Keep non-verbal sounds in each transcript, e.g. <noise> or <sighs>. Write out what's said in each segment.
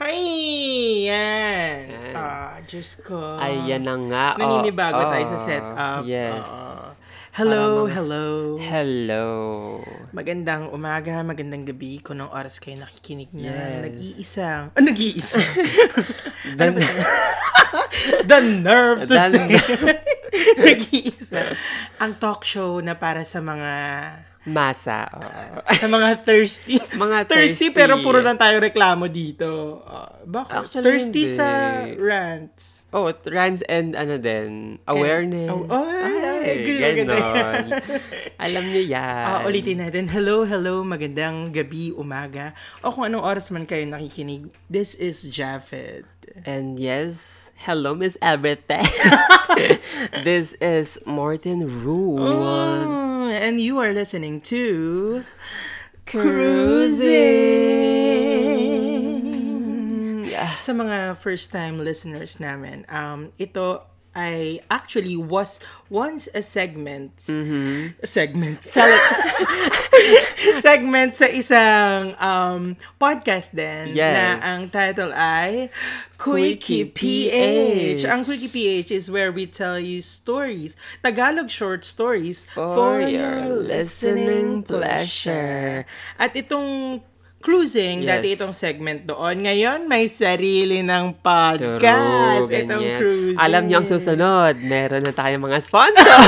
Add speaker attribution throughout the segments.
Speaker 1: Hi! Yan.
Speaker 2: Yan.
Speaker 1: Ah, Diyos ko.
Speaker 2: Ayan na nga.
Speaker 1: Ah.
Speaker 2: oh,
Speaker 1: Naninibago
Speaker 2: oh,
Speaker 1: tayo sa setup.
Speaker 2: Yes.
Speaker 1: Oo. hello,
Speaker 2: Para mga-
Speaker 1: hello.
Speaker 2: Hello.
Speaker 1: Magandang umaga, magandang gabi. Kung anong oras kayo nakikinig na
Speaker 2: Yes.
Speaker 1: nag-iisang... Ah, nag-iisa. <laughs> Ano
Speaker 2: Dan-
Speaker 1: The nerve to
Speaker 2: The
Speaker 1: say. <laughs> nag-iisa. Ang talk show na para sa mga...
Speaker 2: <laughs>
Speaker 1: ah,
Speaker 2: Masa. oh.
Speaker 1: sa mga thirsty.
Speaker 2: <laughs> Mga
Speaker 1: thirsty,
Speaker 2: thirsty.
Speaker 1: pero puro lang tayo reklamo dito. Ah, bakit?
Speaker 2: Actually,
Speaker 1: thirsty
Speaker 2: hindi.
Speaker 1: sa rants.
Speaker 2: Oh, trans and ano din, awareness.
Speaker 1: oh, ay, gano'n,
Speaker 2: ganon.
Speaker 1: gano'n.
Speaker 2: Alam niyo yan.
Speaker 1: <laughs> Ah, ulitin natin. Hello, hello, magandang gabi, umaga, o kung anong oras man kayo nakikinig. This is Japheth.
Speaker 2: And yes, hello Miss
Speaker 1: <laughs>
Speaker 2: Everything. This is Martin Rules.
Speaker 1: Oh, and you are listening to
Speaker 2: Yeah.
Speaker 1: Sa mga first-time listeners namin, um, ito ay actually was once a segment. Segment. <laughs> segment sa isang um, podcast din
Speaker 2: Yes.
Speaker 1: na ang title ay Quickie
Speaker 2: Quickie
Speaker 1: PH.
Speaker 2: PH.
Speaker 1: Ang Quickie PH is where we tell you stories, Tagalog short stories
Speaker 2: For your listening pleasure.
Speaker 1: At itong cruising,
Speaker 2: Yes.
Speaker 1: dati itong segment doon. Ngayon, may sarili ng podcast.
Speaker 2: True,
Speaker 1: itong
Speaker 2: ganyan.
Speaker 1: cruising.
Speaker 2: Alam niyo ang susunod, meron na tayong mga sponsor.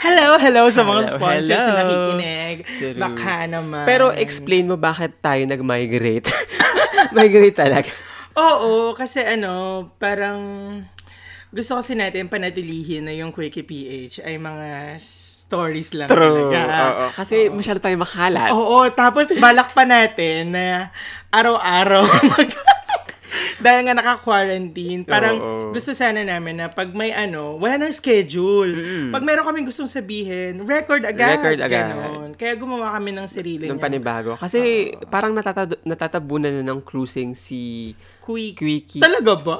Speaker 1: Hello, hello sa mga
Speaker 2: Hello,
Speaker 1: sponsors na
Speaker 2: hello.
Speaker 1: nakikinig.
Speaker 2: True.
Speaker 1: Baka naman.
Speaker 2: Pero explain mo bakit tayo nag-migrate. <laughs> Migrate talaga.
Speaker 1: Oo, kasi ano, parang gusto kasi natin panatilihin na yung Quickie PH ay mga stories lang talaga. Oh,
Speaker 2: Oo, kasi masyado tayo makalat.
Speaker 1: Oo, tapos balak pa natin na araw-araw <laughs> mag- dahil nga naka-quarantine, parang
Speaker 2: Oo.
Speaker 1: gusto sana namin na pag may ano, wala nang schedule. Pag meron kaming gustong sabihin, record agad.
Speaker 2: Record agad.
Speaker 1: Ganon. Kaya gumawa kami ng sarili
Speaker 2: Ng
Speaker 1: niya.
Speaker 2: panibago. Kasi parang natata- natatabunan na ng cruising si
Speaker 1: Quick.
Speaker 2: Quickie.
Speaker 1: Talaga ba?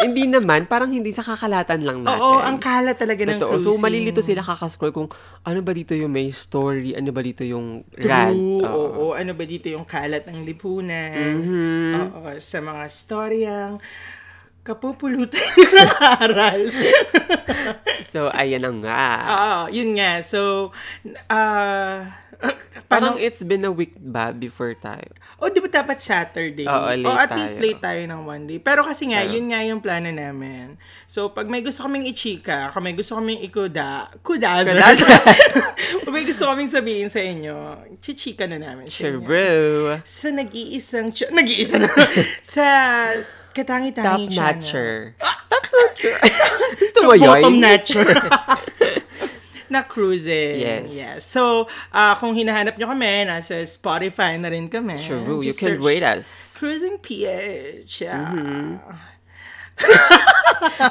Speaker 2: hindi naman, parang hindi sa kakalatan lang natin.
Speaker 1: <laughs> Oo, ang kala talaga ng
Speaker 2: Totoo.
Speaker 1: cruising.
Speaker 2: So, malilito sila kakascroll kung ano ba dito yung may story, ano ba dito yung
Speaker 1: True.
Speaker 2: rant.
Speaker 1: Oo,
Speaker 2: Oo.
Speaker 1: ano ba dito yung kalat ng lipunan?
Speaker 2: Mhm.
Speaker 1: Oo, sa mga storyang kapupulutan <laughs> ng
Speaker 2: <laughs>
Speaker 1: aral.
Speaker 2: So, ayan na nga.
Speaker 1: Oo, yun nga. So, ah parang,
Speaker 2: parang it's been a week ba before tayo?
Speaker 1: oh, di ba dapat Saturday? o
Speaker 2: Oo, late
Speaker 1: at least
Speaker 2: tayo.
Speaker 1: late tayo ng one day. Pero kasi nga, yun nga yung plano namin. So, pag may gusto kaming ichika, kung may gusto kaming ikuda, kudazer.
Speaker 2: Kudazer.
Speaker 1: <laughs> kung may gusto kaming sabihin sa inyo, chichika na namin. sa inyo.
Speaker 2: Sure, bro.
Speaker 1: sa nag-iisang ch- nag-iisa
Speaker 2: <laughs>
Speaker 1: na sa
Speaker 2: Top
Speaker 1: katangi-tangi
Speaker 2: notcher.
Speaker 1: <laughs> Gusto
Speaker 2: mo yun?
Speaker 1: Ah, Bottom notcher. <laughs> na cruising.
Speaker 2: Yes.
Speaker 1: So, ah, kung hinahanap nyo kami, nasa Spotify na rin kami.
Speaker 2: True, you
Speaker 1: Just
Speaker 2: can
Speaker 1: search
Speaker 2: rate us.
Speaker 1: Cruising PH. Yeah.
Speaker 2: Mm-hmm.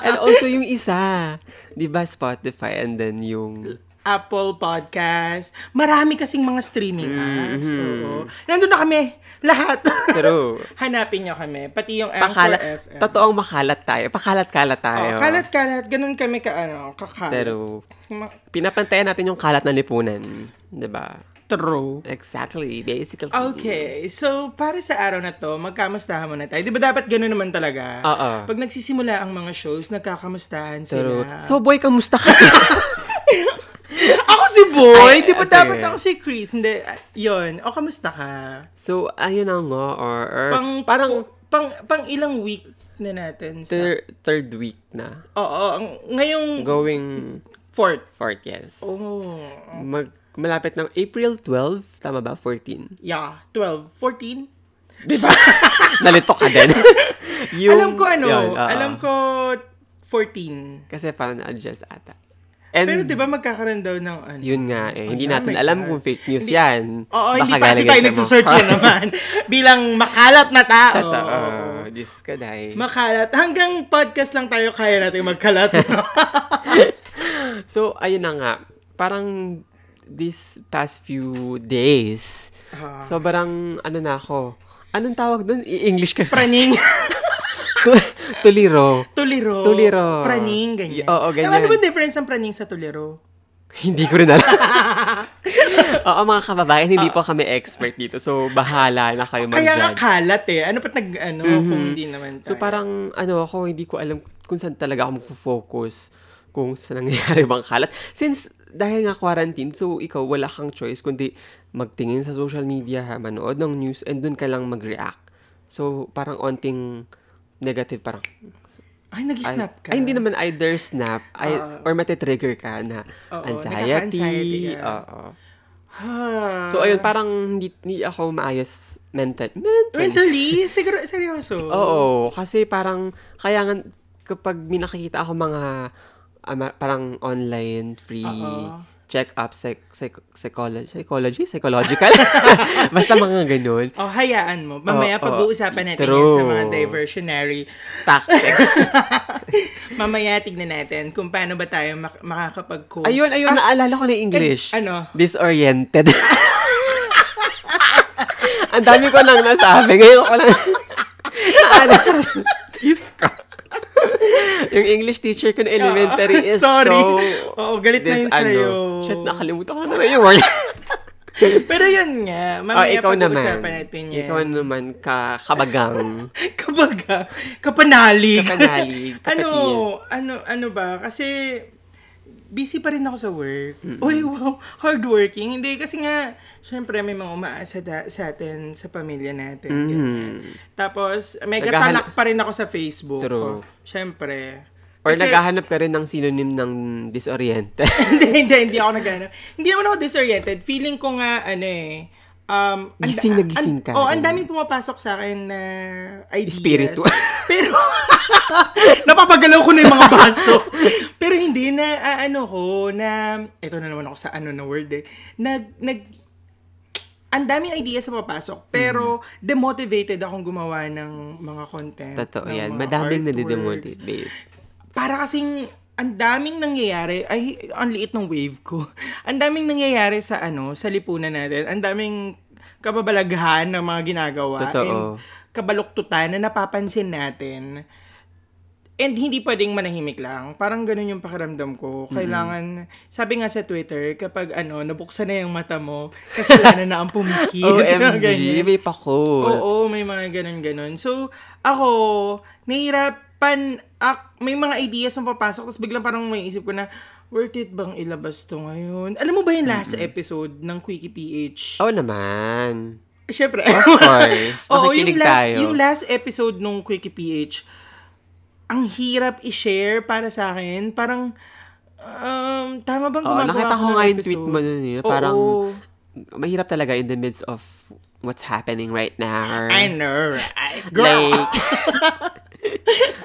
Speaker 2: And also yung isa, 'di ba Spotify and then yung
Speaker 1: Apple Podcast. Marami kasing mga streaming apps. Oo. nandun na kami. Lahat.
Speaker 2: Mm-hmm. True.
Speaker 1: <laughs> Hanapin nyo kami. Pati yung Anchor
Speaker 2: Pakalat,
Speaker 1: FM.
Speaker 2: totoong makalat tayo. Pakalat-kalat tayo.
Speaker 1: Oh, kalat-kalat. Ganun kami ka, ano, kakalat.
Speaker 2: Pero
Speaker 1: Ma-
Speaker 2: pinapantayan natin yung kalat ng lipunan, 'di ba?
Speaker 1: True.
Speaker 2: Exactly, basically.
Speaker 1: Okay, so para sa araw na to, magkamustahan muna tayo. Di ba dapat gano'n naman talaga?
Speaker 2: Oo.
Speaker 1: Pag nagsisimula ang mga shows, nagkakamustahan
Speaker 2: Pero,
Speaker 1: sila.
Speaker 2: so boy, kamusta ka? <laughs>
Speaker 1: ako si Boy!
Speaker 2: Ay, ah,
Speaker 1: Di ba
Speaker 2: sige.
Speaker 1: dapat ako si Chris? Hindi, ah, yun. O, kamusta ka?
Speaker 2: so, ayun na nga, or, or
Speaker 1: Pang,
Speaker 2: parang
Speaker 1: pang, pang ilang week na natin sa...
Speaker 2: thir- third week na.
Speaker 1: Oo, ang, ngayong
Speaker 2: Going
Speaker 1: fourth.
Speaker 2: fourth, yes.
Speaker 1: Oh,
Speaker 2: Mag, malapit na, April 12, tama ba? 14.
Speaker 1: yeah, 12, 14?
Speaker 2: <laughs> Nalito ka din.
Speaker 1: <laughs>
Speaker 2: Yung-
Speaker 1: alam ko ano,
Speaker 2: yun, ah. oo.
Speaker 1: alam ko 14.
Speaker 2: Kasi parang na-adjust ata. And,
Speaker 1: Pero 'di ba magkakaroon daw ng ano?
Speaker 2: yun nga eh, hindi
Speaker 1: Ayan,
Speaker 2: natin
Speaker 1: my
Speaker 2: alam
Speaker 1: God.
Speaker 2: kung fake news
Speaker 1: Hindi-
Speaker 2: yan.
Speaker 1: Oo, hindi
Speaker 2: Baka
Speaker 1: pa kasi
Speaker 2: galing
Speaker 1: tayo eh.
Speaker 2: sa
Speaker 1: nagsusearch
Speaker 2: <laughs> mukha.
Speaker 1: na naman. Bilang makalat na tao.
Speaker 2: Totoo. Diyos ka dahil.
Speaker 1: Makalat. Hanggang podcast lang tayo kaya natin
Speaker 2: <laughs>
Speaker 1: magkalat.
Speaker 2: So, ayun na nga. Parang this past few days,
Speaker 1: Ah.
Speaker 2: sobrang ano na ako. Anong tawag doon? I-English ka.
Speaker 1: Praning.
Speaker 2: <laughs> Tu- Tuliro.
Speaker 1: Tuliro.
Speaker 2: Tuliro.
Speaker 1: Praning, ganyan.
Speaker 2: Y- oo, ganyan.
Speaker 1: Ano ba difference ng praning sa tuliro?
Speaker 2: Hindi ko rin alam. <laughs> Oo, mga kababayan, hindi po kami expert dito. So, bahala na kayo mag
Speaker 1: Ah. Kaya nga kalat eh. Ano pat nag, ano, kung hindi naman tayo.
Speaker 2: Mm-hmm. So, parang, ano ako, hindi ko alam kung saan talaga ako focus kung sa nangyayari bang kalat. Since, dahil nga quarantine, so ikaw wala kang choice kundi magtingin sa social media, ha, manood ng news, and dun ka lang mag-react. So, parang onting negative, parang,
Speaker 1: ay, nag-snap ka.
Speaker 2: ay, hindi naman either snap ay, or matitrigger ka na
Speaker 1: Oo, nagkaka-anxiety
Speaker 2: anxiety.
Speaker 1: ka.
Speaker 2: Oo.
Speaker 1: Ha.
Speaker 2: So, ayun, parang hindi, hindi ako maayos mental. Mental.
Speaker 1: Mentally, siguro, seryoso.
Speaker 2: Oo, kasi parang, kaya nga, kapag may nakikita ako mga, ama parang online free
Speaker 1: Oo.
Speaker 2: check-up, psych, psych, psychology, psychology, psychological. <laughs> Basta mga ganun.
Speaker 1: Oh, hayaan mo. Mamaya
Speaker 2: Oo,
Speaker 1: pag-uusapan natin
Speaker 2: true.
Speaker 1: yan sa mga diversionary.
Speaker 2: <laughs> Tactics.
Speaker 1: Mamaya tignan natin kung paano ba tayo mak- makakapag-cope.
Speaker 2: Ayun, ayun, naalala ko na yung English. <laughs>
Speaker 1: Eh, ano?
Speaker 2: Disoriented. <laughs> Ang dami ko lang nasabi. Ngayon ko lang... <laughs> naalala. Kiss ka. yung English teacher ko na elementary is
Speaker 1: Ah, Sorry.
Speaker 2: so... ano,
Speaker 1: Oo, galit na yun sa'yo.
Speaker 2: Shit, nakalimutan ko na naman yung word.
Speaker 1: Pero yun nga,
Speaker 2: oh,
Speaker 1: mamaya
Speaker 2: ikaw naman.
Speaker 1: pag-uusapan natin yan.
Speaker 2: Ikaw
Speaker 1: <laughs>
Speaker 2: naman, ka, kabagang.
Speaker 1: Kabaga, kapanalig. <laughs>
Speaker 2: Kapanalig,
Speaker 1: ano,
Speaker 2: kapatiyan.
Speaker 1: ano, ano ba? Kasi, busy pa rin ako sa work. Uy, wow, hardworking. Hindi, kasi nga, syempre may mga umaasa da- sa atin, sa pamilya natin.
Speaker 2: Mm-hmm.
Speaker 1: ganyan. Tapos, may
Speaker 2: Naghahan-
Speaker 1: katalak pa rin ako sa Facebook.
Speaker 2: True.
Speaker 1: ko. Syempre.
Speaker 2: Or
Speaker 1: Kasi-
Speaker 2: naghahanap ka rin ng synonym ng
Speaker 1: <laughs>
Speaker 2: disoriented.
Speaker 1: hindi, hindi, hindi ako nagano. Hindi naman ako disoriented. Feeling ko nga, ano eh, um, ang-
Speaker 2: Gising na gising ka.
Speaker 1: ang- Oo, oh, ang daming pumapasok sa akin na ideas. <laughs>
Speaker 2: Spiritual. <laughs>
Speaker 1: Pero, napapagalaw ko na yung mga baso. <laughs> Pero hindi na, ah, ano ko, na, ito na naman ako sa ano na word eh, nag, nag, ang daming ideas na papasok, pero
Speaker 2: Mm-hmm.
Speaker 1: demotivated akong gumawa ng mga content.
Speaker 2: Totoo
Speaker 1: ng
Speaker 2: yan.
Speaker 1: mga
Speaker 2: Madaming
Speaker 1: artworks
Speaker 2: nadidemotivate.
Speaker 1: para kasing ang daming nangyayari, ay, ang liit ng wave ko. <laughs> Ang daming nangyayari sa ano, sa lipunan natin. Ang daming kababalaghan ng mga ginagawa.
Speaker 2: Totoo.
Speaker 1: And kabaluktutan na napapansin natin. And hindi pwedeng manahimik lang. Parang ganun yung pakiramdam ko. Kailangan, sabi nga sa Twitter, kapag ano, nabuksan na yung mata mo, kasalanan na ang
Speaker 2: <laughs>
Speaker 1: pumikit. <laughs> Mga ganyan.
Speaker 2: OMG, may pako.
Speaker 1: Oo, may mga ganun-ganun. So, ako, nahirapan, ak, may mga ideas ang papasok, tapos biglang parang may isip ko na, worth it bang ilabas to ngayon? Alam mo ba yung last episode ng Quickie PH?
Speaker 2: Oo naman.
Speaker 1: Siyempre.
Speaker 2: Oh,
Speaker 1: <laughs>
Speaker 2: Of course.
Speaker 1: Oo,
Speaker 2: Nakikinig
Speaker 1: yung last,
Speaker 2: tayo.
Speaker 1: yung last episode nung Quickie PH, ang hirap i-share para sa akin. Parang, um, tama bang
Speaker 2: Oo,
Speaker 1: gumagawa
Speaker 2: nakita
Speaker 1: ako ng
Speaker 2: ko nga yung
Speaker 1: episode?
Speaker 2: tweet mo nun yun.
Speaker 1: Oo.
Speaker 2: Parang, mahirap talaga in the midst of what's happening right now.
Speaker 1: I know. I, girl.
Speaker 2: Like,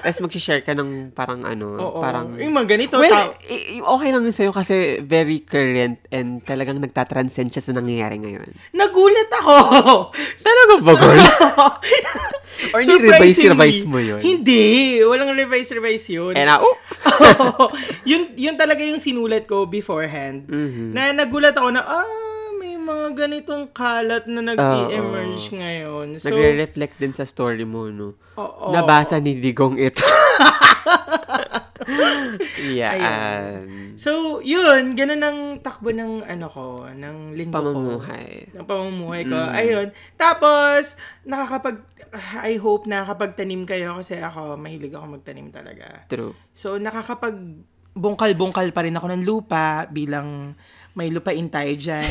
Speaker 2: tapos mag-share ka ng parang ano,
Speaker 1: Oo.
Speaker 2: parang...
Speaker 1: yung mga ganito. tao-
Speaker 2: Well, i- i- okay lang yun sa'yo kasi very current and talagang nagtatranscend siya sa nangyayari ngayon.
Speaker 1: Nagulat ako.
Speaker 2: <laughs> Talaga ba, girl?
Speaker 1: <laughs>
Speaker 2: Or hindi
Speaker 1: Surprisingly,
Speaker 2: revise-revise mo yun?
Speaker 1: Hindi. Walang revise-revise yun.
Speaker 2: And
Speaker 1: <laughs>
Speaker 2: ah, oh!
Speaker 1: Oo. yun, yun talaga yung sinulat ko beforehand.
Speaker 2: Mm-hmm.
Speaker 1: Na nagulat ako na, ah, may mga ganitong kalat na nag-emerge ngayon. So,
Speaker 2: Nagre-reflect din sa story mo, no?
Speaker 1: Oo.
Speaker 2: Nabasa ni Digong
Speaker 1: <laughs>
Speaker 2: ito. <laughs> Yan.
Speaker 1: so, yun. Ganun ang takbo ng, ano ko, ng linggo ko.
Speaker 2: um, Pamumuhay.
Speaker 1: ng pamumuhay ko.
Speaker 2: Mm.
Speaker 1: Ayun. Tapos, nakakapag, I hope nakakapagtanim kayo kasi ako, mahilig ako magtanim talaga.
Speaker 2: True.
Speaker 1: So, nakakapag bungkal-bungkal pa rin ako ng lupa bilang may lupain tayo
Speaker 2: <laughs>
Speaker 1: dyan.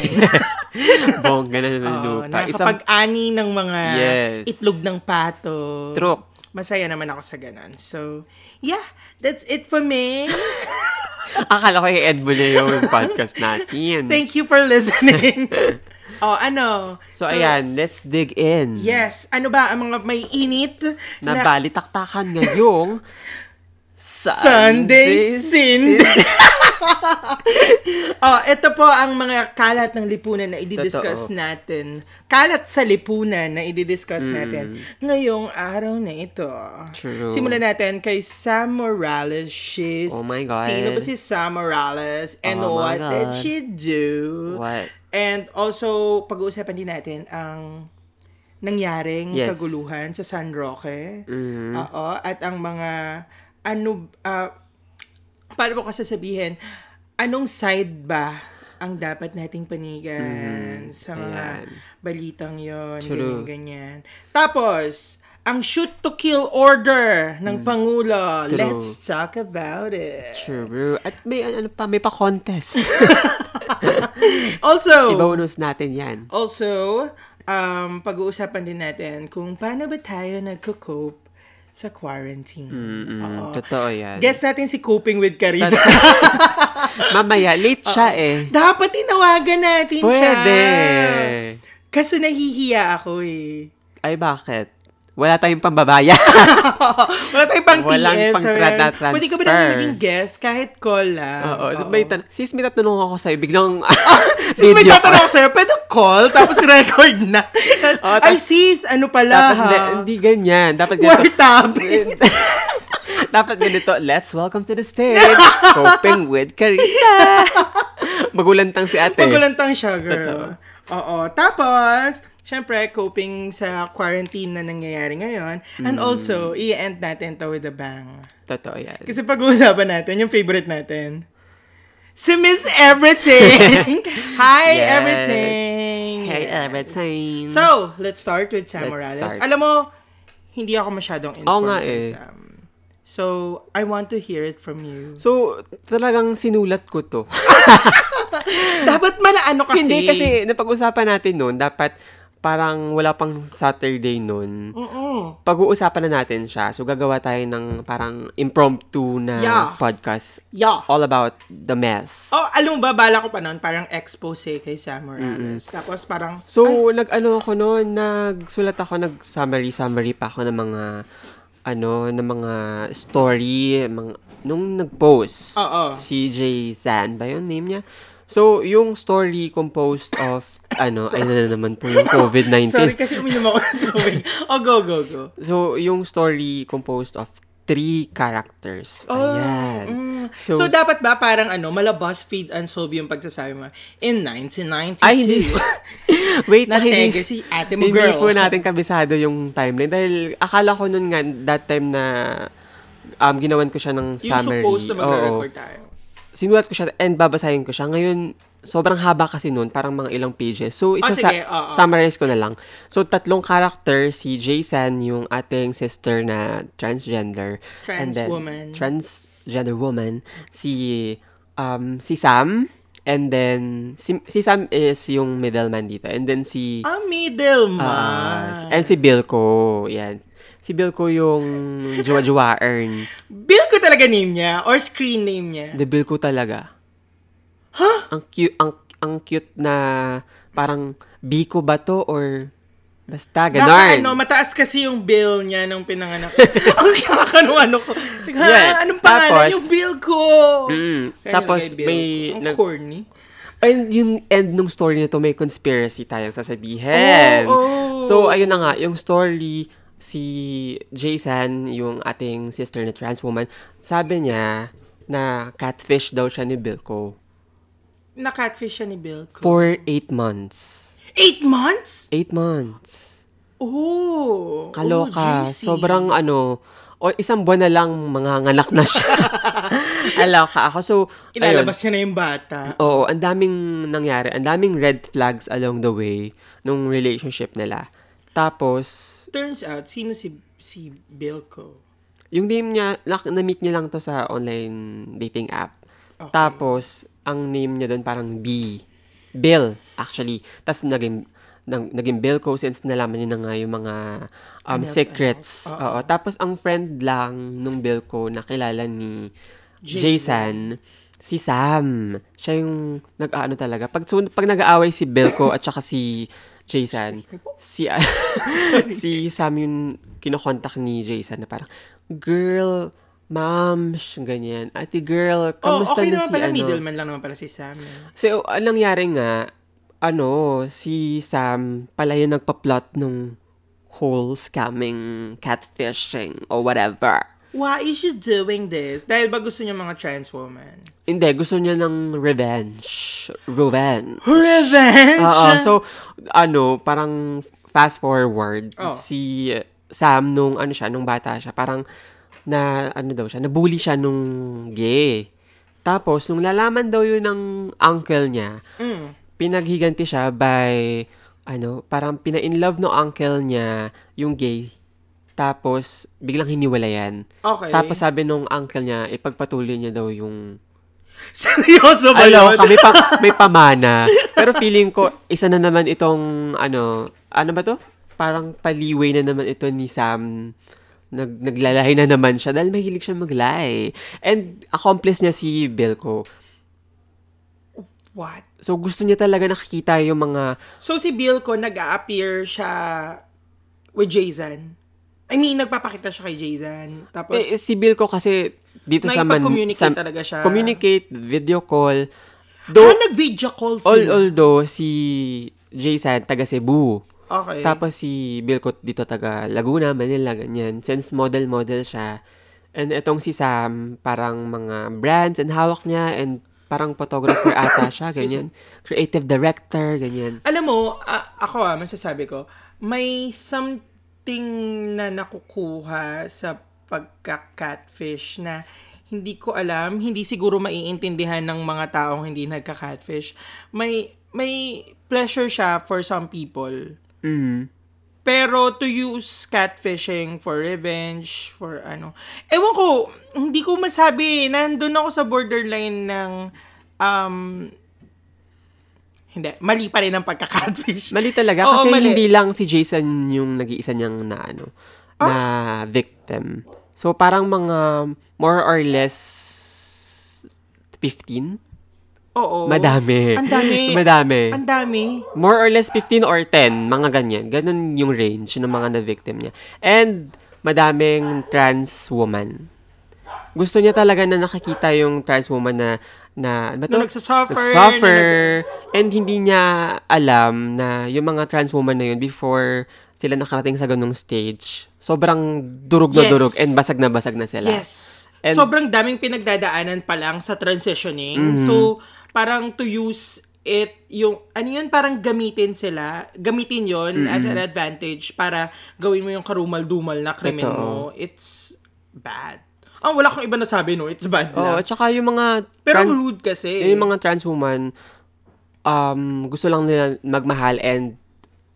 Speaker 2: Bongga na naman
Speaker 1: Oo,
Speaker 2: lupa. Isang
Speaker 1: nakakapag-ani ng mga
Speaker 2: Yes.
Speaker 1: itlog ng pato.
Speaker 2: truk.
Speaker 1: Masaya naman ako sa ganun. So, yeah, that's it for me. <laughs>
Speaker 2: Akala ko i-end mo na yung podcast natin.
Speaker 1: Thank you for
Speaker 2: <laughs>
Speaker 1: listening. oh, ano?
Speaker 2: so, ayan, let's dig in.
Speaker 1: Yes. Ano ba ang mga may init
Speaker 2: Na balitaktakan ngayong <laughs>
Speaker 1: Sunday Sin.
Speaker 2: Sin.
Speaker 1: <laughs> oh, ito po ang mga kalat ng lipunan na i-discuss
Speaker 2: Totoo. Hmm.
Speaker 1: natin. Kalat sa lipunan na i-discuss natin ngayong araw na ito.
Speaker 2: True.
Speaker 1: Simulan natin kay Sam Morales. She's
Speaker 2: Oh my God.
Speaker 1: Sino ba si Sam Morales and
Speaker 2: Oh my
Speaker 1: what did
Speaker 2: God.
Speaker 1: she do?
Speaker 2: What?
Speaker 1: And also pag-uusapan din natin ang nangyaring
Speaker 2: Yes. Mm-hmm.
Speaker 1: kaguluhan sa San Roque. Oo, at ang mga ano ah, paano ko kasi sabihin, anong side ba ang dapat nating panigan sa mga
Speaker 2: Mm-hmm. Ayan.
Speaker 1: balitang yon
Speaker 2: True.
Speaker 1: ganyan, ganyan. Tapos, ang shoot to kill order ng Pangulo.
Speaker 2: Mm. True.
Speaker 1: Let's talk about it.
Speaker 2: True. At may ano pa,
Speaker 1: <laughs>
Speaker 2: may pa-contest.
Speaker 1: Also,
Speaker 2: Ibonus natin yan.
Speaker 1: Also, um, pag-uusapan din natin kung paano ba tayo nagko-cope sa quarantine. Oo.
Speaker 2: Mm, Totoo yan.
Speaker 1: Guess natin si Coping with Carissa.
Speaker 2: Mamaya, late siya eh.
Speaker 1: <laughs> Dapat tinawagan natin siya.
Speaker 2: Pwede.
Speaker 1: Kaso nahihiya ako eh.
Speaker 2: Ay, bakit? Wala tayong
Speaker 1: <laughs>
Speaker 2: pambabaya. <laughs>
Speaker 1: Wala tayong pang
Speaker 2: Walang
Speaker 1: TM,
Speaker 2: pang
Speaker 1: sorry.
Speaker 2: tra-
Speaker 1: Pwede ka ba
Speaker 2: transfer.
Speaker 1: namin maging guest kahit call lang?
Speaker 2: Oo. So, may tan- sis, may tatanong ako sa'yo. Biglang
Speaker 1: <laughs> Sis, may
Speaker 2: <laughs> video
Speaker 1: tatanong ako sa'yo, pwede call, tapos <laughs> record na. Tas,
Speaker 2: Oo,
Speaker 1: ay
Speaker 2: tas-
Speaker 1: sis, ano pala
Speaker 2: Tapos,
Speaker 1: ha?
Speaker 2: hindi, hindi ganyan. Dapat
Speaker 1: War
Speaker 2: ganito.
Speaker 1: topic.
Speaker 2: <laughs> Dapat ganito. Let's welcome to the stage. Coping with Carissa. <laughs> Magulantang si ate.
Speaker 1: Pagulantang siya, girl. Oo. Tapos, syempre, coping sa quarantine na nangyayari ngayon. And
Speaker 2: Mm.
Speaker 1: also, i-end natin to with a bang.
Speaker 2: Totoo yan.
Speaker 1: Kasi pag-uusapan natin, yung favorite natin, si Miss
Speaker 2: <laughs>
Speaker 1: Everything! Hi,
Speaker 2: Yes.
Speaker 1: Everything!
Speaker 2: Hey, everything.
Speaker 1: So, let's start with Sam
Speaker 2: Let's
Speaker 1: Morales.
Speaker 2: start.
Speaker 1: Alam mo, hindi ako masyadong informed
Speaker 2: nga
Speaker 1: kay
Speaker 2: eh.
Speaker 1: Sam. So, I want to hear it from
Speaker 2: <laughs>
Speaker 1: you.
Speaker 2: So, talagang sinulat ko to.
Speaker 1: Dapat malaano kasi.
Speaker 2: <laughs> Hindi kasi napag-usapan natin noon, dapat parang wala pang Saturday noon.
Speaker 1: Oo.
Speaker 2: Pag-uusapan na natin siya. So, gagawa tayo ng parang impromptu na
Speaker 1: Yeah.
Speaker 2: podcast
Speaker 1: Yeah.
Speaker 2: all about the mess.
Speaker 1: Oh, alam mo ba, bala ko pa noon, parang expose kay Sam Morales. Tapos parang,
Speaker 2: So, nag-ano ako noon, nagsulat ako, nag-summary-summary pa ako ng mga, ano, ng mga story, mga, nung nag-post.
Speaker 1: Oo.
Speaker 2: CJ San ba yun name niya? So, yung story composed of, ano, ay na naman po yung COVID-19.
Speaker 1: sorry kasi uminom ako ng
Speaker 2: <laughs>
Speaker 1: tubig. oh, go, go, go.
Speaker 2: So, yung story composed of three characters.
Speaker 1: Oh,
Speaker 2: Ayan.
Speaker 1: mm. So,
Speaker 2: So,
Speaker 1: dapat ba parang ano, mala BuzzFeed Unsolved yung pagsasabi mo, in 1992,
Speaker 2: Ay, hindi. <laughs> wait,
Speaker 1: <laughs> na
Speaker 2: ah, hindi,
Speaker 1: si ate mo,
Speaker 2: hindi
Speaker 1: girl.
Speaker 2: po natin kabisado yung timeline. Dahil akala ko nun nga, that time na um, ginawan ko siya ng
Speaker 1: Yung
Speaker 2: summary.
Speaker 1: supposed na
Speaker 2: Oo.
Speaker 1: mag-record tayo.
Speaker 2: Sinulat ko siya and babasahin ko siya. Ngayon, sobrang haba kasi nun, parang mga ilang pages. So, isa
Speaker 1: Ah,
Speaker 2: sa,
Speaker 1: sige, oo.
Speaker 2: summarize ko na lang. So, tatlong character, si Jason, yung ating sister na transgender. and
Speaker 1: Trans
Speaker 2: then,
Speaker 1: woman.
Speaker 2: Transgender woman. Si, um, si Sam. And then, si, si Sam is yung middleman dito. And then si...
Speaker 1: Ah, middle
Speaker 2: Ah,
Speaker 1: man.
Speaker 2: and si Bilko. Yan. Si Bilko yung jowa earn.
Speaker 1: Bill ko talaga name niya or screen name niya.
Speaker 2: The Bilko talaga. Huh? Ang cute, ang, ang cute na parang Biko ba to or basta
Speaker 1: Naka, ano,
Speaker 2: ganun.
Speaker 1: mataas kasi yung bill niya nung pinanganak
Speaker 2: <laughs>
Speaker 1: ko. Ang <laughs> kakanong-ano ko. Ha,
Speaker 2: Yeah.
Speaker 1: anong pangalan
Speaker 2: Tapos-
Speaker 1: yung bill ko?
Speaker 2: Mm.
Speaker 1: Kaya
Speaker 2: Tapos
Speaker 1: nilagay bill
Speaker 2: may
Speaker 1: ko. Ang
Speaker 2: nag-
Speaker 1: corny.
Speaker 2: And yung end ng story na to, may conspiracy tayong sasabihin.
Speaker 1: Oo.
Speaker 2: So, ayun na nga, yung story, si Jason, yung ating sister na trans woman, sabi niya na catfish daw siya ni Bilko
Speaker 1: Na-catfish siya ni bill ko.
Speaker 2: for eight months.
Speaker 1: Eight months?
Speaker 2: Eight months.
Speaker 1: Oh.
Speaker 2: Kaloka.
Speaker 1: Oh, juicy.
Speaker 2: Sobrang ano, o isang buwan na lang mga nganak na siya.
Speaker 1: <laughs>
Speaker 2: Aloka ako. So, ayun.
Speaker 1: Ilalabas niya na yung bata.
Speaker 2: Oo, ang daming nangyari. Ang daming red flags along the way nung relationship nila. Tapos,
Speaker 1: Turns out, sino si si Bilko?
Speaker 2: yung name niya, nak- na-meet niya lang to sa online dating app.
Speaker 1: Okay.
Speaker 2: Tapos, ang name niya doon parang B. Bill, actually. Tapos, naging, nag, naging Bill ko since nalaman niya na nga yung mga um,
Speaker 1: Anels,
Speaker 2: secrets.
Speaker 1: anels.
Speaker 2: Oo. Tapos, ang friend lang nung Bill ko na kilala ni Jason, si Sam. Siya yung nag-ano talaga. Pag, sun- pag nag-aaway si Bill ko at saka si Jason, si, ah, <laughs> si Sam yung kinokontak ni Jason na parang, girl, ma'am, sh- ganyan. Ate
Speaker 1: Oh,
Speaker 2: girl, kamusta
Speaker 1: okay
Speaker 2: na
Speaker 1: naman
Speaker 2: si
Speaker 1: pala,
Speaker 2: ano?
Speaker 1: middleman lang naman pala si Sam. eh.
Speaker 2: So, ang nangyari nga, ano, si Sam pala yung nagpa-plot nung whole scamming, catfishing, or whatever.
Speaker 1: Why is she doing this? Dahil ba gusto niya mga trans woman?
Speaker 2: Hindi, gusto niya ng revenge. Revenge.
Speaker 1: Revenge!
Speaker 2: Oo, so, ano, parang fast forward,
Speaker 1: Oh.
Speaker 2: si Sam nung, ano siya, nung bata siya, parang na, ano daw siya, nabully siya nung gay. Tapos, nung nalaman daw yun ng uncle niya,
Speaker 1: Mm.
Speaker 2: pinaghiganti siya by, ano, parang pina-inlove ng uncle niya yung gay. Tapos, biglang hiniwalayan.
Speaker 1: Okay.
Speaker 2: Tapos sabi nung uncle niya, ipagpatuloy niya daw yung...
Speaker 1: <laughs> Seryoso ba
Speaker 2: Alam
Speaker 1: yun?
Speaker 2: kami
Speaker 1: <laughs>
Speaker 2: pa, may pamana. Pero feeling ko, isa na naman itong, ano, ano ba to? Parang paliway na naman ito ni Sam. Nag, naglalahi na naman siya dahil mahilig siya maglahi. And accomplice niya si Belko.
Speaker 1: What?
Speaker 2: So gusto niya talaga nakikita yung mga
Speaker 1: So si Bill ko nag-appear siya with Jason. I mean, nagpapakita siya kay Jason. Tapos,
Speaker 2: Eh, si Bill ko kasi dito sa man
Speaker 1: Nakipag-communicate
Speaker 2: sa-
Speaker 1: talaga siya.
Speaker 2: Communicate, video call.
Speaker 1: do,
Speaker 2: Though,
Speaker 1: nag-video call siya.
Speaker 2: all, although si Jason taga Cebu.
Speaker 1: Okay.
Speaker 2: Tapos si Bill ko dito taga Laguna, Manila, ganyan. Since model-model siya. And etong si Sam, parang mga brands and hawak niya and parang photographer
Speaker 1: <coughs>
Speaker 2: ata siya, ganyan. Creative director, ganyan.
Speaker 1: Alam mo, a- ako ah, masasabi ko, may something na nakukuha sa pagka-catfish na hindi ko alam, hindi siguro maiintindihan ng mga taong hindi nagka-catfish. May, may pleasure siya for some people.
Speaker 2: Mm.
Speaker 1: Pero to use catfishing for revenge, for ano. Ewan ko, hindi ko masabi. Nandun ako sa borderline ng, um, hindi, mali pa rin ang pagka-catfish.
Speaker 2: Mali talaga
Speaker 1: Oo,
Speaker 2: kasi
Speaker 1: mali.
Speaker 2: hindi lang si Jason yung nag-iisa niyang na ano
Speaker 1: Ah.
Speaker 2: na victim. So parang mga more or less 15.
Speaker 1: Oo.
Speaker 2: Madami.
Speaker 1: Oh, Ang dami.
Speaker 2: <laughs> Madami.
Speaker 1: Ang dami.
Speaker 2: More or less 15 or 10, mga ganyan. Ganun yung range ng mga na-victim niya. And madaming trans woman. Gusto niya talaga na nakikita yung trans woman na na, ano ba to?
Speaker 1: Na nagsasuffer,
Speaker 2: Nagsasuffer.
Speaker 1: na
Speaker 2: and hindi niya alam na yung mga trans woman na yun before sila nakarating sa ganung stage, sobrang durog na
Speaker 1: Yes.
Speaker 2: durog and basag na basag na sila.
Speaker 1: Yes.
Speaker 2: And-
Speaker 1: Sobrang daming pinagdadaanan pa lang sa transitioning.
Speaker 2: Mm-hmm.
Speaker 1: So, parang to use it, yung, ano yun, parang gamitin sila, gamitin yon
Speaker 2: Mm-hmm.
Speaker 1: as an advantage para gawin mo yung karumal-dumal na krimen
Speaker 2: Totoo.
Speaker 1: mo. It's bad. Ang wala akong iba nasabi, no? It's bad
Speaker 2: Oo,
Speaker 1: lang.
Speaker 2: at saka yung mga
Speaker 1: Pero
Speaker 2: trans-
Speaker 1: rude kasi.
Speaker 2: Yung mga trans woman, um, gusto lang nila magmahal and,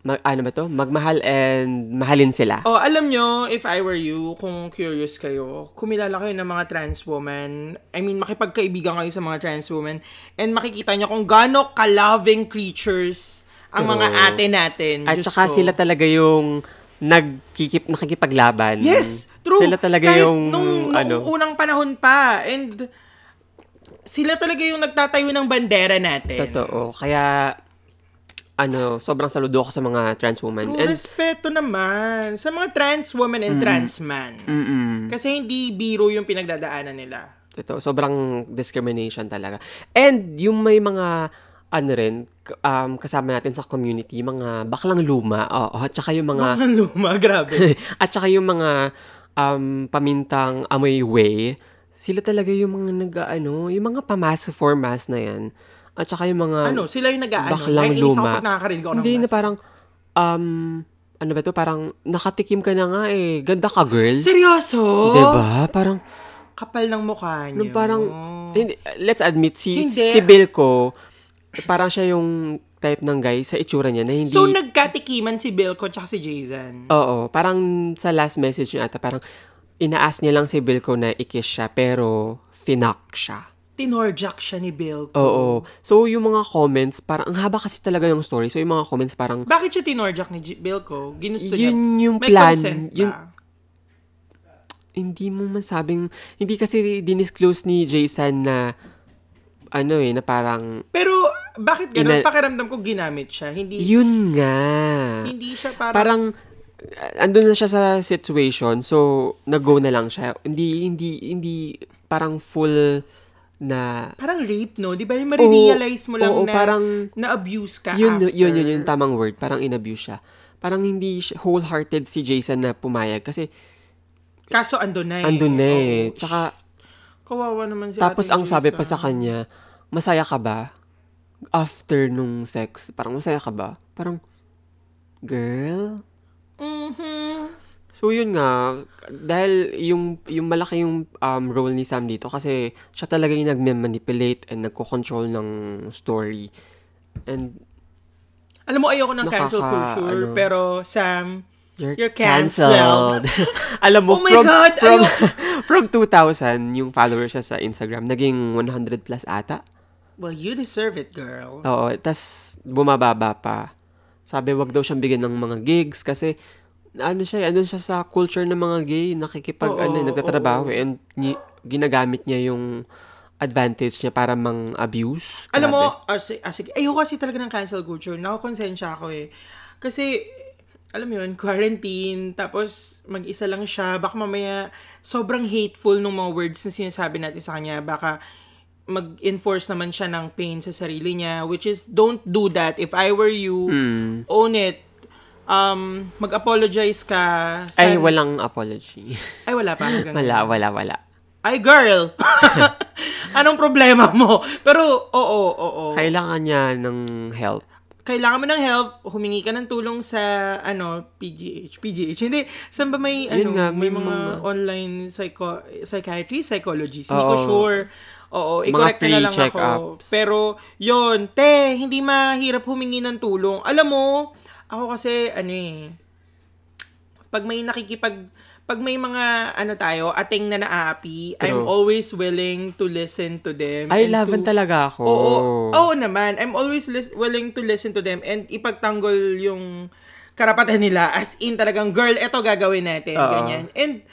Speaker 2: mag, ano ba to? Magmahal and mahalin sila.
Speaker 1: Oh, alam nyo, if I were you, kung curious kayo, kumilala kayo ng mga trans woman. I mean, makipagkaibigan kayo sa mga trans woman. And makikita nyo kung gaano ka-loving creatures ang mga
Speaker 2: Oo.
Speaker 1: ate natin.
Speaker 2: At
Speaker 1: Diyos
Speaker 2: saka
Speaker 1: ko.
Speaker 2: sila talaga yung nagkikip, nakikipaglaban.
Speaker 1: Yes, true.
Speaker 2: Sila talaga
Speaker 1: Kahit
Speaker 2: yung,
Speaker 1: nung, nung
Speaker 2: ano,
Speaker 1: unang panahon pa. And sila talaga yung nagtatayo ng bandera natin.
Speaker 2: totoo. Kaya, ano, sobrang saludo ako sa mga trans woman.
Speaker 1: True,
Speaker 2: And,
Speaker 1: respeto naman sa mga trans woman and trans man.
Speaker 2: mm
Speaker 1: Kasi hindi biro yung pinagdadaanan nila. <laughs>
Speaker 2: Ito, sobrang discrimination talaga. And yung may mga ano rin, k- um, kasama natin sa community, mga baklang luma, oo, at saka yung mga,
Speaker 1: Ang luma, grabe.
Speaker 2: <laughs> at saka yung mga um, pamintang amoy way, sila talaga yung mga nag, ano, yung mga pamas for mass na yan. At saka yung mga,
Speaker 1: ano, sila yung nag-aano.
Speaker 2: baklang
Speaker 1: Naiinis ako
Speaker 2: luma.
Speaker 1: pag nakakarinig ako ng
Speaker 2: Hindi na
Speaker 1: mas-
Speaker 2: parang, um, ano ba to, parang nakatikim ka na nga eh, ganda ka girl.
Speaker 1: Seryoso?
Speaker 2: Diba? Parang,
Speaker 1: Kapal ng mukha niyo.
Speaker 2: Nung parang, hindi, let's admit, si,
Speaker 1: Hindi.
Speaker 2: si Bill ko, parang siya yung type ng guy sa itsura niya na hindi...
Speaker 1: So, nagkatikiman si Belko tsaka si Jason.
Speaker 2: oo, parang sa last message niya ata, parang inaas niya lang si Bill ko na ikiss siya, pero finak siya.
Speaker 1: Tinorjak siya ni Belko.
Speaker 2: Oo. So, yung mga comments, parang, ang haba kasi talaga ng story. So, yung mga comments, parang,
Speaker 1: Bakit siya tinorjak ni J- Belko? Ginusto niya.
Speaker 2: yun yung
Speaker 1: May
Speaker 2: plan.
Speaker 1: consent ba?
Speaker 2: Yun, hindi mo masabing, hindi kasi dinisclose ni Jason na, ano eh, na parang,
Speaker 1: Pero, bakit ganun?
Speaker 2: Ina-
Speaker 1: Pakiramdam ko ginamit siya. Hindi,
Speaker 2: yun nga.
Speaker 1: hindi siya parang,
Speaker 2: parang uh, andun na siya sa situation so nag-go na lang siya hindi hindi hindi parang full na
Speaker 1: parang rape, no? Di ba? Yung marirealize mo lang
Speaker 2: oo,
Speaker 1: na,
Speaker 2: parang
Speaker 1: na-abuse ka
Speaker 2: yun,
Speaker 1: after.
Speaker 2: yun yun yun yung tamang word parang inabuse siya parang hindi siya- wholehearted si Jason na pumayag kasi
Speaker 1: Kaso andun na eh.
Speaker 2: andun na eh
Speaker 1: Oo.
Speaker 2: tsaka
Speaker 1: Kawawa naman si
Speaker 2: tapos
Speaker 1: Ate
Speaker 2: ang sabi pa
Speaker 1: Jason.
Speaker 2: sa kanya masaya ka ba after nung sex parang masaya ka ba parang girl
Speaker 1: Mhm.
Speaker 2: So yun nga, dahil yung, yung malaki yung um, role ni Sam dito kasi siya talaga yung nagme-manipulate and nagko-control ng story. And
Speaker 1: Alam mo, ayoko ng cancel
Speaker 2: Nakaka-
Speaker 1: culture,
Speaker 2: ano.
Speaker 1: pero Sam,
Speaker 2: you're,
Speaker 1: You're canceled.
Speaker 2: canceled. <laughs> Alam mo,
Speaker 1: Oh my
Speaker 2: from,
Speaker 1: God,
Speaker 2: from, <laughs> from 2,000 yung followers niya sa Instagram, naging 100 plus ata.
Speaker 1: well, you deserve it, girl.
Speaker 2: Oo, tas bumababa pa. Sabi wag daw siyang bigyan ng mga gigs kasi ano siya, eh, ano siya sa culture ng mga gay, nakikipag
Speaker 1: Oo,
Speaker 2: ano,
Speaker 1: oo,
Speaker 2: eh, nagtatrabaho eh, and ni- ginagamit niya yung advantage niya para mang abuse.
Speaker 1: Alam mo, ah, si- ah, sige, ayoko kasi talaga ng cancel culture. Nakakonsensya ako eh. Kasi, alam mo yun, quarantine, tapos mag-isa lang siya. Baka mamaya, sobrang hateful ng mga words na sinasabi natin sa kanya. Baka mag-enforce naman siya ng pain sa sarili niya, which is, don't do that. If I were you,
Speaker 2: Hmm.
Speaker 1: own it. Um, mag-apologize ka.
Speaker 2: ay
Speaker 1: San-
Speaker 2: walang apology. <laughs>
Speaker 1: Ay, wala pa hanggang
Speaker 2: wala, wala, wala.
Speaker 1: Ay, girl! <laughs> Anong problema mo? Pero, oo, oo.
Speaker 2: Kailangan niya ng help.
Speaker 1: Kailangan mo ng help, humingi ka ng tulong sa, ano, PGH. PGH, hindi. Saan ba may, ano,
Speaker 2: Yun nga,
Speaker 1: may,
Speaker 2: may
Speaker 1: mga,
Speaker 2: mga-
Speaker 1: online psycho- psychiatry, psychologist. Hindi ko
Speaker 2: Oo.
Speaker 1: sure. Oo, i-correct
Speaker 2: free
Speaker 1: na lang ako.
Speaker 2: check-ups.
Speaker 1: Pero, yon te, hindi mahirap humingi ng tulong. Alam mo, ako kasi, ano eh, pag may nakikipag pag may mga ano tayo ating na naapi I'm
Speaker 2: True.
Speaker 1: always willing to listen to them
Speaker 2: Ay,
Speaker 1: and
Speaker 2: laban
Speaker 1: to-
Speaker 2: talaga ako.
Speaker 1: Oo, oo naman I'm always lis- willing to listen to them and ipagtanggol yung karapatan nila as in talagang girl eto gagawin natin
Speaker 2: Oo.
Speaker 1: ganyan and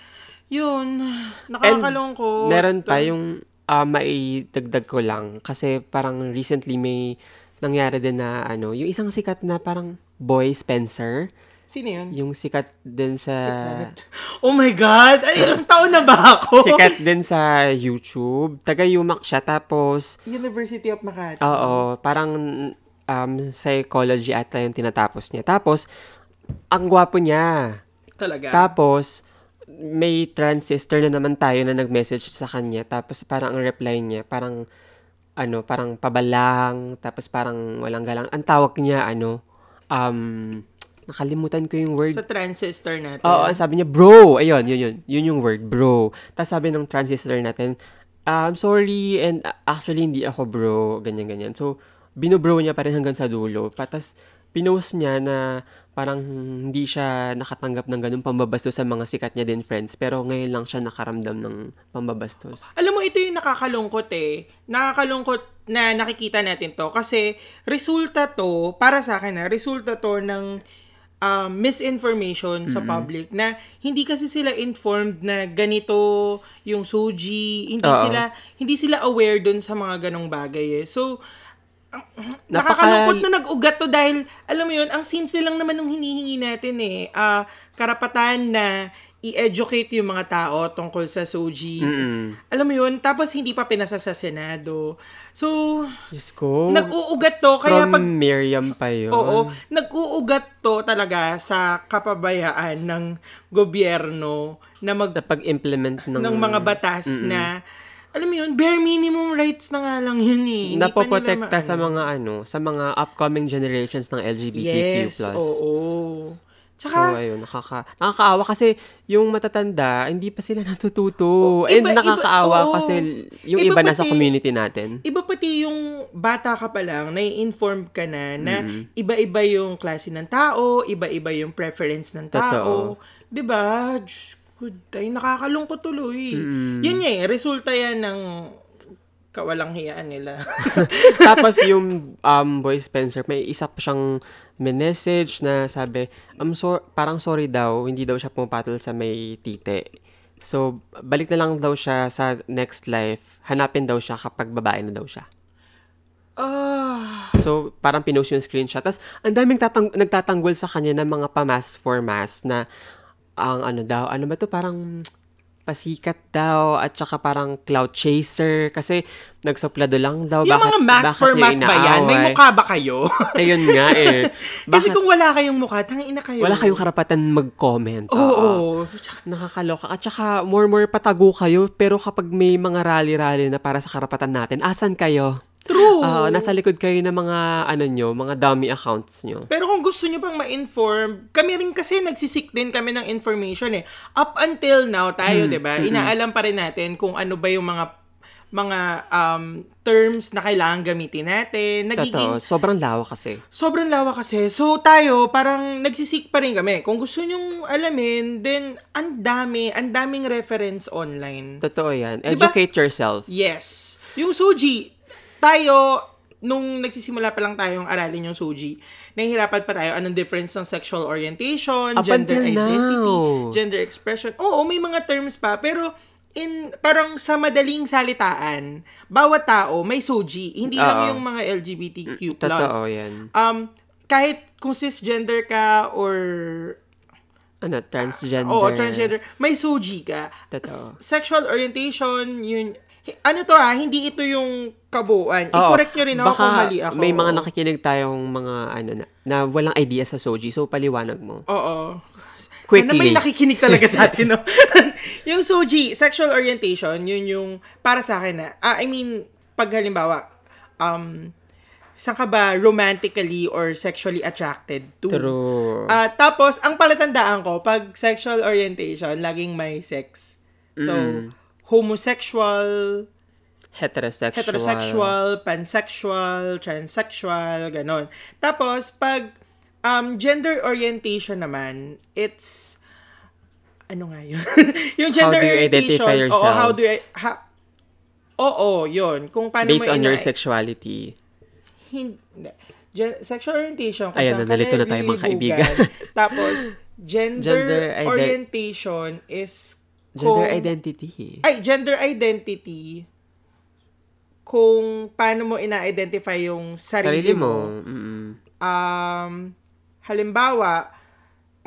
Speaker 1: yun nakakalungkot
Speaker 2: Meron pa yung ah, maidagdag ko lang kasi parang recently may nangyari din na ano, yung isang sikat na parang boy Spencer,
Speaker 1: sino yun
Speaker 2: yung sikat din sa
Speaker 1: Sikat. oh my god ay ilang taon na ba ako
Speaker 2: sikat din sa YouTube. Taga Yumak siya tapos
Speaker 1: University of Makati
Speaker 2: Ah. oo, parang um, psychology ata yung tinatapos niya. Tapos ang gwapo niya.
Speaker 1: talaga
Speaker 2: Tapos, may trans sister na naman tayo na nag-message sa kanya. Tapos, parang ang reply niya, parang, ano, parang pabalang. Tapos, parang walang galang. Ang tawag niya, ano, um, nakalimutan ko yung word.
Speaker 1: sa transistor natin
Speaker 2: Oo, ang sabi niya, bro. Ayun, yun, yun. Yun yung word, bro. Tapos sabi ng transistor natin, I'm sorry and uh, actually hindi ako bro. Ganyan, ganyan. So, binobro niya pa rin hanggang sa dulo. Patas, pinost niya na parang hindi siya nakatanggap ng ganun pambabastos sa mga sikat niya din friends. Pero ngayon lang siya nakaramdam ng pambabastos.
Speaker 1: Alam mo, ito yung nakakalungkot eh. Nakakalungkot na nakikita natin to. Kasi resulta to, para sa akin na, resulta to ng um, misinformation sa public na hindi kasi sila informed na ganito yung suji, hindi
Speaker 2: Oo.
Speaker 1: sila hindi sila aware dun sa mga ganong bagay eh. So,
Speaker 2: Napaka-
Speaker 1: Nakakalungkot na nag-ugat to dahil, alam mo yun, ang simple lang naman nung hinihingi natin eh. Ah, karapatan na i-educate yung mga tao tungkol sa Soji. Alam mo yun, tapos hindi pa pinasa sa Senado. So,
Speaker 2: Diyos ko.
Speaker 1: nag-uugat to. Kaya
Speaker 2: Oh, from
Speaker 1: pag,
Speaker 2: Miriam pa yun.
Speaker 1: oo, nag-uugat to talaga sa kapabayaan ng gobyerno na mag
Speaker 2: Sa pag-implement ng...
Speaker 1: ng mga batas na alam mo yun, bare minimum rights na nga lang yun eh. Hindi pa nila
Speaker 2: napoprotekta
Speaker 1: maano.
Speaker 2: sa mga ano, sa mga upcoming generations ng LGBTQ+.
Speaker 1: Yes, oo. Tsaka,
Speaker 2: So, ayun, nakaka, nakakaawa kasi yung matatanda, hindi pa sila <laughs> natututo. And
Speaker 1: iba- iba-
Speaker 2: nakakaawa
Speaker 1: oo.
Speaker 2: kasi yung
Speaker 1: Iba
Speaker 2: iba, nasa
Speaker 1: pati-
Speaker 2: community natin. <laughs>
Speaker 1: iba pati yung bata ka pa lang, nai-inform ka na na
Speaker 2: Mm-hmm.
Speaker 1: iba-iba yung klase ng tao, iba-iba yung preference ng tao. 'Di ba? Diyos ko, Ay, nakakalungkot tuloy. Yun nga eh, resulta yan ng kawalang hiyaan
Speaker 2: <laughs>
Speaker 1: nila.
Speaker 2: Tapos yung um, boy Spencer, may isa pa siyang message na sabi, I'm so, parang sorry daw, hindi daw siya pumapatol sa may tite. So, balik na lang daw siya sa next life. Hanapin daw siya kapag babae na daw siya.
Speaker 1: Ah,
Speaker 2: So, parang pinost yung screenshot. Tapos, ang daming tatang- nagtatanggol sa kanya ng mga pamas for mass na ang ano daw, ano ba to parang pasikat daw at saka parang cloud chaser kasi nagsuplado lang daw.
Speaker 1: yung mga mask for
Speaker 2: niya
Speaker 1: mask ba yan? May
Speaker 2: inaaway?
Speaker 1: mukha ba
Speaker 2: <laughs>
Speaker 1: kayo?
Speaker 2: Ayun nga eh.
Speaker 1: <laughs> Kasi
Speaker 2: Bakit
Speaker 1: kung wala kayong mukha, tangina kayo.
Speaker 2: wala kayong karapatan mag-comment.
Speaker 1: Oo.
Speaker 2: Oo.
Speaker 1: Tsaka,
Speaker 2: Nakakaloka. At saka, more more patago kayo pero kapag may mga rally-rally na para sa karapatan natin, asan kayo?
Speaker 1: True.
Speaker 2: Ah, nasa likod kayo ng mga ano nyo, mga dummy accounts nyo.
Speaker 1: Pero kung gusto nyo pang ma-inform, kami rin kasi nagsisik din kami ng information eh. Up until now, tayo, di ba, inaalam pa rin natin kung ano ba yung mga mga um, terms na kailangan gamitin natin. Nagiging
Speaker 2: Totoo, sobrang lawa kasi.
Speaker 1: Sobrang lawa kasi. So, tayo, parang nagsisik pa rin kami. Kung gusto nyong alamin, then, ang dami, ang daming reference online.
Speaker 2: Totoo yan.
Speaker 1: Diba?
Speaker 2: Educate yourself.
Speaker 1: Yes. Yung Suji, tayo, nung nagsisimula pa lang tayong aralin yung Suji, nahihirapan pa tayo anong difference ng sexual orientation,
Speaker 2: Up
Speaker 1: gender
Speaker 2: until now.
Speaker 1: identity, gender expression. Oo, may mga terms pa, pero in parang sa madaling salitaan, bawat tao may Suji, hindi lang
Speaker 2: Oo.
Speaker 1: yung mga LGBTQ+.
Speaker 2: Totoo yan.
Speaker 1: Um, kahit kung cisgender ka or
Speaker 2: Ano, transgender.
Speaker 1: Oo, transgender. May soji ka. S-
Speaker 2: Totoo.
Speaker 1: Sexual orientation, yun. Hi- Ano to ah, hindi ito yung kabuuan.
Speaker 2: Oo,
Speaker 1: I-correct nyo rin ako
Speaker 2: baka
Speaker 1: kung mali ako.
Speaker 2: may mga
Speaker 1: Oo.
Speaker 2: nakikinig tayong mga ano na, na walang idea sa Soji, so paliwanag mo.
Speaker 1: Oo. Sana
Speaker 2: Quickly.
Speaker 1: may nakikinig talaga
Speaker 2: <laughs>
Speaker 1: sa atin, no? <laughs> yung soji, sexual orientation, yun yung para sa akin na, ah, I mean, pag halimbawa, um, saan ka ba romantically or sexually attracted to?
Speaker 2: True.
Speaker 1: Ah, tapos, ang palatandaan ko, pag sexual orientation, laging may sex. So,
Speaker 2: Mm.
Speaker 1: homosexual,
Speaker 2: heterosexual.
Speaker 1: heterosexual, pansexual, transsexual, ganon. Tapos, pag um, gender orientation naman, it's, ano nga yun? <laughs> yung gender
Speaker 2: do you
Speaker 1: orientation,
Speaker 2: identify yourself?
Speaker 1: oo, how do you, ha, oo, yun. Kung paano
Speaker 2: Based
Speaker 1: Ano mo
Speaker 2: on your
Speaker 1: ina-
Speaker 2: sexuality.
Speaker 1: hindi. Gen- sexual orientation. kung saan
Speaker 2: Ayan,
Speaker 1: ka
Speaker 2: nalito na tayo, mga
Speaker 1: nalilibugan.
Speaker 2: kaibigan.
Speaker 1: <laughs> Tapos, gender,
Speaker 2: Gender ide-
Speaker 1: orientation is kung,
Speaker 2: Gender identity.
Speaker 1: Ay, gender identity kung paano mo ina-identify yung sarili,
Speaker 2: Sarili
Speaker 1: mo.
Speaker 2: mo. mm
Speaker 1: Um, halimbawa,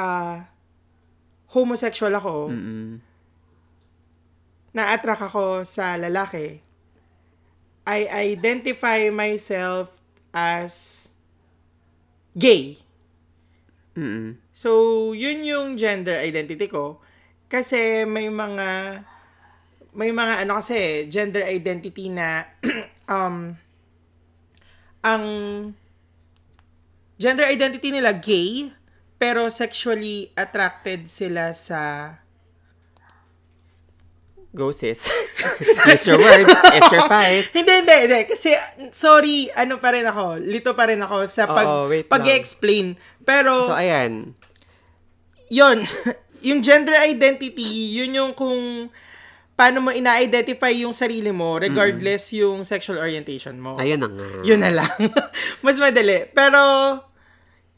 Speaker 1: ah, homosexual ako,
Speaker 2: Mm.
Speaker 1: na-attract ako sa lalaki. I identify myself as gay.
Speaker 2: mm
Speaker 1: So, yun yung gender identity ko. Kasi may mga may mga ano kasi gender identity na <clears throat> um ang gender identity nila gay pero sexually attracted sila sa
Speaker 2: Go
Speaker 1: <laughs>
Speaker 2: sis. Use your words. Use your pipe.
Speaker 1: Hindi, hindi, hindi. Kasi, sorry, ano pa rin ako, lito pa rin ako sa pag,
Speaker 2: Oo, wait lang.
Speaker 1: pag-explain. Pero,
Speaker 2: So, ayan.
Speaker 1: yon <laughs> yung gender identity, yun yung kung paano mo ina-identify yung sarili mo regardless yung sexual orientation mo.
Speaker 2: Ayan na nga.
Speaker 1: Yun na lang. <laughs> Mas madali. Pero,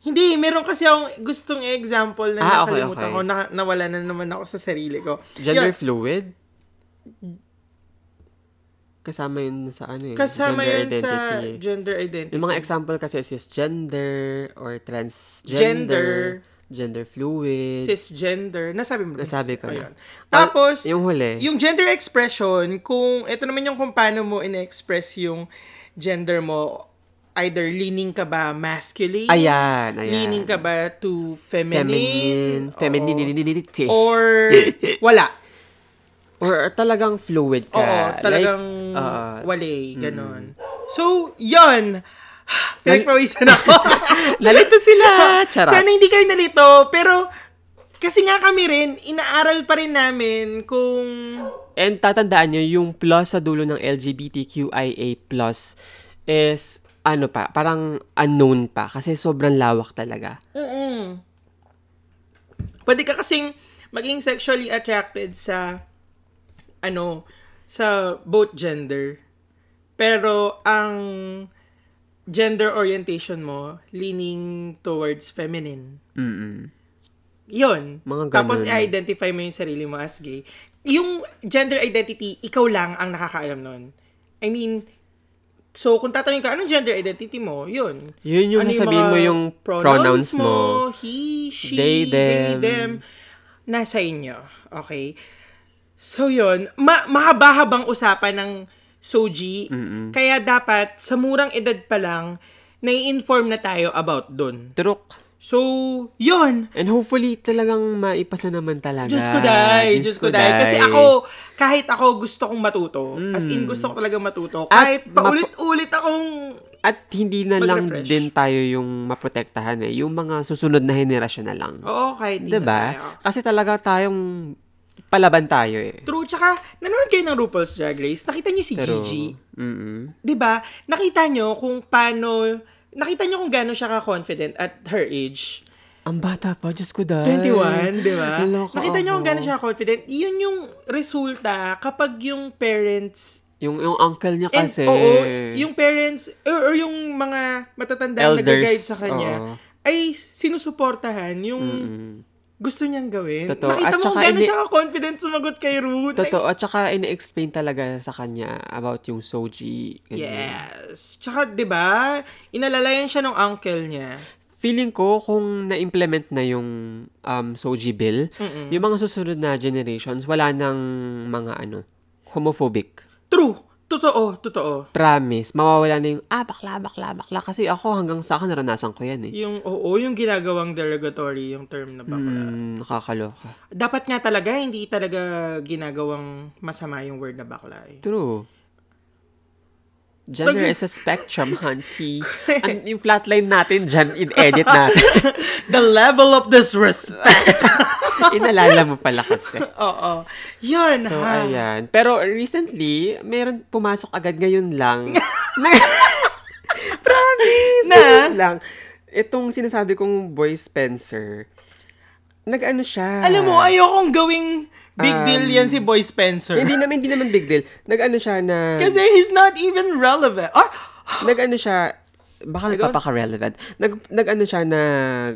Speaker 1: hindi, meron kasi akong gustong example na
Speaker 2: Ah, okay,
Speaker 1: nakalimutan
Speaker 2: okay.
Speaker 1: ko, na, nawala na naman ako sa sarili ko. Yun,
Speaker 2: Gender fluid? Kasama yun sa ano eh.
Speaker 1: kasama
Speaker 2: gender
Speaker 1: yun sa
Speaker 2: identity.
Speaker 1: gender identity.
Speaker 2: Yung mga example kasi is cisgender or transgender, gender, fluid.
Speaker 1: cisgender. Nasabi mo. ba?
Speaker 2: Nasabi ko na.
Speaker 1: Ayun. Tapos,
Speaker 2: yung huli.
Speaker 1: yung gender expression, kung ito naman yung kung paano mo in-express yung gender mo, either leaning ka ba masculine,
Speaker 2: ayan, ayan.
Speaker 1: leaning ka ba to
Speaker 2: Feminine.
Speaker 1: feminine, oo,
Speaker 2: Femininity. <laughs>
Speaker 1: or wala.
Speaker 2: Or talagang fluid ka.
Speaker 1: Oo, talagang <laughs>
Speaker 2: Like, uh,
Speaker 1: wale, ganon. So, <sighs> yon
Speaker 2: Nal-
Speaker 1: Pinagpawisan
Speaker 2: <laughs>
Speaker 1: ako.
Speaker 2: nalito
Speaker 1: <laughs>
Speaker 2: sila. Ah, Charot.
Speaker 1: Sana hindi kayo nalito, pero kasi nga kami rin, inaaral pa rin namin kung...
Speaker 2: And tatandaan nyo, yung plus sa dulo ng LGBTQIA+, is ano pa, parang unknown pa. Kasi sobrang lawak talaga.
Speaker 1: Mm-mm. Pwede ka kasing maging sexually attracted sa, ano, sa both gender. Pero ang gender orientation mo, leaning towards feminine.
Speaker 2: Mm-mm.
Speaker 1: Yun.
Speaker 2: Mga ganun.
Speaker 1: Tapos i-identify mo yung sarili mo as gay. Yung gender identity, ikaw lang ang nakakaalam nun. I mean, so kung tatanungin ka, anong gender identity mo? Yun.
Speaker 2: Yun yung sasabihin
Speaker 1: Ano
Speaker 2: mo
Speaker 1: mga
Speaker 2: yung pronouns mo.
Speaker 1: He, she,
Speaker 2: They,
Speaker 1: they,
Speaker 2: them.
Speaker 1: them. Nasa inyo. Okay? So yun, ma- mahaba-habang usapan ng Soji. Kaya dapat, sa murang edad pa lang, nai-inform na tayo about dun.
Speaker 2: Truk.
Speaker 1: So, yun.
Speaker 2: And hopefully, talagang maipasa naman talaga.
Speaker 1: Diyos ko dai, Diyos ko dai. Kasi ako, kahit ako gusto kong matuto. As
Speaker 2: Mm.
Speaker 1: in, gusto ko talaga matuto. Kahit
Speaker 2: map-
Speaker 1: paulit-ulit akong...
Speaker 2: At hindi na lang
Speaker 1: Mag-refresh.
Speaker 2: din tayo yung maprotektahan eh. Yung mga susunod na henerasyon na lang.
Speaker 1: Oo, kahit Oh, hindi na tayo.
Speaker 2: diba? Kasi talaga tayong palaban tayo eh.
Speaker 1: True, tsaka nanonood kayo ng RuPaul's Drag Race, nakita nyo si Gigi.
Speaker 2: mm
Speaker 1: 'Di ba? Nakita nyo kung paano, nakita nyo kung gaano siya ka-confident at her age.
Speaker 2: Ang bata pa, Diyos ko dahil.
Speaker 1: 21, di ba?
Speaker 2: Naloko
Speaker 1: Nakita nyo kung
Speaker 2: ako.
Speaker 1: gaano siya confident. Yun yung resulta kapag yung parents...
Speaker 2: Yung, yung uncle niya
Speaker 1: And,
Speaker 2: kasi.
Speaker 1: oo, yung parents, or, or yung mga matatanda na
Speaker 2: Elders,
Speaker 1: nag-guide sa kanya,
Speaker 2: oo.
Speaker 1: ay sinusuportahan yung gusto niyang gawin.
Speaker 2: Totoo.
Speaker 1: Nakita
Speaker 2: At
Speaker 1: mo kung
Speaker 2: tsaka
Speaker 1: gaano
Speaker 2: hindi-
Speaker 1: siya ka-confident sumagot kay Ruth. Ay,
Speaker 2: Totoo. At saka, ina-explain talaga sa kanya about yung Soji. ganyan.
Speaker 1: Yes. Tsaka, di ba, inalalayan siya ng uncle niya.
Speaker 2: Feeling ko, kung na-implement na yung um, Soji bill, yung mga susunod na generations, wala nang mga ano, homophobic.
Speaker 1: True. Totoo, totoo.
Speaker 2: Promise. Mawawala na yung, ah, bakla, bakla, bakla. Kasi ako hanggang sa akin, naranasan ko yan eh.
Speaker 1: Yung, oo, yung ginagawang derogatory, yung term na bakla.
Speaker 2: Mm, nakakaloka.
Speaker 1: Dapat nga talaga, hindi talaga ginagawang masama yung word na bakla.
Speaker 2: <laughs>
Speaker 1: eh.
Speaker 2: True. Gender
Speaker 1: Nag-
Speaker 2: is a spectrum,
Speaker 1: <laughs>
Speaker 2: hunty. An- yung flatline natin dyan, in-edit natin.
Speaker 1: The level of disrespect!
Speaker 2: Inalala mo pala kasi.
Speaker 1: <laughs> oo. Yun,
Speaker 2: So,
Speaker 1: ha?
Speaker 2: ayan. Pero recently, meron pumasok agad ngayon
Speaker 1: <laughs>
Speaker 2: lang. na- <laughs> Promise!
Speaker 1: Na?
Speaker 2: Ngayon lang. Itong sinasabi kong boy Spencer, nag-ano siya?
Speaker 1: Alam mo, ayokong gawing big
Speaker 2: Um,
Speaker 1: deal yan si Boy Spencer.
Speaker 2: Hindi naman, hindi naman big deal. Nag-ano siya na...
Speaker 1: Kasi he's not even relevant. Ah!
Speaker 2: <gasps> nag-ano siya... Baka nagpapaka-relevant. Nag, nag-ano siya na...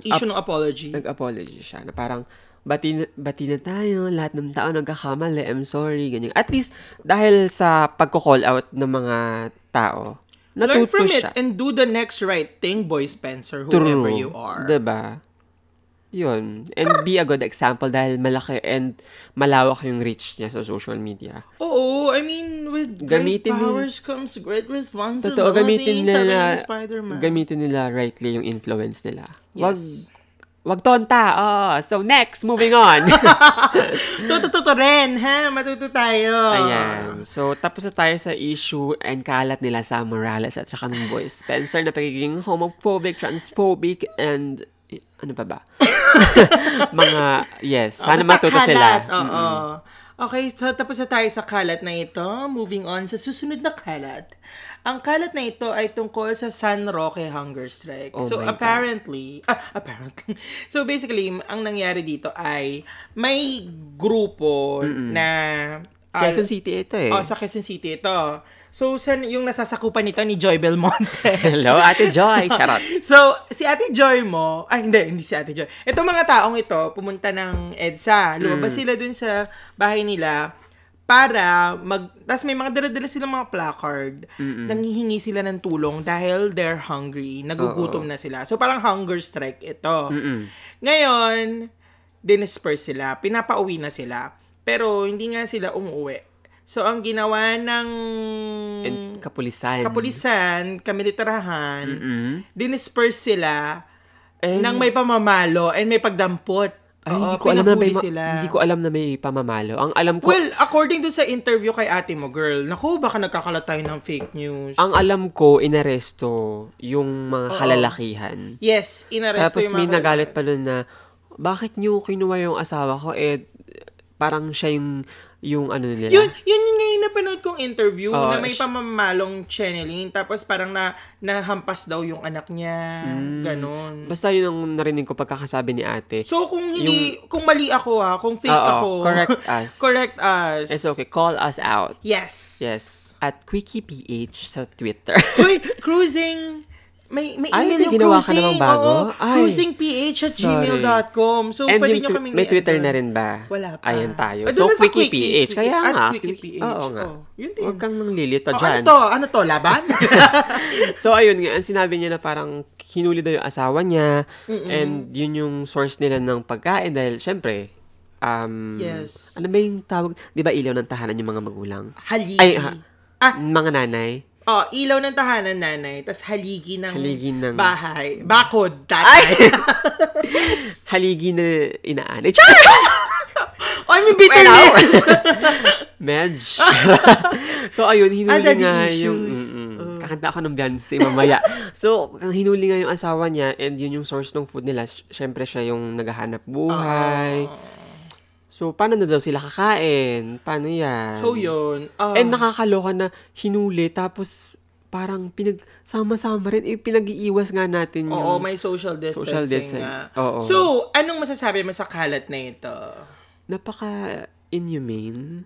Speaker 1: Issue ng apology.
Speaker 2: nag-apology siya na parang bati na, bati na tayo, lahat ng tao nagkakamali, I'm sorry, ganyan. At least, dahil sa pagko-call out ng mga tao,
Speaker 1: Learn
Speaker 2: natuto
Speaker 1: from it
Speaker 2: siya.
Speaker 1: and do the next right thing, Boy Spencer, whoever
Speaker 2: True.
Speaker 1: you are.
Speaker 2: Diba? Yun. And be a good example dahil malaki and malawak yung reach niya sa social media.
Speaker 1: Oo, I mean, with great
Speaker 2: Gamitin nil-
Speaker 1: powers comes great responsibility.
Speaker 2: Totoo,
Speaker 1: sabi
Speaker 2: gamitin nila,
Speaker 1: ni Spider-Man.
Speaker 2: gamitin nila rightly yung influence nila. Wag,
Speaker 1: Yes.
Speaker 2: wag tonta. Oh, so next, moving on. <laughs>
Speaker 1: Tutututo rin, ha? Matuto tayo. Oh,
Speaker 2: Ayan. So, tapos na tayo sa issue and kalat nila sa Morales at saka ng boy Spencer na pagiging homophobic, transphobic, and eh, ano pa <laughs> ba? Mga, yes.
Speaker 1: Oh,
Speaker 2: Sana
Speaker 1: basta
Speaker 2: matuto
Speaker 1: kalat.
Speaker 2: sila.
Speaker 1: Oo. Okay, so tapos na tayo sa kalat na ito. Moving on sa susunod na kalat. Ang kalat na ito ay tungkol sa San Roque hunger strike.
Speaker 2: Oh
Speaker 1: so
Speaker 2: my God.
Speaker 1: apparently, ah, apparently. <laughs> So basically, ang nangyari dito ay may grupo na ah,
Speaker 2: Quezon City ito eh.
Speaker 1: Oh, sa Quezon City ito. So, san, yung nasasakupan nito ni Joy Belmonte.
Speaker 2: Hello, Ate Joy. Charot.
Speaker 1: so, si Ate Joy mo, ay hindi, hindi si Ate Joy. Itong mga taong ito, pumunta ng EDSA. Lumabas sila dun sa bahay nila para mag... Tapos may mga dala-dala silang mga placard. Nangihingi sila ng tulong dahil they're hungry. Nagugutom na sila. So, parang hunger strike ito. Ngayon, dinisperse sila. Pinapauwi na sila. Pero, hindi nga sila umuwi. So, ang ginawa ng
Speaker 2: And kapulisan.
Speaker 1: kapulisan, kamilitarahan,
Speaker 2: Mm.
Speaker 1: dinisperse sila
Speaker 2: And-
Speaker 1: nang may pamamalo and may pagdampot.
Speaker 2: Ay,
Speaker 1: Oo,
Speaker 2: hindi ko alam na may,
Speaker 1: pinahuli
Speaker 2: ma-
Speaker 1: sila.
Speaker 2: hindi ko alam na may pamamalo. Ang alam ko,
Speaker 1: Well, according to sa interview kay ate mo, girl, naku, baka nagkakalat tayo ng fake news.
Speaker 2: ang alam ko, inaresto yung mga kalalakihan.
Speaker 1: yes, inaresto
Speaker 2: Tapos
Speaker 1: yung
Speaker 2: may
Speaker 1: mga-
Speaker 2: nagalit pa nun na, bakit niyo kinuha yung asawa ko? Eh, parang siya yung, yung ano nila.
Speaker 1: Yun, yun yung ngayon napanood kong interview
Speaker 2: Oo,
Speaker 1: na may
Speaker 2: sh-
Speaker 1: pamamalong channeling tapos parang na nahampas daw yung anak niya,
Speaker 2: Hmm.
Speaker 1: ganon.
Speaker 2: Basta yun ang narinig ko pagkakasabi ni ate.
Speaker 1: So kung hindi kung mali ako ha, kung fake
Speaker 2: Oo,
Speaker 1: ako. <laughs>
Speaker 2: correct us.
Speaker 1: correct us.
Speaker 2: It's okay, call us out.
Speaker 1: Yes.
Speaker 2: Yes. At QuickiePH sa Twitter.
Speaker 1: Hoy, cruising may may
Speaker 2: Ay,
Speaker 1: email
Speaker 2: may
Speaker 1: yung
Speaker 2: ginawa ka
Speaker 1: cruising.
Speaker 2: namang bago?
Speaker 1: Oo,
Speaker 2: Ay,
Speaker 1: cruisingph at
Speaker 2: sorry.
Speaker 1: gmail.com.
Speaker 2: <laughs>
Speaker 1: So,
Speaker 2: And
Speaker 1: pwede
Speaker 2: yung
Speaker 1: nyo
Speaker 2: tw-
Speaker 1: kami
Speaker 2: may Twitter na rin ba?
Speaker 1: Wala pa.
Speaker 2: Ayan tayo.
Speaker 1: Ah,
Speaker 2: so,
Speaker 1: doon na sa
Speaker 2: QuickiePH.
Speaker 1: Quickie, Quickie.
Speaker 2: Kaya
Speaker 1: At
Speaker 2: nga.
Speaker 1: QuickiePH.
Speaker 2: Oo nga.
Speaker 1: Oh, yun din.
Speaker 2: Huwag kang nanglilito
Speaker 1: Oh, ano
Speaker 2: dyan.
Speaker 1: to? Ano to?
Speaker 2: <laughs>
Speaker 1: Laban?
Speaker 2: So, ayun nga, ang sinabi niya na parang hinuli daw yung asawa niya and yun yung source nila ng pagkain dahil syempre, um,
Speaker 1: Yes.
Speaker 2: ano ba yung tawag? Di ba ilaw ng tahanan yung mga magulang?
Speaker 1: Halili.
Speaker 2: Ay, ha-
Speaker 1: Ah,
Speaker 2: Mga nanay?
Speaker 1: Oh, ilaw ng tahanan nanay, tas haligi ng,
Speaker 2: Haligi ng-
Speaker 1: bahay. Bakod, tatay.
Speaker 2: Haligi na Eh, inaanay. Char!
Speaker 1: <laughs> Ay, may
Speaker 2: <laughs>
Speaker 1: bitterness! <laughs>
Speaker 2: Medj. <laughs> so, ayun,
Speaker 1: Ah,
Speaker 2: hinuli
Speaker 1: daddy
Speaker 2: nga
Speaker 1: issues. Oh.
Speaker 2: yung... Mm-mm. Kakanta ako ng Beyonce
Speaker 1: <laughs>
Speaker 2: mamaya. so, hinuli nga yung asawa niya and yun yung source ng food nila. Sy- Syempre siya yung
Speaker 1: Ah.
Speaker 2: naghahanap buhay. So, paano na daw sila kakain? Paano yan?
Speaker 1: so, yun. Oh.
Speaker 2: And nakakaloka na hinuli tapos parang pinagsama-sama rin. Eh, pinag-iiwas nga natin yung...
Speaker 1: Oo, may social distancing.
Speaker 2: Social distancing.
Speaker 1: nga.
Speaker 2: Oo.
Speaker 1: So, anong masasabi mo sa kalat na ito?
Speaker 2: Napaka-inhumane.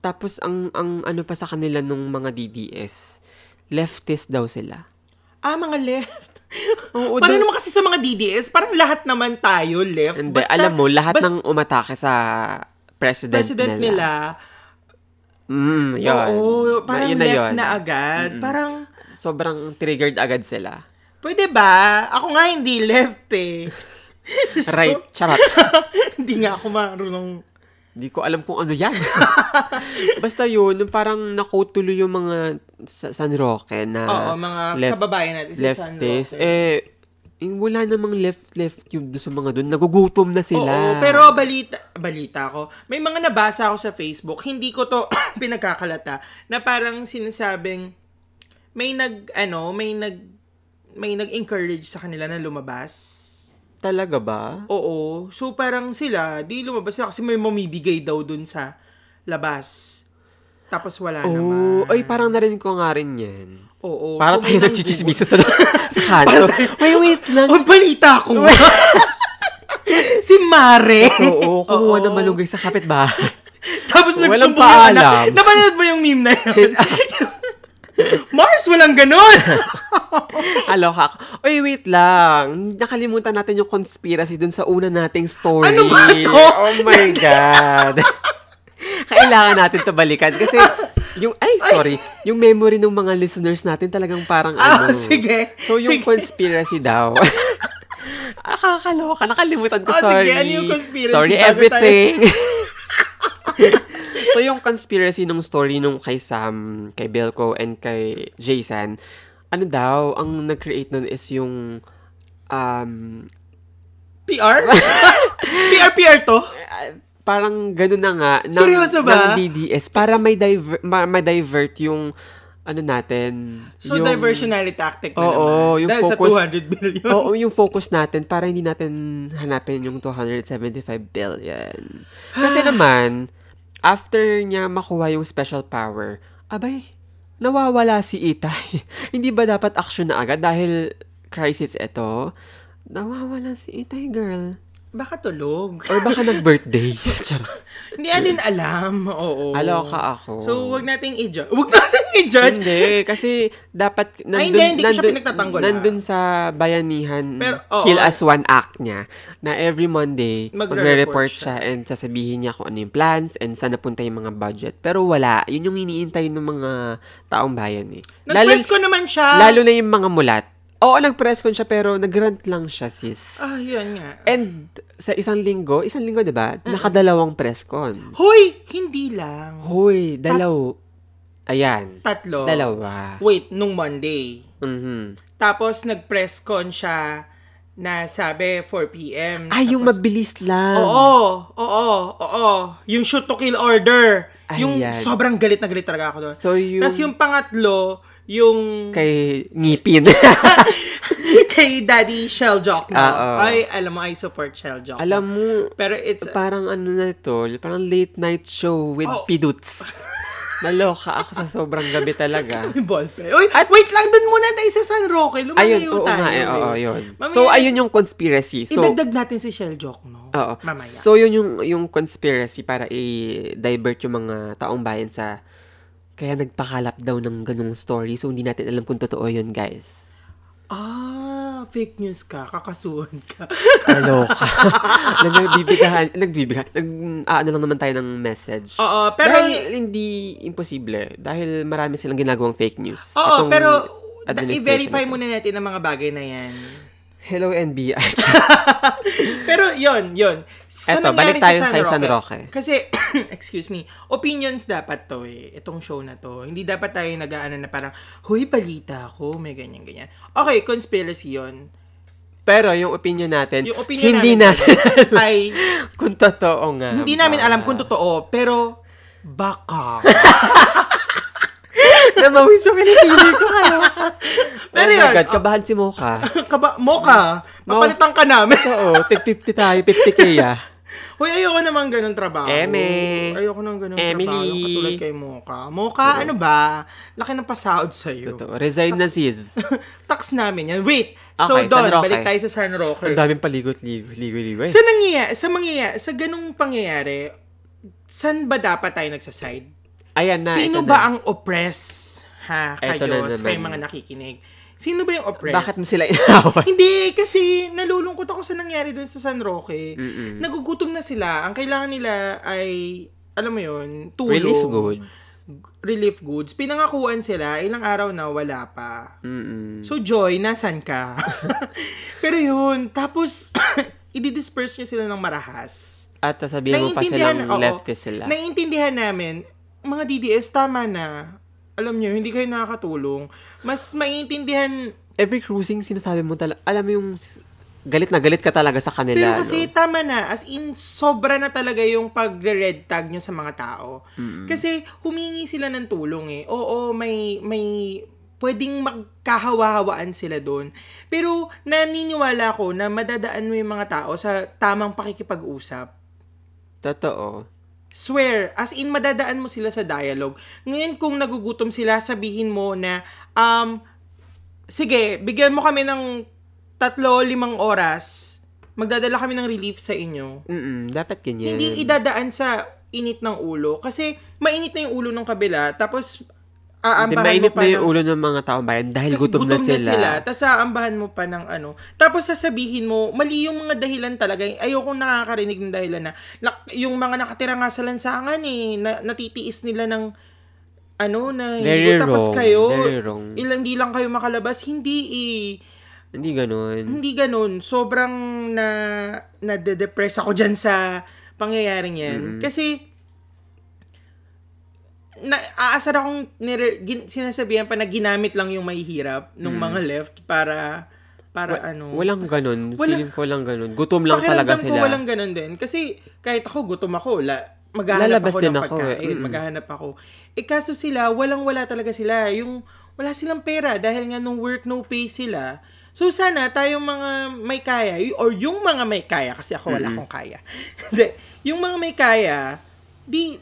Speaker 2: Tapos ang ang ano pa sa kanila nung mga DDS, leftist daw sila.
Speaker 1: Ah, mga left.
Speaker 2: <laughs> Oo,
Speaker 1: Parang
Speaker 2: daw-
Speaker 1: naman kasi sa mga DDS, parang lahat naman tayo left.
Speaker 2: Hindi,
Speaker 1: Basta-
Speaker 2: alam mo, lahat
Speaker 1: basta
Speaker 2: ng umatake sa president,
Speaker 1: president
Speaker 2: nila.
Speaker 1: nila.
Speaker 2: Mm, yun.
Speaker 1: Oo,
Speaker 2: Na-
Speaker 1: parang
Speaker 2: yun
Speaker 1: left
Speaker 2: yun.
Speaker 1: na agad. Parang,
Speaker 2: Sobrang triggered agad sila.
Speaker 1: pwede ba? Ako nga hindi left
Speaker 2: <laughs>
Speaker 1: eh. So,
Speaker 2: Right, charot.
Speaker 1: <laughs> hindi nga ako marunong.
Speaker 2: Hindi ko alam kung ano yan. <laughs> Basta yun, parang nakutuloy yung mga sa- San Roque na
Speaker 1: Oo, mga kababayan natin sa San
Speaker 2: leftist.
Speaker 1: Roque.
Speaker 2: Eh, yung wala namang left-left yung doon sa mga doon. Nagugutom na sila.
Speaker 1: Oo, pero balita, balita ko, may mga nabasa ako sa Facebook, hindi ko to <coughs> pinagkakalata, na parang sinasabing, may nag, ano, may nag, may nag-encourage sa kanila na lumabas.
Speaker 2: Talaga ba?
Speaker 1: Oo. So, parang sila, di lumabas sila kasi may mamibigay daw dun sa labas. Tapos wala
Speaker 2: Oo.
Speaker 1: Ano naman.
Speaker 2: Ay, parang narinig ko nga rin yan.
Speaker 1: Oo.
Speaker 2: Para
Speaker 1: So,
Speaker 2: tayo
Speaker 1: may <laughs>
Speaker 2: nagchichismisa sa, sa kanto. Wait, wait lang.
Speaker 1: Ang balita
Speaker 2: <laughs>
Speaker 1: ko. si Mare.
Speaker 2: Oo, kumuha
Speaker 1: Oo.
Speaker 2: ng malunggay sa kapitbahay.
Speaker 1: Tapos
Speaker 2: Walang
Speaker 1: nagsumbong yung anak.
Speaker 2: paalam.
Speaker 1: Napanood mo yung meme na
Speaker 2: <laughs>
Speaker 1: yun? Mars, walang ganun.
Speaker 2: <laughs> Aloha. Uy, wait lang. Nakalimutan natin yung conspiracy dun sa una nating story.
Speaker 1: Ano ba to?
Speaker 2: Oh my God. <laughs> Kailangan natin to balikan kasi yung, ay, sorry. Yung memory ng mga listeners natin talagang parang
Speaker 1: Ah,
Speaker 2: ano.
Speaker 1: sige.
Speaker 2: So, yung
Speaker 1: Sige.
Speaker 2: conspiracy daw. <laughs> Nakakaloka. Nakalimutan ko,
Speaker 1: Ah, sige.
Speaker 2: sorry.
Speaker 1: Ano yung conspiracy?
Speaker 2: Sorry,
Speaker 1: Bago tayo- <laughs>
Speaker 2: everything. so, yung conspiracy nung story nung kay Sam, kay Belko, and kay Jason, ano daw, ang nag-create nun is yung um, <laughs>
Speaker 1: PR? PR, PR to?
Speaker 2: ah, parang ganun na nga ng,
Speaker 1: Seryoso ba?
Speaker 2: ng DDS para may diver, ma- ma-divert yung ano natin.
Speaker 1: So,
Speaker 2: yung,
Speaker 1: diversionary tactic na
Speaker 2: Oo,
Speaker 1: naman.
Speaker 2: yung
Speaker 1: Dahil
Speaker 2: focus- Oh.
Speaker 1: sa 200 billion.
Speaker 2: <laughs> Oo, yung focus natin para hindi natin hanapin yung 275 billion. Kasi naman, after niya makuha yung special power, abay, nawawala si Itay. <laughs> hindi ba dapat action na agad dahil crisis ito? Nawawala si Itay, girl.
Speaker 1: Baka tulog.
Speaker 2: Or baka nag-birthday. <laughs> Charot.
Speaker 1: Hindi natin alam. Oo.
Speaker 2: Aloka ako. Mm.
Speaker 1: So, wag nating i-judge. Wag nating i-judge.
Speaker 2: Hindi, kasi dapat nandun,
Speaker 1: Ay, hindi, hindi ko siya
Speaker 2: nandun-
Speaker 1: pinagtatanggol, ah.
Speaker 2: nandun sa bayanihan
Speaker 1: Pero, oo.
Speaker 2: Heal as One Act niya na every Monday
Speaker 1: Magre-report
Speaker 2: magre-report siya. and sasabihin niya kung ano yung plans and saan napunta yung mga budget. Pero wala, yun yung iniintay ng mga taong bayan eh. Lalo,
Speaker 1: Nag-press ko naman siya.
Speaker 2: lalo na yung mga mulat. Oo, nag-press con siya pero nag-rant lang siya sis.
Speaker 1: Ah, yun nga.
Speaker 2: And sa isang linggo, isang linggo 'di ba? Nakadalawang press con.
Speaker 1: Hoy, hindi lang.
Speaker 2: Hoy, dalaw. Ayan.
Speaker 1: Tatlo.
Speaker 2: Dalawa.
Speaker 1: Wait, nung Monday.
Speaker 2: Mhm.
Speaker 1: Tapos, nag-press con siya na sabi 4 p.m.
Speaker 2: Ay, yung mabilis
Speaker 1: Mm,
Speaker 2: lang.
Speaker 1: Oo, oo, oo. Yung shoot to kill order. Yung
Speaker 2: Ayan.
Speaker 1: sobrang galit na galit talaga ako doon.
Speaker 2: So, yung-
Speaker 1: Tapos yung pangatlo,
Speaker 2: <laughs>
Speaker 1: yung
Speaker 2: Kay <laughs> ngipin.
Speaker 1: kay Daddy Shell Jock
Speaker 2: Ah, Oo.
Speaker 1: na. Ay, alam mo, I support Shell Jock.
Speaker 2: Alam mo,
Speaker 1: Pero it's,
Speaker 2: parang ano na ito, parang late night show with
Speaker 1: Oh. <laughs>
Speaker 2: piduts. Naloka ako sa sobrang gabi talaga.
Speaker 1: May ball pen. Uy, at wait lang, dun muna tayo sa San Roque. Lumalayo
Speaker 2: <laughs> ayun, oo
Speaker 1: tayo.
Speaker 2: nga eh, oo,
Speaker 1: eh.
Speaker 2: yun.
Speaker 1: Mamaya,
Speaker 2: So, ayun yung conspiracy. So,
Speaker 1: idagdag natin si Shell Joke, no?
Speaker 2: oo.
Speaker 1: Mamaya.
Speaker 2: So, yun yung, yung conspiracy para i-divert yung mga taong bayan sa kaya nagpakalap daw ng ganung story. So, hindi natin alam kung totoo yun, guys.
Speaker 1: ah, fake news ka. Kakasuhan
Speaker 2: <laughs>
Speaker 1: ka.
Speaker 2: Kaloka. nagbibigahan, nagbibigahan, nag, ah, ano lang naman tayo ng message.
Speaker 1: Oo, pero-
Speaker 2: Dahil hindi imposible. Dahil marami silang ginagawang fake news.
Speaker 1: Oo,
Speaker 2: Itong
Speaker 1: pero
Speaker 2: administration
Speaker 1: i-verify
Speaker 2: na to.
Speaker 1: muna natin ang mga bagay na yan.
Speaker 2: Hello, NBI.
Speaker 1: Pero yon yon.
Speaker 2: Eto, balik
Speaker 1: nangyari sa
Speaker 2: tayo kay San Roque.
Speaker 1: Kasi, <clears throat> excuse me, opinions dapat to eh. Itong show na to. Hindi dapat tayo nag-ano na parang, huy, balita ako, may ganyan-ganyan. Okay, conspiracy yon
Speaker 2: <laughs> Pero yung opinion natin,
Speaker 1: Yung opinion
Speaker 2: hindi natin,
Speaker 1: natin <laughs> ay,
Speaker 2: <laughs> kung totoo nga.
Speaker 1: hindi
Speaker 2: ba?
Speaker 1: namin alam kung totoo, pero,
Speaker 2: <laughs>
Speaker 1: baka.
Speaker 2: Namawis yung pinipili ko kayo.
Speaker 1: <laughs> Pero
Speaker 2: oh my
Speaker 1: yun,
Speaker 2: God, kabahan si Mocha.
Speaker 1: Kaba, moka, papalitan ka namin. <laughs>
Speaker 2: Oo, tig 50 tayo, 50k ah.
Speaker 1: Hoy, ayoko naman ganun trabaho.
Speaker 2: Eme.
Speaker 1: Ayoko naman ganun
Speaker 2: Emily.
Speaker 1: trabaho. Katulad kay Moka. Moka, ano ba? Laki ng pasahod sa'yo.
Speaker 2: Totoo, resign na sis.
Speaker 1: <laughs> Tax namin yan. Wait. So,
Speaker 2: Okay,
Speaker 1: Don,
Speaker 2: San Roque.
Speaker 1: balik tayo sa San Roque.
Speaker 2: Ang daming paligot, ligo, ligo, ligo. eh.
Speaker 1: Sa nangyayari, sa mangyayari, sa ganung pangyayari, saan ba dapat tayo nagsaside?
Speaker 2: Ayan na,
Speaker 1: Sino
Speaker 2: ito
Speaker 1: ba
Speaker 2: na.
Speaker 1: ang oppress? Ha,
Speaker 2: Ito
Speaker 1: kayo,
Speaker 2: na
Speaker 1: sa kayong mga
Speaker 2: naman.
Speaker 1: nakikinig. Sino ba yung oppressed?
Speaker 2: Bakit mo sila <laughs> inaway?
Speaker 1: Hindi, kasi nalulungkot ako sa nangyari doon sa San Roque. Nagugutom na sila. Ang kailangan nila ay, alam mo yun, tulong.
Speaker 2: Relief goods.
Speaker 1: Relief goods. Pinangakuan sila, ilang araw na wala pa.
Speaker 2: Mm-mm.
Speaker 1: So, Joy, nasan
Speaker 2: <laughs>
Speaker 1: ka? <laughs> Pero yun, tapos, <coughs> i-disperse nyo sila ng marahas.
Speaker 2: At sasabihin mo pa silang
Speaker 1: oo.
Speaker 2: leftist sila.
Speaker 1: Naiintindihan namin, mga DDS, tama na. Alam nyo, hindi kayo nakakatulong. Mas maiintindihan
Speaker 2: Every cruising, sinasabi mo talaga, alam mo yung s- galit na galit ka talaga sa kanila.
Speaker 1: Pero kasi
Speaker 2: no?
Speaker 1: tama na, as in, sobra na talaga yung pagre-red tag nyo sa mga tao. Kasi humingi sila ng tulong eh. Oo, may, may, pwedeng magkahawa-hawaan sila doon. Pero naniniwala ko na madadaan mo yung mga tao sa tamang pakikipag-usap.
Speaker 2: Totoo.
Speaker 1: Swear, as in madadaan mo sila sa dialogue. Ngayon kung nagugutom sila, sabihin mo na, um, sige, bigyan mo kami ng tatlo, limang oras. Magdadala kami ng relief sa inyo.
Speaker 2: Mm-mm, dapat ganyan.
Speaker 1: Hindi idadaan sa init ng ulo. Kasi mainit na yung ulo ng kabila. Tapos,
Speaker 2: Hindi,
Speaker 1: aambahan mo
Speaker 2: mainit
Speaker 1: pa
Speaker 2: na yung
Speaker 1: ng-
Speaker 2: ulo ng mga taong bayan dahil
Speaker 1: kasi
Speaker 2: gutom, na sila.
Speaker 1: Tapos aambahan mo pa ng ano. Tapos sasabihin mo, mali yung mga dahilan talaga. Ayoko nakakarinig ng dahilan na, na- yung mga nakatira nga sa lansangan eh, na, natitiis nila ng ano na ko-
Speaker 2: Very
Speaker 1: tapos
Speaker 2: wrong.
Speaker 1: kayo
Speaker 2: Very wrong.
Speaker 1: ilang di lang kayo makalabas hindi eh
Speaker 2: Hindi ganun.
Speaker 1: hindi ganun sobrang na nade-depress ako diyan sa pangyayaring yan kasi na aasar akong nire, gin, sinasabihan pa na ginamit lang yung may hirap ng mga left para para ano.
Speaker 2: Walang
Speaker 1: Mm-hmm.
Speaker 2: ganun.
Speaker 1: Wala-
Speaker 2: Feeling ko walang ganun. Gutom lang talaga
Speaker 1: Pakiramdam
Speaker 2: sila.
Speaker 1: ko walang ganun din kasi kahit ako gutom ako, la, maghahanap
Speaker 2: Lalabas
Speaker 1: ako
Speaker 2: din
Speaker 1: ng
Speaker 2: ako eh.
Speaker 1: pagkain,
Speaker 2: Mm-mm.
Speaker 1: maghahanap ako. Eh kaso sila, walang wala talaga sila. Yung wala silang pera dahil nga nung work no pay sila. So sana tayong mga may kaya y- or yung mga may kaya kasi ako wala akong kaya. <laughs> Hindi. yung mga may kaya, di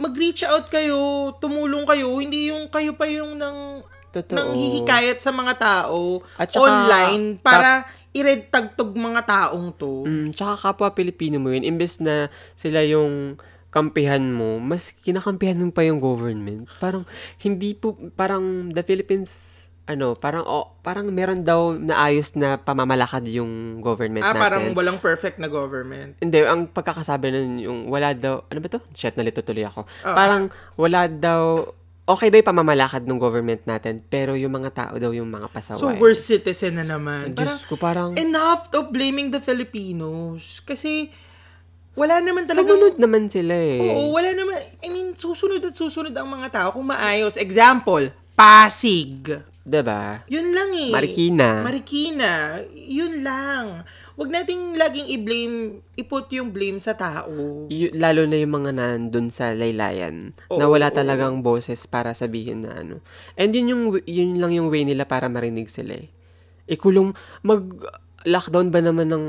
Speaker 1: mag-reach out kayo, tumulong kayo, hindi yung kayo pa yung nang
Speaker 2: Totoo.
Speaker 1: nang hihikayat sa mga tao
Speaker 2: At saka,
Speaker 1: online para i-red tagtog mga taong to.
Speaker 2: Mm, tsaka kapwa Pilipino mo yun, imbes na sila yung kampihan mo, mas kinakampihan mo pa yung government. Parang hindi po parang the Philippines ano, parang oh, parang meron daw na ayos na pamamalakad yung government
Speaker 1: Ah,
Speaker 2: natin.
Speaker 1: parang walang perfect na government.
Speaker 2: Hindi, ang pagkakasabi nun yung wala daw, ano ba to? Shit, nalito tuloy ako.
Speaker 1: Ah.
Speaker 2: Parang wala daw, okay daw yung pamamalakad ng government natin, pero yung mga tao daw yung mga pasaway.
Speaker 1: So, we're citizen na naman. Parang,
Speaker 2: Diyos ko, parang
Speaker 1: enough of blaming the Filipinos. Kasi, wala naman eh, talagang...
Speaker 2: sumunod naman sila eh.
Speaker 1: Oo, wala naman. I mean, susunod at susunod ang mga tao kung maayos. Example, Pasig.
Speaker 2: Diba?
Speaker 1: Yun lang eh.
Speaker 2: Marikina.
Speaker 1: Marikina. Yun lang. Huwag nating laging i-blame, iput yung blame sa tao.
Speaker 2: Y- lalo na yung mga nandun sa laylayan
Speaker 1: Oo,
Speaker 2: na wala
Speaker 1: oo.
Speaker 2: talagang boses para sabihin na ano. And yun yung w- yun lang yung way nila para marinig sila eh. Ikulong mag lockdown ba naman ng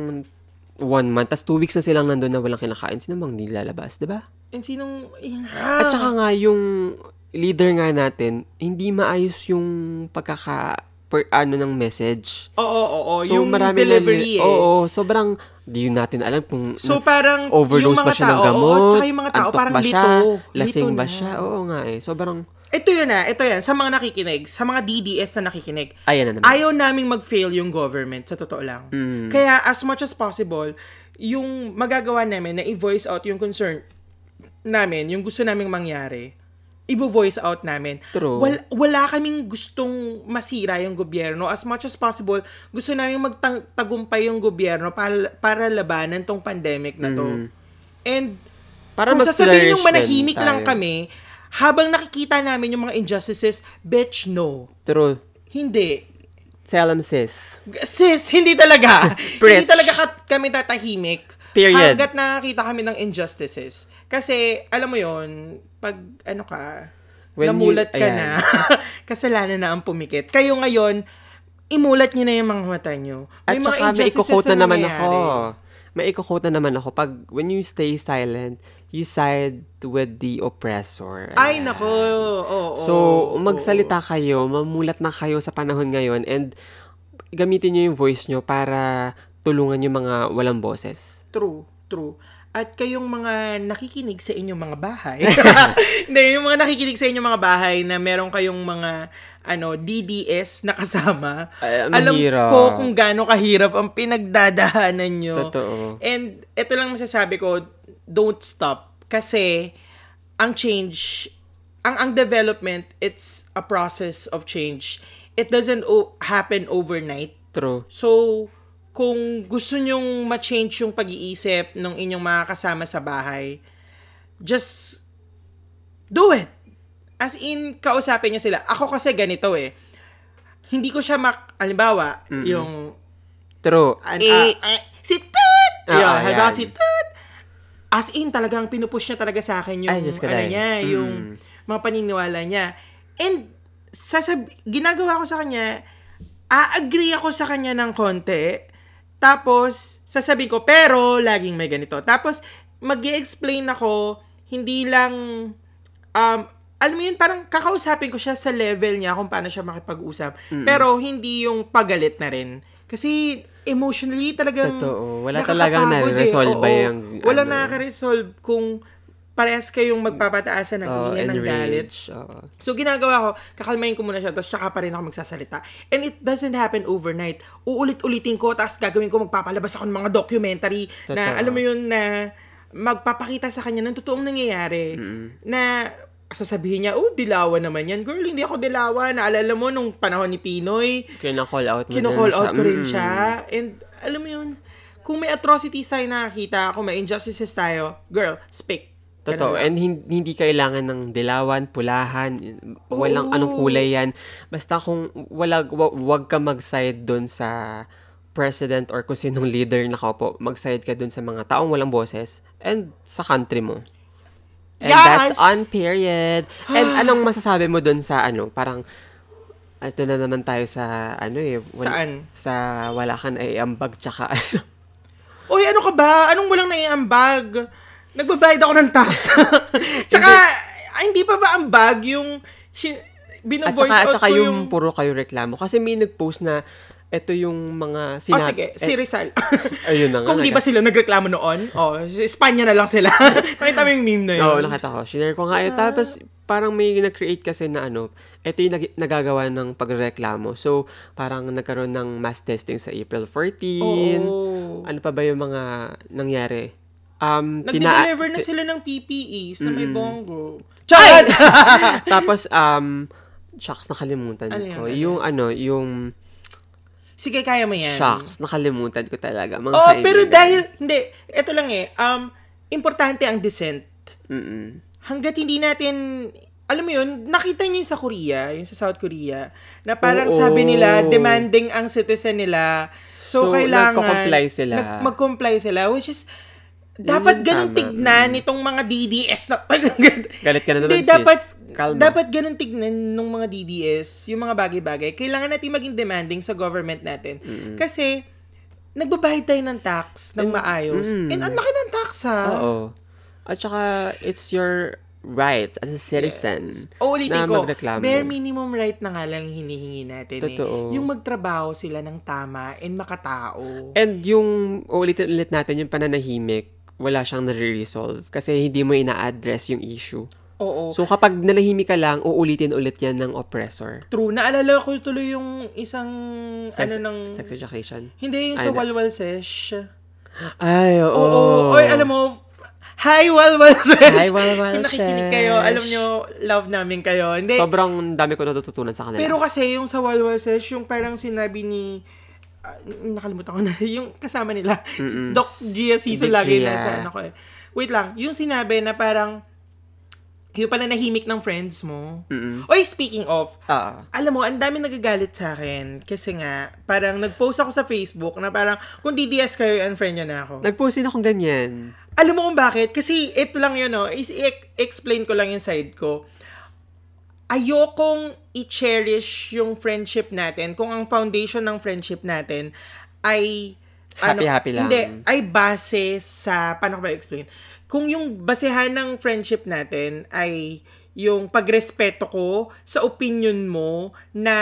Speaker 2: one month tas two weeks na silang nandun na walang kinakain sino bang nilalabas, 'di ba?
Speaker 1: And sinong... Ah.
Speaker 2: At saka nga yung leader nga natin, hindi maayos yung pagkaka per, ano ng message.
Speaker 1: Oo, oo, oo.
Speaker 2: So,
Speaker 1: yung
Speaker 2: marami na-
Speaker 1: delivery eh.
Speaker 2: Oo, sobrang, di yun natin alam kung
Speaker 1: So,
Speaker 2: nas-
Speaker 1: parang yung
Speaker 2: overdose
Speaker 1: mga
Speaker 2: ba siya ng
Speaker 1: tao,
Speaker 2: gamot,
Speaker 1: oo, tsaka yung mga tao
Speaker 2: antok
Speaker 1: parang
Speaker 2: ba siya,
Speaker 1: lito.
Speaker 2: lasing
Speaker 1: Lito
Speaker 2: ba
Speaker 1: na.
Speaker 2: siya, oo nga eh, sobrang,
Speaker 1: Ito yun na, ito yan, sa mga nakikinig, sa mga DDS na nakikinig,
Speaker 2: ayan na naman.
Speaker 1: ayaw naming mag-fail yung government, sa totoo lang. Kaya as much as possible, yung magagawa namin na i-voice out yung concern namin, yung gusto naming mangyari, i-voice out namin.
Speaker 2: True.
Speaker 1: Wal- wala kaming gustong masira yung gobyerno. As much as possible, gusto namin magtagumpay yung gobyerno para, para labanan tong pandemic na to. And
Speaker 2: Para
Speaker 1: kung sasabihin yung
Speaker 2: mag-flourish din
Speaker 1: manahimik lang
Speaker 2: tayo.
Speaker 1: kami, habang nakikita namin yung mga injustices, bitch, no.
Speaker 2: True.
Speaker 1: Hindi.
Speaker 2: Tell them, sis.
Speaker 1: Sis, hindi
Speaker 2: <laughs>
Speaker 1: talaga. hindi
Speaker 2: Preach.
Speaker 1: talaga ka- kami tatahimik.
Speaker 2: Period.
Speaker 1: Hanggat nakakita kami ng injustices. Kasi, alam mo yon pag ano ka,
Speaker 2: When you-
Speaker 1: namulat ka
Speaker 2: ayan.
Speaker 1: na, <laughs> kasalanan na ang pumikit. Kayo ngayon, imulat nyo na yung mga mata nyo.
Speaker 2: At saka may
Speaker 1: injustices
Speaker 2: iko-quote na naman ako.
Speaker 1: nangyayari.
Speaker 2: May iko-quote na naman ako. Pag when you stay silent, you side with the oppressor.
Speaker 1: Ay,
Speaker 2: Ayan.
Speaker 1: nako. Oo,
Speaker 2: So,
Speaker 1: oo,
Speaker 2: magsalita kayo, mamulat na kayo sa panahon ngayon and gamitin nyo yung voice nyo para tulungan yung mga walang boses.
Speaker 1: True, true. At kayong mga nakikinig sa inyong mga
Speaker 2: <laughs>
Speaker 1: bahay. <laughs> Hindi, yung mga nakikinig sa inyong mga bahay na meron kayong mga ano DDS na kasama.
Speaker 2: Ay, ang
Speaker 1: alam
Speaker 2: hirap.
Speaker 1: ko kung gaano kahirap ang pinagdadahanan nyo.
Speaker 2: Totoo.
Speaker 1: And ito lang masasabi ko, don't stop. Kasi ang change, ang ang development, it's a process of change. It doesn't o- happen overnight.
Speaker 2: True.
Speaker 1: So, kung gusto nyong ma-change yung pag-iisip ng inyong mga kasama sa bahay, just do it. As in, kausapin niyo sila. Ako kasi ganito eh. Hindi ko siya mak... Alimbawa, yung...
Speaker 2: True.
Speaker 1: An, ah, ah, si Tut!
Speaker 2: Ah,
Speaker 1: Yun,
Speaker 2: ah,
Speaker 1: halimbawa
Speaker 2: yan.
Speaker 1: si Tut! As in, talagang pinupush niya talaga sa akin yung
Speaker 2: Ay, Diyos ko,
Speaker 1: ano
Speaker 2: Day.
Speaker 1: niya,
Speaker 2: Mm.
Speaker 1: yung mga paniniwala niya. And sasab ginagawa ko sa kanya, a-agree ako sa kanya ng konti. Tapos, sasabihin ko, pero laging may ganito. Tapos, mag explain ako, hindi lang, um, alam mo yun, parang kakausapin ko siya sa level niya kung paano siya makipag-usap.
Speaker 2: Mm.
Speaker 1: Pero, hindi yung pagalit na rin. Kasi, emotionally talagang
Speaker 2: Totoo. Wala
Speaker 1: nakakapagod
Speaker 2: talagang
Speaker 1: eh.
Speaker 2: nare-resolve ba
Speaker 1: Oo.
Speaker 2: yung
Speaker 1: Wala
Speaker 2: ano?
Speaker 1: nakaka-resolve kung parehas kayong magpapataasan ng
Speaker 2: Oh,
Speaker 1: oh,
Speaker 2: and
Speaker 1: ng galit.
Speaker 2: rage. Oo.
Speaker 1: So, ginagawa ko, kakalmahin ko muna siya, tapos saka pa rin ako magsasalita. And it doesn't happen overnight. Uulit-ulitin ko, tapos gagawin ko, magpapalabas ako ng mga documentary na,
Speaker 2: Totoo.
Speaker 1: alam mo yun, na magpapakita sa kanya ng totoong nangyayari. Na sasabihin niya, oh, dilawa naman yan. Girl, hindi ako dilawa. Naalala mo nung panahon ni Pinoy,
Speaker 2: Kina-call out mo din
Speaker 1: kino-call
Speaker 2: ano siya.
Speaker 1: out ko rin
Speaker 2: Mm-mm.
Speaker 1: siya. And alam mo yun, kung may atrocities tayo nakakita, kung may injustices tayo, girl, speak. Ganun
Speaker 2: Totoo.
Speaker 1: lang.
Speaker 2: And hin- hindi kailangan ng dilawan, pulahan, walang
Speaker 1: Oo.
Speaker 2: anong kulay yan. Basta kung wala, wa- wag ka mag-side doon sa president or kung sinong leader na kaupo, mag-side ka doon sa mga taong walang boses and sa country mo. And that's
Speaker 1: Yes!
Speaker 2: on period.
Speaker 1: <gasps>
Speaker 2: And anong masasabi mo doon sa ano, parang ito na naman tayo sa ano eh. wal-
Speaker 1: Saan?
Speaker 2: Sa wala kan ay ambag tsaka
Speaker 1: <laughs>
Speaker 2: ano.
Speaker 1: Uy, ano ka ba? Anong walang naiambag? Nagbabayad ako ng tax.
Speaker 2: <laughs>
Speaker 1: tsaka, ah, hindi pa ba ambag yung shi-
Speaker 2: At
Speaker 1: bino-voice
Speaker 2: saka, at
Speaker 1: out
Speaker 2: saka
Speaker 1: ko
Speaker 2: yung,
Speaker 1: yung...
Speaker 2: puro kayo reklamo. Kasi may nag-post na ito yung
Speaker 1: Oh,
Speaker 2: mga sinabi.
Speaker 1: sige, si Rizal.
Speaker 2: eh, <laughs> ayun na nga,
Speaker 1: Kung di ba sila nagreklamo noon? Oh, si Espanya na lang
Speaker 2: <laughs>
Speaker 1: sila. Nakita mo yung meme na yun. Ah.
Speaker 2: Oo, nakita ko. Shinare ko nga. Eh, tapos, parang may nag-create kasi na ano, ito yung nag- nagagawa ng pagreklamo. So, parang nagkaroon ng mass testing sa April 14.
Speaker 1: Oo.
Speaker 2: Ano pa ba yung mga nangyari? Um, tina-
Speaker 1: Nag-deliver na sila ng PPEs na may bongo.
Speaker 2: Charles! <laughs> tapos, um, shucks, nakalimutan
Speaker 1: Ano yun,
Speaker 2: ko.
Speaker 1: ano yun?
Speaker 2: yung ano, yung
Speaker 1: Sige, kaya mo yan.
Speaker 2: shucks, nakalimutan ko talaga. Mga
Speaker 1: Oh, pero
Speaker 2: kaibigan.
Speaker 1: dahil, hindi, ito lang eh, um, importante ang dissent.
Speaker 2: Mm-mm.
Speaker 1: Hanggat hindi natin, alam mo yun, nakita niyo yun sa Korea, yung sa South Korea, na parang
Speaker 2: Oo.
Speaker 1: sabi nila, demanding ang citizen nila. So,
Speaker 2: So,
Speaker 1: kailangan,
Speaker 2: nagko-comply sila.
Speaker 1: nag- mag-comply sila, which is,
Speaker 2: yung
Speaker 1: dapat ganun
Speaker 2: tama.
Speaker 1: tignan nitong mga DDS na <laughs> talagang
Speaker 2: Galit ka na naman,
Speaker 1: Hindi,
Speaker 2: sis.
Speaker 1: dapat,
Speaker 2: Kalma.
Speaker 1: dapat ganun tignan nung mga DDS, yung mga bagay-bagay. Kailangan natin maging demanding sa government natin. Kasi, nagbabayad tayo ng tax ng maayos.
Speaker 2: mm.
Speaker 1: And ang laki ng tax, ha?
Speaker 2: Oo. At saka, it's your right as a citizen
Speaker 1: O ulitin
Speaker 2: na
Speaker 1: ko,
Speaker 2: magreklamo.
Speaker 1: bare minimum right na nga lang yung hinihingi natin
Speaker 2: Totoo.
Speaker 1: eh. Yung magtrabaho sila ng tama and makatao.
Speaker 2: And yung ulitin ulit natin, yung pananahimik, wala siyang nare-resolve kasi hindi mo ina-address yung issue.
Speaker 1: Oo.
Speaker 2: So kapag nalahimik ka lang, uulitin ulit yan ng oppressor.
Speaker 1: True. Naalala ko tuloy yung isang,
Speaker 2: Sex,
Speaker 1: ano ng...
Speaker 2: sex education.
Speaker 1: Hindi, yung
Speaker 2: Ay,
Speaker 1: sa
Speaker 2: na-
Speaker 1: Ah. Walwal Sesh.
Speaker 2: Oh. Ay, oo.
Speaker 1: Oo. Oy, alam mo, Hi, Walwal Sesh!
Speaker 2: Hi, Walwal
Speaker 1: <laughs> Kung nakikinig
Speaker 2: Sesh.
Speaker 1: kayo, alam nyo, love namin kayo. Hindi,
Speaker 2: Sobrang dami ko natututunan sa kanila.
Speaker 1: pero kasi yung sa Walwal Sesh, yung parang sinabi ni ah, nakalimutan ko na, <laughs> yung kasama nila, si Doc Gia Siso
Speaker 2: Doc
Speaker 1: lagi
Speaker 2: Gia.
Speaker 1: na sa ano ko eh. Wait lang, yung sinabi na parang, yung pananahimik ng friends mo. Oy, speaking of,
Speaker 2: Ah.
Speaker 1: alam mo, ang dami nagagalit sa akin kasi nga, parang nag-post ako sa Facebook na parang, kung DDS kayo, unfriend nyo na ako.
Speaker 2: Nag-post din akong ganyan.
Speaker 1: Alam mo kung bakit? Kasi ito lang yun, no? Is- i- explain ko lang yung side ko. Ayokong i-cherish yung friendship natin kung ang foundation ng friendship natin ay... ano,
Speaker 2: Happy-happy lang.
Speaker 1: Hindi, ay base sa... Paano ko ba explain? Kung yung basehan ng friendship natin ay yung pagrespeto ko sa opinion mo na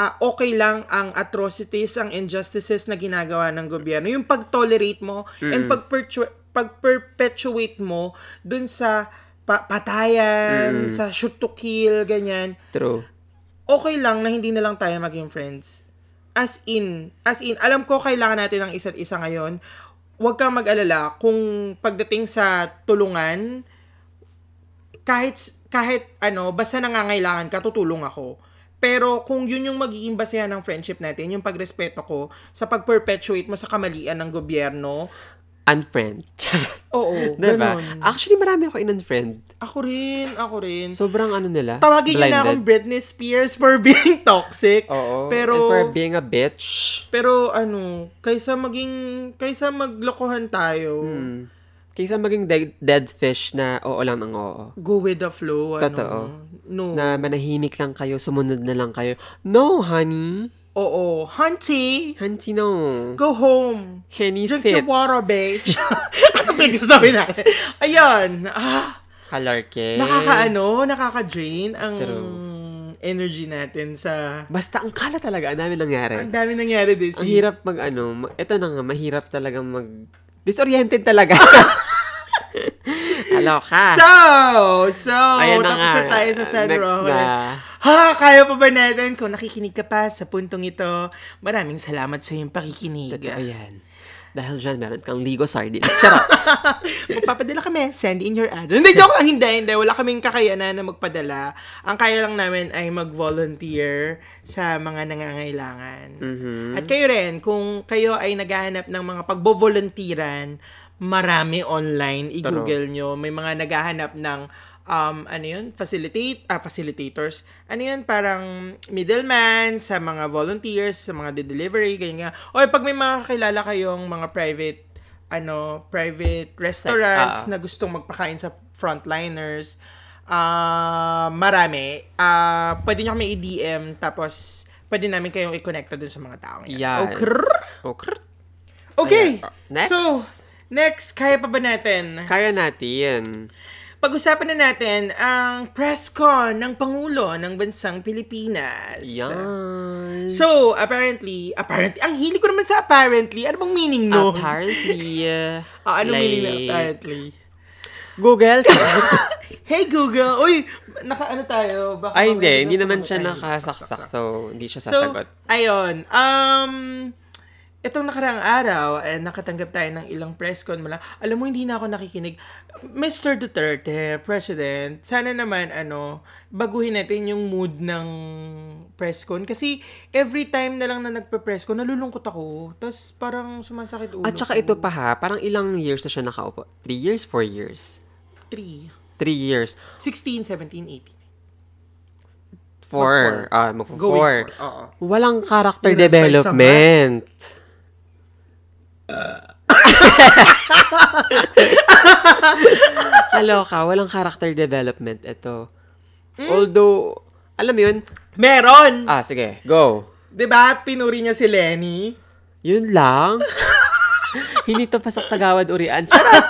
Speaker 1: ah, okay lang ang atrocities, ang injustices na ginagawa ng gobyerno. Yung pag-tolerate mo and pag-perpetu- pag-perpetuate mo dun sa pa- patayan, sa shoot to kill, ganyan
Speaker 2: True.
Speaker 1: okay lang na hindi na lang tayo maging friends. As in, as in, alam ko kailangan natin ng isa't isa ngayon. Huwag kang mag-alala kung pagdating sa tulungan, kahit, kahit ano, basta nangangailangan ka, tutulong ako. Pero kung yun yung magiging basehan ng friendship natin, yung pagrespeto ko sa pag-perpetuate mo sa kamalian ng gobyerno,
Speaker 2: Unfriend. <laughs>
Speaker 1: oo,
Speaker 2: diba?
Speaker 1: ganun.
Speaker 2: Actually, marami ako in-unfriend.
Speaker 1: Ako rin, ako rin.
Speaker 2: Sobrang ano nila.
Speaker 1: Tawagin niyo na
Speaker 2: blinded.
Speaker 1: akong Britney Spears for <laughs> being toxic.
Speaker 2: Oo.
Speaker 1: Pero,
Speaker 2: And for being a bitch.
Speaker 1: Pero ano, kaysa maging, kaysa maglokohan tayo,
Speaker 2: Mm. Kaysa maging dead, dead fish na oo lang ang oo.
Speaker 1: go with the flow, ano.
Speaker 2: Totoo.
Speaker 1: No.
Speaker 2: Na manahimik lang kayo, sumunod na lang kayo. No, honey.
Speaker 1: Oo. Hunty,
Speaker 2: Hunty, no.
Speaker 1: go home.
Speaker 2: Henny,
Speaker 1: Drink
Speaker 2: sit.
Speaker 1: your water,
Speaker 2: <laughs>
Speaker 1: bitch. ano ba yung sabi natin? Ayun. Ah,
Speaker 2: Halarke.
Speaker 1: nakakaano, nakaka-drain ang
Speaker 2: Eh. True.
Speaker 1: energy natin sa...
Speaker 2: Basta ang kala talaga, ang dami nangyari.
Speaker 1: Ang dami nangyari this
Speaker 2: Ang
Speaker 1: week.
Speaker 2: hirap mag ano, mag, eto na nga, mahirap talaga mag... Disoriented <laughs> talaga. Hello ka.
Speaker 1: So, so,
Speaker 2: Ayan na
Speaker 1: tapos
Speaker 2: nga.
Speaker 1: na tayo sa San
Speaker 2: Next
Speaker 1: Roque.
Speaker 2: na.
Speaker 1: Ha, kaya pa ba natin? Kung nakikinig ka pa sa puntong ito, maraming salamat sa iyong pakikinig.
Speaker 2: Totoo yan. Dahil dyan, meron kang Ligo Sardines. Charot.
Speaker 1: Magpapadala kami, send in your address. Hindi, joke lang, hindi, hindi. Wala kaming kakayanan na magpadala. Ang kaya lang namin ay mag-volunteer sa mga nangangailangan. At kayo rin, kung kayo ay naghahanap ng mga pagbo-volunteeran, marami online. I-google nyo. May mga naghahanap ng um, ano yun, facilitate, ah, facilitators. Ano yun, parang middleman sa mga volunteers, sa mga delivery, ganyan nga. O pag may mga kakilala kayong mga private ano, private restaurants
Speaker 2: ah.
Speaker 1: na gustong magpakain sa frontliners, ah marami. ah pwede nyo kami i-DM, tapos pwede namin kayong i-connecta dun sa mga taong yan.
Speaker 2: <laughs> Yes.
Speaker 1: Okay.
Speaker 2: Okr.
Speaker 1: Okay.
Speaker 2: Ayan. Oh, Next.
Speaker 1: So, next, kaya pa ba natin?
Speaker 2: Kaya natin.
Speaker 1: Pag-usapan na natin ang press con ng Pangulo ng Bansang Pilipinas.
Speaker 2: Yan.
Speaker 1: So, apparently, apparently, ang hili ko naman sa apparently, ano bang meaning nun?
Speaker 2: Apparently.
Speaker 1: Ah, ano meaning na
Speaker 2: like,
Speaker 1: apparently?
Speaker 2: <laughs> Google.
Speaker 1: Hey Google! Uy, naka ano tayo? Baka
Speaker 2: Ay, hindi.
Speaker 1: mamaya
Speaker 2: Hindi
Speaker 1: nasa
Speaker 2: naman
Speaker 1: mga
Speaker 2: siya
Speaker 1: tayo.
Speaker 2: nakasaksak. So, hindi siya
Speaker 1: So,
Speaker 2: sasagot.
Speaker 1: ayun. Um, itong nakaraang araw, eh, nakatanggap tayo ng ilang press con mula. Alam mo, hindi na ako nakikinig. Mr. Duterte, President, sana naman, ano, baguhin natin yung mood ng press con. Kasi, every time na lang na nagpa-press con, nalulungkot ako. Tapos, parang sumasakit ulo.
Speaker 2: At saka
Speaker 1: ko.
Speaker 2: ito pa ha, parang ilang years na siya nakaupo? Three years? Four years?
Speaker 1: 3,
Speaker 2: Three years.
Speaker 1: 16, 17, 18.
Speaker 2: Four. Ah, magpo
Speaker 1: Going
Speaker 2: four.
Speaker 1: for, oo.
Speaker 2: Walang character
Speaker 1: Yun ang
Speaker 2: development. <laughs> Kaloka, walang character development ito. Although, alam mo yun?
Speaker 1: Meron!
Speaker 2: Ah, sige, go.
Speaker 1: 'Di ba Diba? Pinuri niya si Lenny.
Speaker 2: Yun
Speaker 1: <laughs>
Speaker 2: lang. Hindi to pasok sa gawad urian. Charot!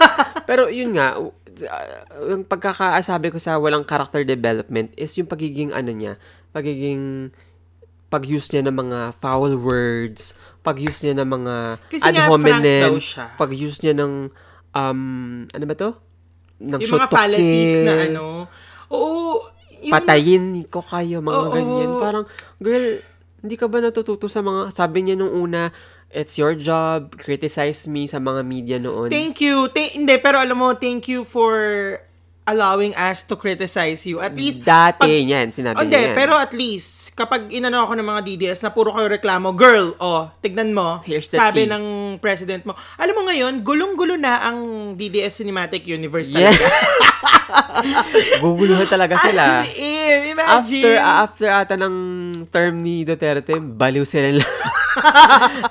Speaker 2: Pero yun nga, w- uh, yung pagkakaasabi ko sa walang character development is yung pagiging ano niya, pagiging pag-use niya ng mga foul words, pag-use niya ng mga
Speaker 1: Kasi
Speaker 2: ad
Speaker 1: nga, frank
Speaker 2: hominem,
Speaker 1: daw siya.
Speaker 2: pag-use niya ng, um, ano ba to?
Speaker 1: Yung
Speaker 2: Ng
Speaker 1: mga
Speaker 2: shoot to
Speaker 1: fallacies na
Speaker 2: kill,
Speaker 1: ano. Oo. Yung,
Speaker 2: patayin ko kayo, mga
Speaker 1: Oo.
Speaker 2: ganyan. Parang, girl, hindi ka ba natututo sa mga, sabi niya nung una, it's your job. Criticize me sa mga media noon.
Speaker 1: Thank you. Th- hindi, pero alam mo, thank you for allowing us to criticize you. At least,
Speaker 2: Dati
Speaker 1: pag- Oh,
Speaker 2: yan, sinabi
Speaker 1: hindi,
Speaker 2: niya yan.
Speaker 1: pero at least, kapag inano ako ng mga DDS na puro kayo reklamo, girl, oh, tignan mo,
Speaker 2: Here's the
Speaker 1: sabi
Speaker 2: tea.
Speaker 1: ng president mo. Alam mo ngayon, gulong-gulo na ang DDS Cinematic Universe
Speaker 2: Yeah. <laughs>
Speaker 1: talaga.
Speaker 2: Guguluhan talaga sila.
Speaker 1: As in, imagine.
Speaker 2: After, ah, after ata ng term ni Duterte, baliw sila
Speaker 1: <laughs>
Speaker 2: lang.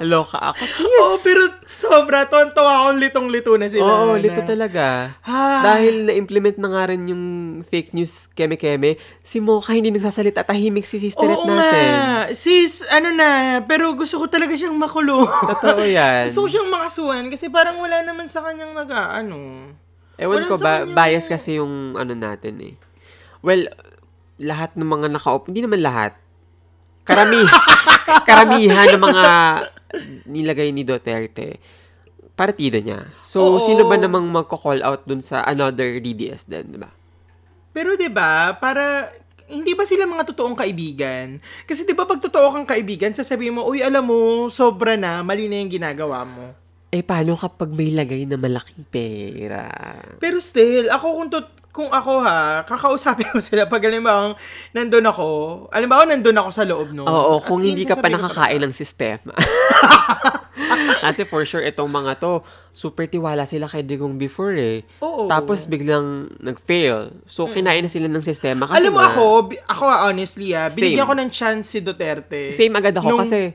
Speaker 2: Loka ako.
Speaker 1: Oh, pero sobra, tonto akong litong-lito na sila.
Speaker 2: Oo,
Speaker 1: na-
Speaker 2: lito talaga.
Speaker 1: Ah.
Speaker 2: Dahil na-implement na nga rin yung fake news keme-keme, si Mocha hindi nagsasalita, tahimik si Sister Ed
Speaker 1: Oo
Speaker 2: natin.
Speaker 1: nga. Sis, ano na, pero gusto ko talaga siyang makulong. <laughs>
Speaker 2: <laughs> Totoo yan.
Speaker 1: gusto ko siyang makasuhan kasi parang wala naman sa kanyang nag-ano.
Speaker 2: Ewan
Speaker 1: Walang
Speaker 2: ko
Speaker 1: sa
Speaker 2: ba,
Speaker 1: kanya-
Speaker 2: bias kasi yung ano natin eh. Well, lahat ng mga naka hindi naman lahat. Karami, <laughs> karamihan ng mga nilagay ni Duterte, partido niya. So,
Speaker 1: Oo.
Speaker 2: sino ba namang magko-call out dun sa another DDS din, di ba?
Speaker 1: Pero 'di ba, para hindi ba sila mga totoong kaibigan? Kasi 'di ba pag totoo kang kaibigan, sasabihin mo, "Uy, alam mo, sobra na, mali na 'yung ginagawa mo."
Speaker 2: Eh, paano kapag may lagay na malaking pera?
Speaker 1: Pero still, ako kung tot- kung ako ha, kakausapin <laughs> ko sila pag halimbawa nandun ako, halimbawa nandun ako sa loob no.
Speaker 2: Oo, kung
Speaker 1: As in,
Speaker 2: hindi ka pa
Speaker 1: sasabihin ko
Speaker 2: nakakain ng
Speaker 1: <laughs>
Speaker 2: sistema. Kasi for sure, itong mga to, super tiwala sila kay Digong before eh.
Speaker 1: Oo. Mm.
Speaker 2: Tapos biglang nag-fail. So, kinain na sila ng sistema. Kasi
Speaker 1: Alam mo
Speaker 2: nga,
Speaker 1: ako, bi- ako ah, honestly ah, binigyan
Speaker 2: Same.
Speaker 1: ko ng chance si Duterte.
Speaker 2: Same agad ako
Speaker 1: Nung-
Speaker 2: kasi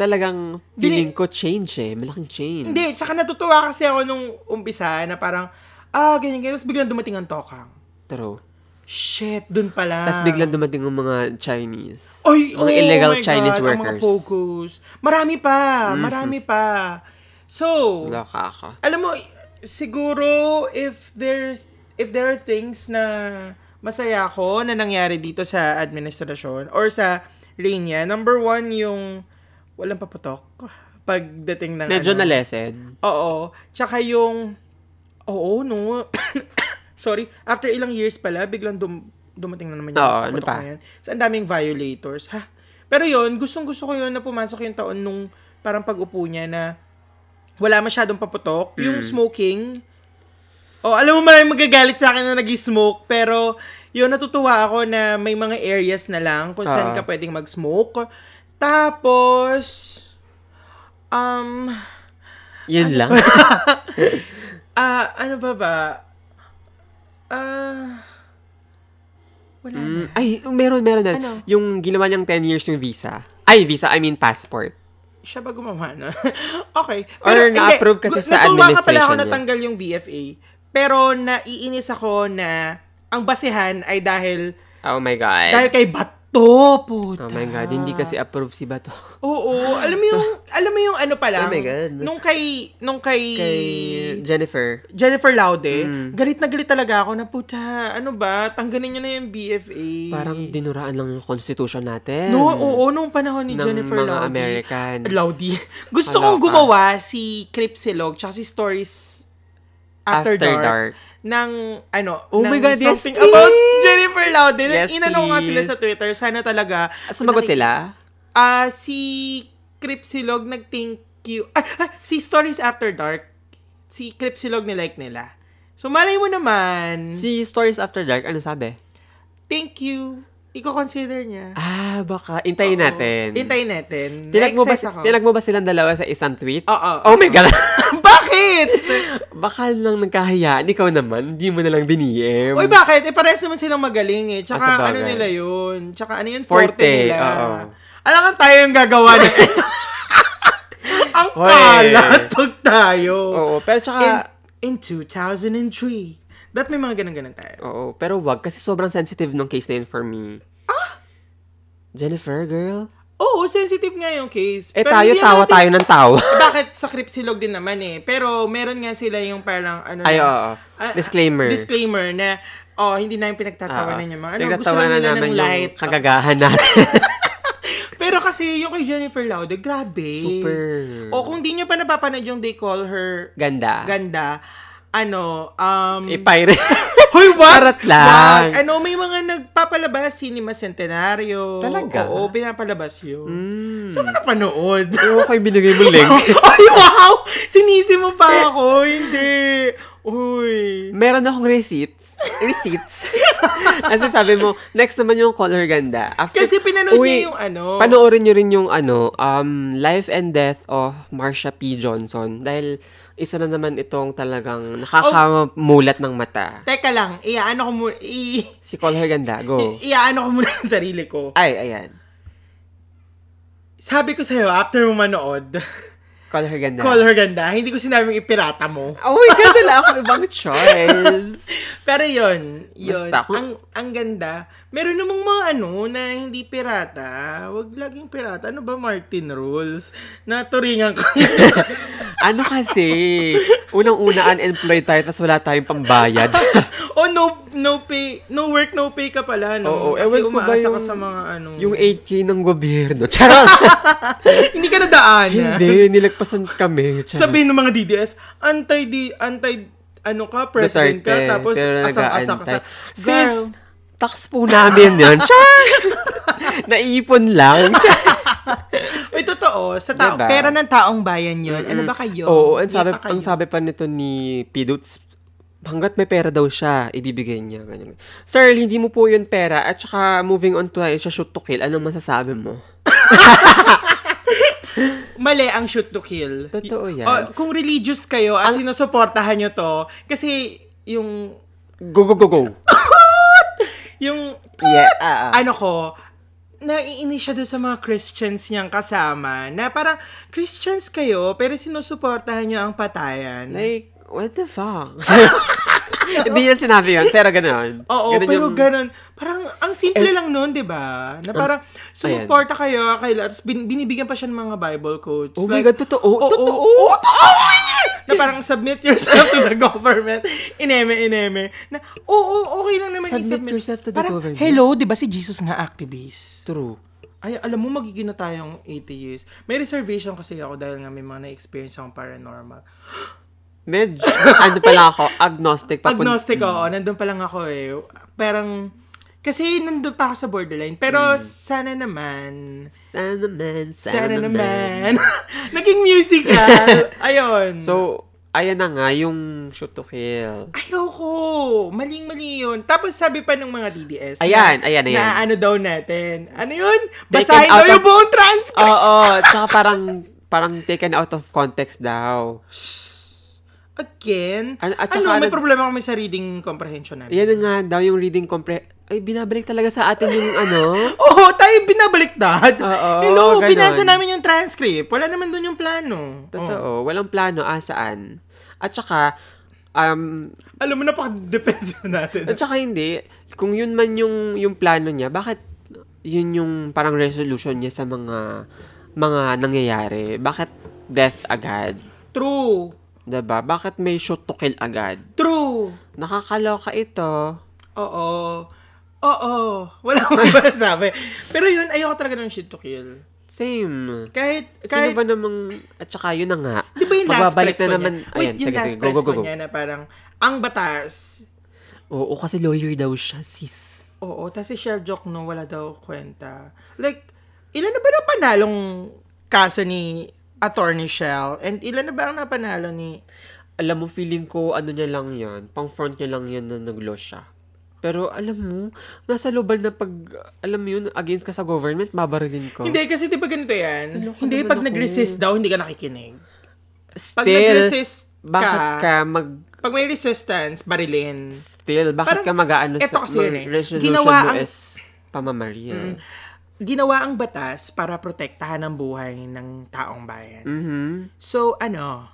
Speaker 2: talagang feeling
Speaker 1: Bini-
Speaker 2: ko change eh. Malaking change.
Speaker 1: Hindi, tsaka natutuwa kasi ako nung umpisa na parang, ah, ganyan, ganyan. Tapos biglang dumating ang tokang.
Speaker 2: True.
Speaker 1: Shit, dun pala.
Speaker 2: Tapos biglang dumating yung mga Chinese.
Speaker 1: Oy,
Speaker 2: mga
Speaker 1: oh
Speaker 2: illegal
Speaker 1: my
Speaker 2: Chinese
Speaker 1: God,
Speaker 2: workers. Mhm.
Speaker 1: Ang mga pogos. Marami pa, marami pa. So,
Speaker 2: Loka ako.
Speaker 1: alam mo, siguro if there's if there are things na masaya ako na nangyari dito sa administrasyon or sa linya, number one yung walang paputok pagdating ng
Speaker 2: Medyo
Speaker 1: ano.
Speaker 2: na lesson.
Speaker 1: Oo. Tsaka yung, oo, no. <coughs> Sorry, after ilang years pala, biglang dum- dumating na naman yung
Speaker 2: Oo, ano
Speaker 1: patok
Speaker 2: pa?
Speaker 1: na yan. So, ang daming violators. Ha? Pero yon gustong gusto ko yun na pumasok yung taon nung parang pag-upo niya na wala masyadong paputok. Yung
Speaker 2: Mm.
Speaker 1: smoking, oh, alam mo maraming magagalit sa akin na nag-smoke, pero yun, natutuwa ako na may mga areas na lang kung saan
Speaker 2: Oo.
Speaker 1: ka pwedeng mag-smoke. Tapos, um, Ano?
Speaker 2: Yun
Speaker 1: <laughs>
Speaker 2: lang.
Speaker 1: Ah, ano ba ba? Ah, wala na.
Speaker 2: Mm, ay, meron, meron na.
Speaker 1: Ano?
Speaker 2: Yung ginawa niyang 10 years yung visa. Ay, visa, I mean passport.
Speaker 1: Siya ba gumawa na? <laughs> okay.
Speaker 2: Or
Speaker 1: hindi,
Speaker 2: na-approve kasi
Speaker 1: gu-
Speaker 2: sa
Speaker 1: natuwa ka pala ako
Speaker 2: administration niya.
Speaker 1: natanggal yung BFA. Pero naiinis ako na ang basehan ay dahil
Speaker 2: Oh my God.
Speaker 1: dahil kay Bato, puta.
Speaker 2: oh my God, hindi kasi approved si Bato.
Speaker 1: Oo, alam mo
Speaker 2: <laughs>
Speaker 1: yung alam mo yung ano pa lang.
Speaker 2: Oh my God.
Speaker 1: Nung kay nung kay,
Speaker 2: Kay Mm. Jennifer.
Speaker 1: Jennifer Laude, galit na galit talaga ako na puta. Ano ba? Tanggalin niyo na yung BFA.
Speaker 2: Parang dinuraan lang yung constitution natin.
Speaker 1: No, oo, nung panahon ni
Speaker 2: Ng
Speaker 1: Jennifer
Speaker 2: mga
Speaker 1: Laudy.
Speaker 2: Americans. <laughs>
Speaker 1: Laudy. Gusto
Speaker 2: Hello,
Speaker 1: kong gumawa si Cripsilog tsaka si Stories After,
Speaker 2: After
Speaker 1: Dark,
Speaker 2: Dark.
Speaker 1: ng, ano,
Speaker 2: Oh
Speaker 1: ng
Speaker 2: my God, yes,
Speaker 1: something about
Speaker 2: please!
Speaker 1: Jennifer Laudy.
Speaker 2: Yes,
Speaker 1: Inano ko nga sila
Speaker 2: please.
Speaker 1: sa Twitter. Sana talaga.
Speaker 2: Sumagot sila?
Speaker 1: Ah, si Cripsilog nag-thank you. Ah, ah, si Stories After Dark, si Cripsilog nilike nila. So, malay mo naman.
Speaker 2: Si Stories After Dark, ano sabi?
Speaker 1: thank you. Iko-consider niya.
Speaker 2: Ah, baka. Intayin natin.
Speaker 1: Oo. Hintayin natin.
Speaker 2: Tinag mo, ba,
Speaker 1: Na-excite ako.
Speaker 2: tinag mo ba silang dalawa sa isang tweet?
Speaker 1: Oo.
Speaker 2: Oh my God.
Speaker 1: <laughs> bakit?
Speaker 2: baka lang nagkahayaan. Ikaw naman, hindi mo nalang diniem.
Speaker 1: Uy, bakit? Eh, parehas naman silang magaling eh.
Speaker 2: Ah,
Speaker 1: Tsaka
Speaker 2: sabagay.
Speaker 1: ano nila yun? Tsaka ano yun? Forte,
Speaker 2: Forte,
Speaker 1: nila.
Speaker 2: oo.
Speaker 1: Alam ka tayo yung gagawa na
Speaker 2: <laughs>
Speaker 1: Ang
Speaker 2: Hoy.
Speaker 1: kalat pag tayo.
Speaker 2: Oo, pero tsaka...
Speaker 1: In, in 2003. That may mga ganun-ganun tayo.
Speaker 2: Oo, pero wag kasi sobrang sensitive nung case na yun for me. Ah! Jennifer, girl?
Speaker 1: Oo, sensitive nga yung case.
Speaker 2: Eh
Speaker 1: Pero
Speaker 2: tayo,
Speaker 1: hindi naman
Speaker 2: tawa
Speaker 1: natin-
Speaker 2: tayo ng tawa.
Speaker 1: Bakit sa Cripsilog din naman eh. Pero meron nga sila yung parang ano.
Speaker 2: Ay,
Speaker 1: na-
Speaker 2: oo.
Speaker 1: Ah,
Speaker 2: Disclaimer. Ah,
Speaker 1: Disclaimer na oh, hindi namin pinagtatawanan
Speaker 2: Oo.
Speaker 1: yung mga ano, gusto
Speaker 2: Pinagtatawanan
Speaker 1: lang nila ng
Speaker 2: namin
Speaker 1: light.
Speaker 2: yung kagagahan
Speaker 1: <laughs>
Speaker 2: natin.
Speaker 1: Pero kasi yung kay Jennifer Laude, grabe.
Speaker 2: Super.
Speaker 1: O kung di nyo pa napapanood yung They Call Her
Speaker 2: Ganda.
Speaker 1: Ganda, ano, um...
Speaker 2: Eh, pirate.
Speaker 1: <laughs> Hoy, what?
Speaker 2: Charot lang.
Speaker 1: What? Ano, may mga nagpapalabas, Cinema Centenario.
Speaker 2: Talaga?
Speaker 1: Oo,
Speaker 2: Hmm.
Speaker 1: pinapalabas yun. Saan ka
Speaker 2: <laughs>
Speaker 1: napanood? <laughs>
Speaker 2: Oo, kayo binigay mo link.
Speaker 1: Ay, wow! Sinisi mo pa ako. Hindi. Uy.
Speaker 2: Meron akong receipts.
Speaker 1: <laughs>
Speaker 2: Receipts. Kasi sabi mo, next naman yung color ganda. After,
Speaker 1: Kasi pinanood
Speaker 2: Uy,
Speaker 1: niya yung ano.
Speaker 2: Panoorin nyo rin yung ano, um, Life and Death of Marsha P. Johnson. Dahil isa na naman itong talagang nakakamulat ng mata.
Speaker 1: Teka lang, iaano ko muna, i,
Speaker 2: Si Colher Ganda, go.
Speaker 1: <laughs> iaano ko muna yung sarili ko.
Speaker 2: Ay, ayan.
Speaker 1: Sabi ko sa'yo, after mo
Speaker 2: <laughs>
Speaker 1: manood,
Speaker 2: Colher Ganda.
Speaker 1: call her ganda, hindi ko sinabing ipirata mo.
Speaker 2: Oh my God, wala akong ibang choice.
Speaker 1: <laughs> Pero yon yon
Speaker 2: Basta ako-
Speaker 1: ang, ang ganda. Meron namang mga ano na hindi pirata. Huwag laging pirata. Ano ba Martin Rules? Naturingan
Speaker 2: <laughs>
Speaker 1: ka.
Speaker 2: ano kasi, unang-una unemployed tayo tapos wala tayong pambayad.
Speaker 1: o Oh, no, no pay, no work, no pay ka pala, no?
Speaker 2: Oo,
Speaker 1: Kasi
Speaker 2: ewan ko ba
Speaker 1: umaasa ka
Speaker 2: yung-
Speaker 1: sa mga ano.
Speaker 2: yung 8K ng gobyerno. Charot!
Speaker 1: <laughs> hindi ka nadaan. ah.
Speaker 2: Hindi, nilagpasan kami. Charot.
Speaker 1: Sabihin ng mga DDS, anti di anti ano ka, president ka,
Speaker 2: Duterte,
Speaker 1: tapos
Speaker 2: pero
Speaker 1: asang-asa ka sa...
Speaker 2: nag-aantay. Sis,
Speaker 1: Sis!
Speaker 2: tax po namin yun. Char!
Speaker 1: <laughs>
Speaker 2: Naipon lang. Char!
Speaker 1: Ay, totoo. Sa tao,
Speaker 2: Diba?
Speaker 1: pera ng taong bayan yun. Ano ba kayo?
Speaker 2: Oo, ang sabi,
Speaker 1: Kita kayo.
Speaker 2: ang sabi pa nito ni Pidots, hanggat may pera daw siya, ibibigay niya. Ganyan. Sir, hindi mo po yun pera. At saka, moving on to siya shoot to kill. Anong masasabi mo?
Speaker 1: Mali ang shoot to kill.
Speaker 2: Totoo yan.
Speaker 1: O, kung religious kayo at sinusuportahan nyo to, kasi yung...
Speaker 2: Go, go, go, go.
Speaker 1: Yung
Speaker 2: Yeah. ah, ah.
Speaker 1: ano ko, naiinis siya doon sa mga Christians niyang kasama na parang Christians kayo pero sinusuportahan niyo ang patayan.
Speaker 2: like, what the fuck? <laughs> Hindi yan sinabi yun, pero ganun.
Speaker 1: Oo,
Speaker 2: Ganun
Speaker 1: pero
Speaker 2: yung- Eh- Um,
Speaker 1: ganun. Parang, ang simple lang nun, di ba? Na parang, sumuporta kayo, kay Lars, bin, binibigyan pa siya ng mga Bible quotes.
Speaker 2: Oh my God, totoo, totoo.
Speaker 1: Oo, totoo! na parang, submit yourself to the <laughs> government. Ineme, ineme. Na, oo, okay lang naman
Speaker 2: Submit yourself to the
Speaker 1: parang,
Speaker 2: government.
Speaker 1: hello, di ba si Jesus nga activist?
Speaker 2: True.
Speaker 1: Ay, alam mo, magiging na tayong atheist. May reservation kasi ako dahil nga may mga na-experience akong paranormal.
Speaker 2: Medyo, ano pala ako, agnostic. Papun-
Speaker 1: Agnostic, oo.
Speaker 2: Mm.
Speaker 1: Nandun pa lang ako eh. Parang, kasi nandun pa ako sa borderline. Pero sana naman,
Speaker 2: Mm. Sana naman,
Speaker 1: sana, naman, <laughs> naging
Speaker 2: <laughs>
Speaker 1: musical. Ayun.
Speaker 2: So, ayan na nga yung shoot to kill.
Speaker 1: Ayoko. Maling-mali yun. Tapos sabi pa ng mga DDS.
Speaker 2: Ayan, ayan, ayan.
Speaker 1: Na ano daw natin. Ano yun?
Speaker 2: Taken
Speaker 1: Basahin daw
Speaker 2: out of- Oh.
Speaker 1: yung buong transcript.
Speaker 2: Oo, <laughs> tsaka parang, parang taken out of context daw.
Speaker 1: Again?
Speaker 2: An- at
Speaker 1: ano,
Speaker 2: saka
Speaker 1: may
Speaker 2: nag-
Speaker 1: problema kami sa reading comprehension namin.
Speaker 2: Ayan na nga daw yung reading compre... Ay, binabalik talaga sa atin yung <laughs> ano.
Speaker 1: Oo, tayo binabaliktad.
Speaker 2: Oo,
Speaker 1: Hello,
Speaker 2: ganun.
Speaker 1: binasa namin yung transcript. Wala naman dun yung plano. Oo.
Speaker 2: Totoo, walang plano, asaan. At saka, um,
Speaker 1: Alam mo, napaka-defensive <laughs> natin.
Speaker 2: at saka hindi, kung yun man yung, yung plano niya, bakit yun yung parang resolution niya sa mga mga nangyayari? Bakit death agad?
Speaker 1: True.
Speaker 2: 'Di ba? Bakit may shoot to kill agad?
Speaker 1: True.
Speaker 2: Nakakaloka ito.
Speaker 1: Oo. Oo. Wala akong iba sabi. Pero yun, ayoko talaga ng shit to kill.
Speaker 2: Same.
Speaker 1: Kahit,
Speaker 2: Sino
Speaker 1: kahit,
Speaker 2: ba namang, at saka yun na nga.
Speaker 1: di ba yung last
Speaker 2: magbabalik
Speaker 1: press
Speaker 2: na
Speaker 1: ko
Speaker 2: naman,
Speaker 1: niya?
Speaker 2: ayan,
Speaker 1: Wait, yung
Speaker 2: sige,
Speaker 1: last
Speaker 2: sige,
Speaker 1: press
Speaker 2: go, go,
Speaker 1: ko
Speaker 2: go, go.
Speaker 1: niya na parang, ang batas,
Speaker 2: Oo, kasi lawyer daw siya, sis.
Speaker 1: oo, tapos si Shell Joke no, wala daw kwenta. Like, ilan na ba na panalong kaso ni Attorney Shell? And ilan na ba ang napanalo ni
Speaker 2: Alam mo, feeling ko, ano niya lang yan, pang front niya lang yan na naglo siya. Pero alam mo, nasa lubal na pag, alam mo yun, against ka sa government, babarilin ko.
Speaker 1: Hindi, kasi di ba ganito yan?
Speaker 2: Ano ka
Speaker 1: hindi,
Speaker 2: naman
Speaker 1: pag
Speaker 2: ako?
Speaker 1: nag-resist daw, hindi ka nakikinig.
Speaker 2: Still,
Speaker 1: Pag nag-resist
Speaker 2: bakit
Speaker 1: ka-
Speaker 2: ka mag,
Speaker 1: Pag may resistance, barilin.
Speaker 2: still,
Speaker 1: Parang,
Speaker 2: bakit ka mag-ano
Speaker 1: eto kasi yun eh.
Speaker 2: resolution
Speaker 1: Ginawa
Speaker 2: mo
Speaker 1: ang-
Speaker 2: is pamamaril.
Speaker 1: Ginawa ang batas para protektahan ang buhay ng taong bayan.
Speaker 2: Mm-hmm.
Speaker 1: So, ano,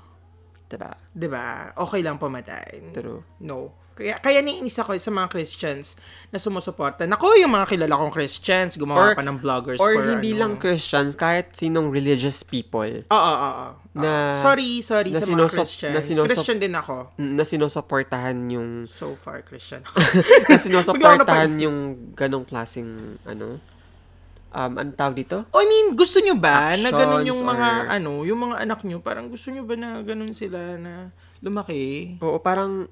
Speaker 2: Diba?
Speaker 1: 'di ba? Okay lang pumatay.
Speaker 2: True.
Speaker 1: No. Kaya kaya naiinis ako sa mga Christians na sumusuporta. Nako, yung mga kilala kong Christians, gumawa
Speaker 2: Or-
Speaker 1: pa ng vloggers
Speaker 2: Or
Speaker 1: for
Speaker 2: hindi lang
Speaker 1: ano.
Speaker 2: Christians, kahit sinong religious people.
Speaker 1: Oo, oo, oo.
Speaker 2: Na-
Speaker 1: sorry, sorry
Speaker 2: na
Speaker 1: sa mga
Speaker 2: sinusop-
Speaker 1: Christians.
Speaker 2: na sinusop-
Speaker 1: Christian din ako.
Speaker 2: na sinusuportahan yung
Speaker 1: So far, Christian.
Speaker 2: na
Speaker 1: Bigla ako
Speaker 2: sinusuportahan
Speaker 1: napaisip.
Speaker 2: yung ganong klaseng ano um ang tawag dito
Speaker 1: <laughs> I mean, gusto nyo ba na ganun
Speaker 2: Actions
Speaker 1: yung mga
Speaker 2: or-
Speaker 1: ano, yung mga anak nyo, parang gusto nyo ba na ganun sila na Lumaki.
Speaker 2: Oo, parang,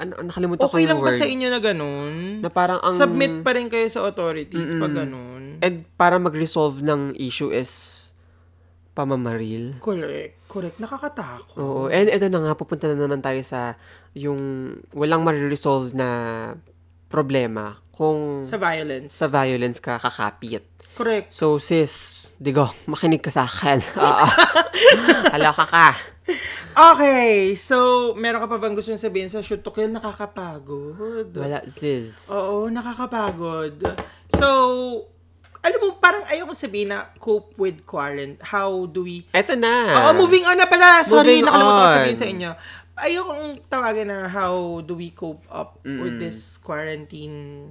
Speaker 2: ano, ah, nakalimutan ko
Speaker 1: Okay
Speaker 2: yung
Speaker 1: lang ba
Speaker 2: word.
Speaker 1: sa inyo na ganun?
Speaker 2: Na parang ang...
Speaker 1: Submit pa rin kayo sa authorities pag ganun.
Speaker 2: And para mag-resolve ng issue is pamamaril.
Speaker 1: Correct. Correct. Nakakatakot.
Speaker 2: Oo. And ito na nga, pupunta na naman tayo sa yung walang ma-resolve na problema kung
Speaker 1: Sa violence.
Speaker 2: Mm. sa violence ka kakapit.
Speaker 1: Correct.
Speaker 2: So, sis, digo, makinig ka sa akin.
Speaker 1: <laughs>
Speaker 2: <laughs> Oo. Halaka ka.
Speaker 1: Okay, so meron ka pa bang gusto sabihin sa shoot to kill? Nakakapagod.
Speaker 2: Wala, sis.
Speaker 1: Oo, nakakapagod. So, alam mo, parang ayaw ko sabihin na cope with quarantine. How do we...
Speaker 2: Ito na.
Speaker 1: Oo, moving on na pala. Sorry,
Speaker 2: Moving
Speaker 1: nakalimutan ko
Speaker 2: on.
Speaker 1: sabihin sa inyo. Ayaw kong tawagin na how do we cope up with this quarantine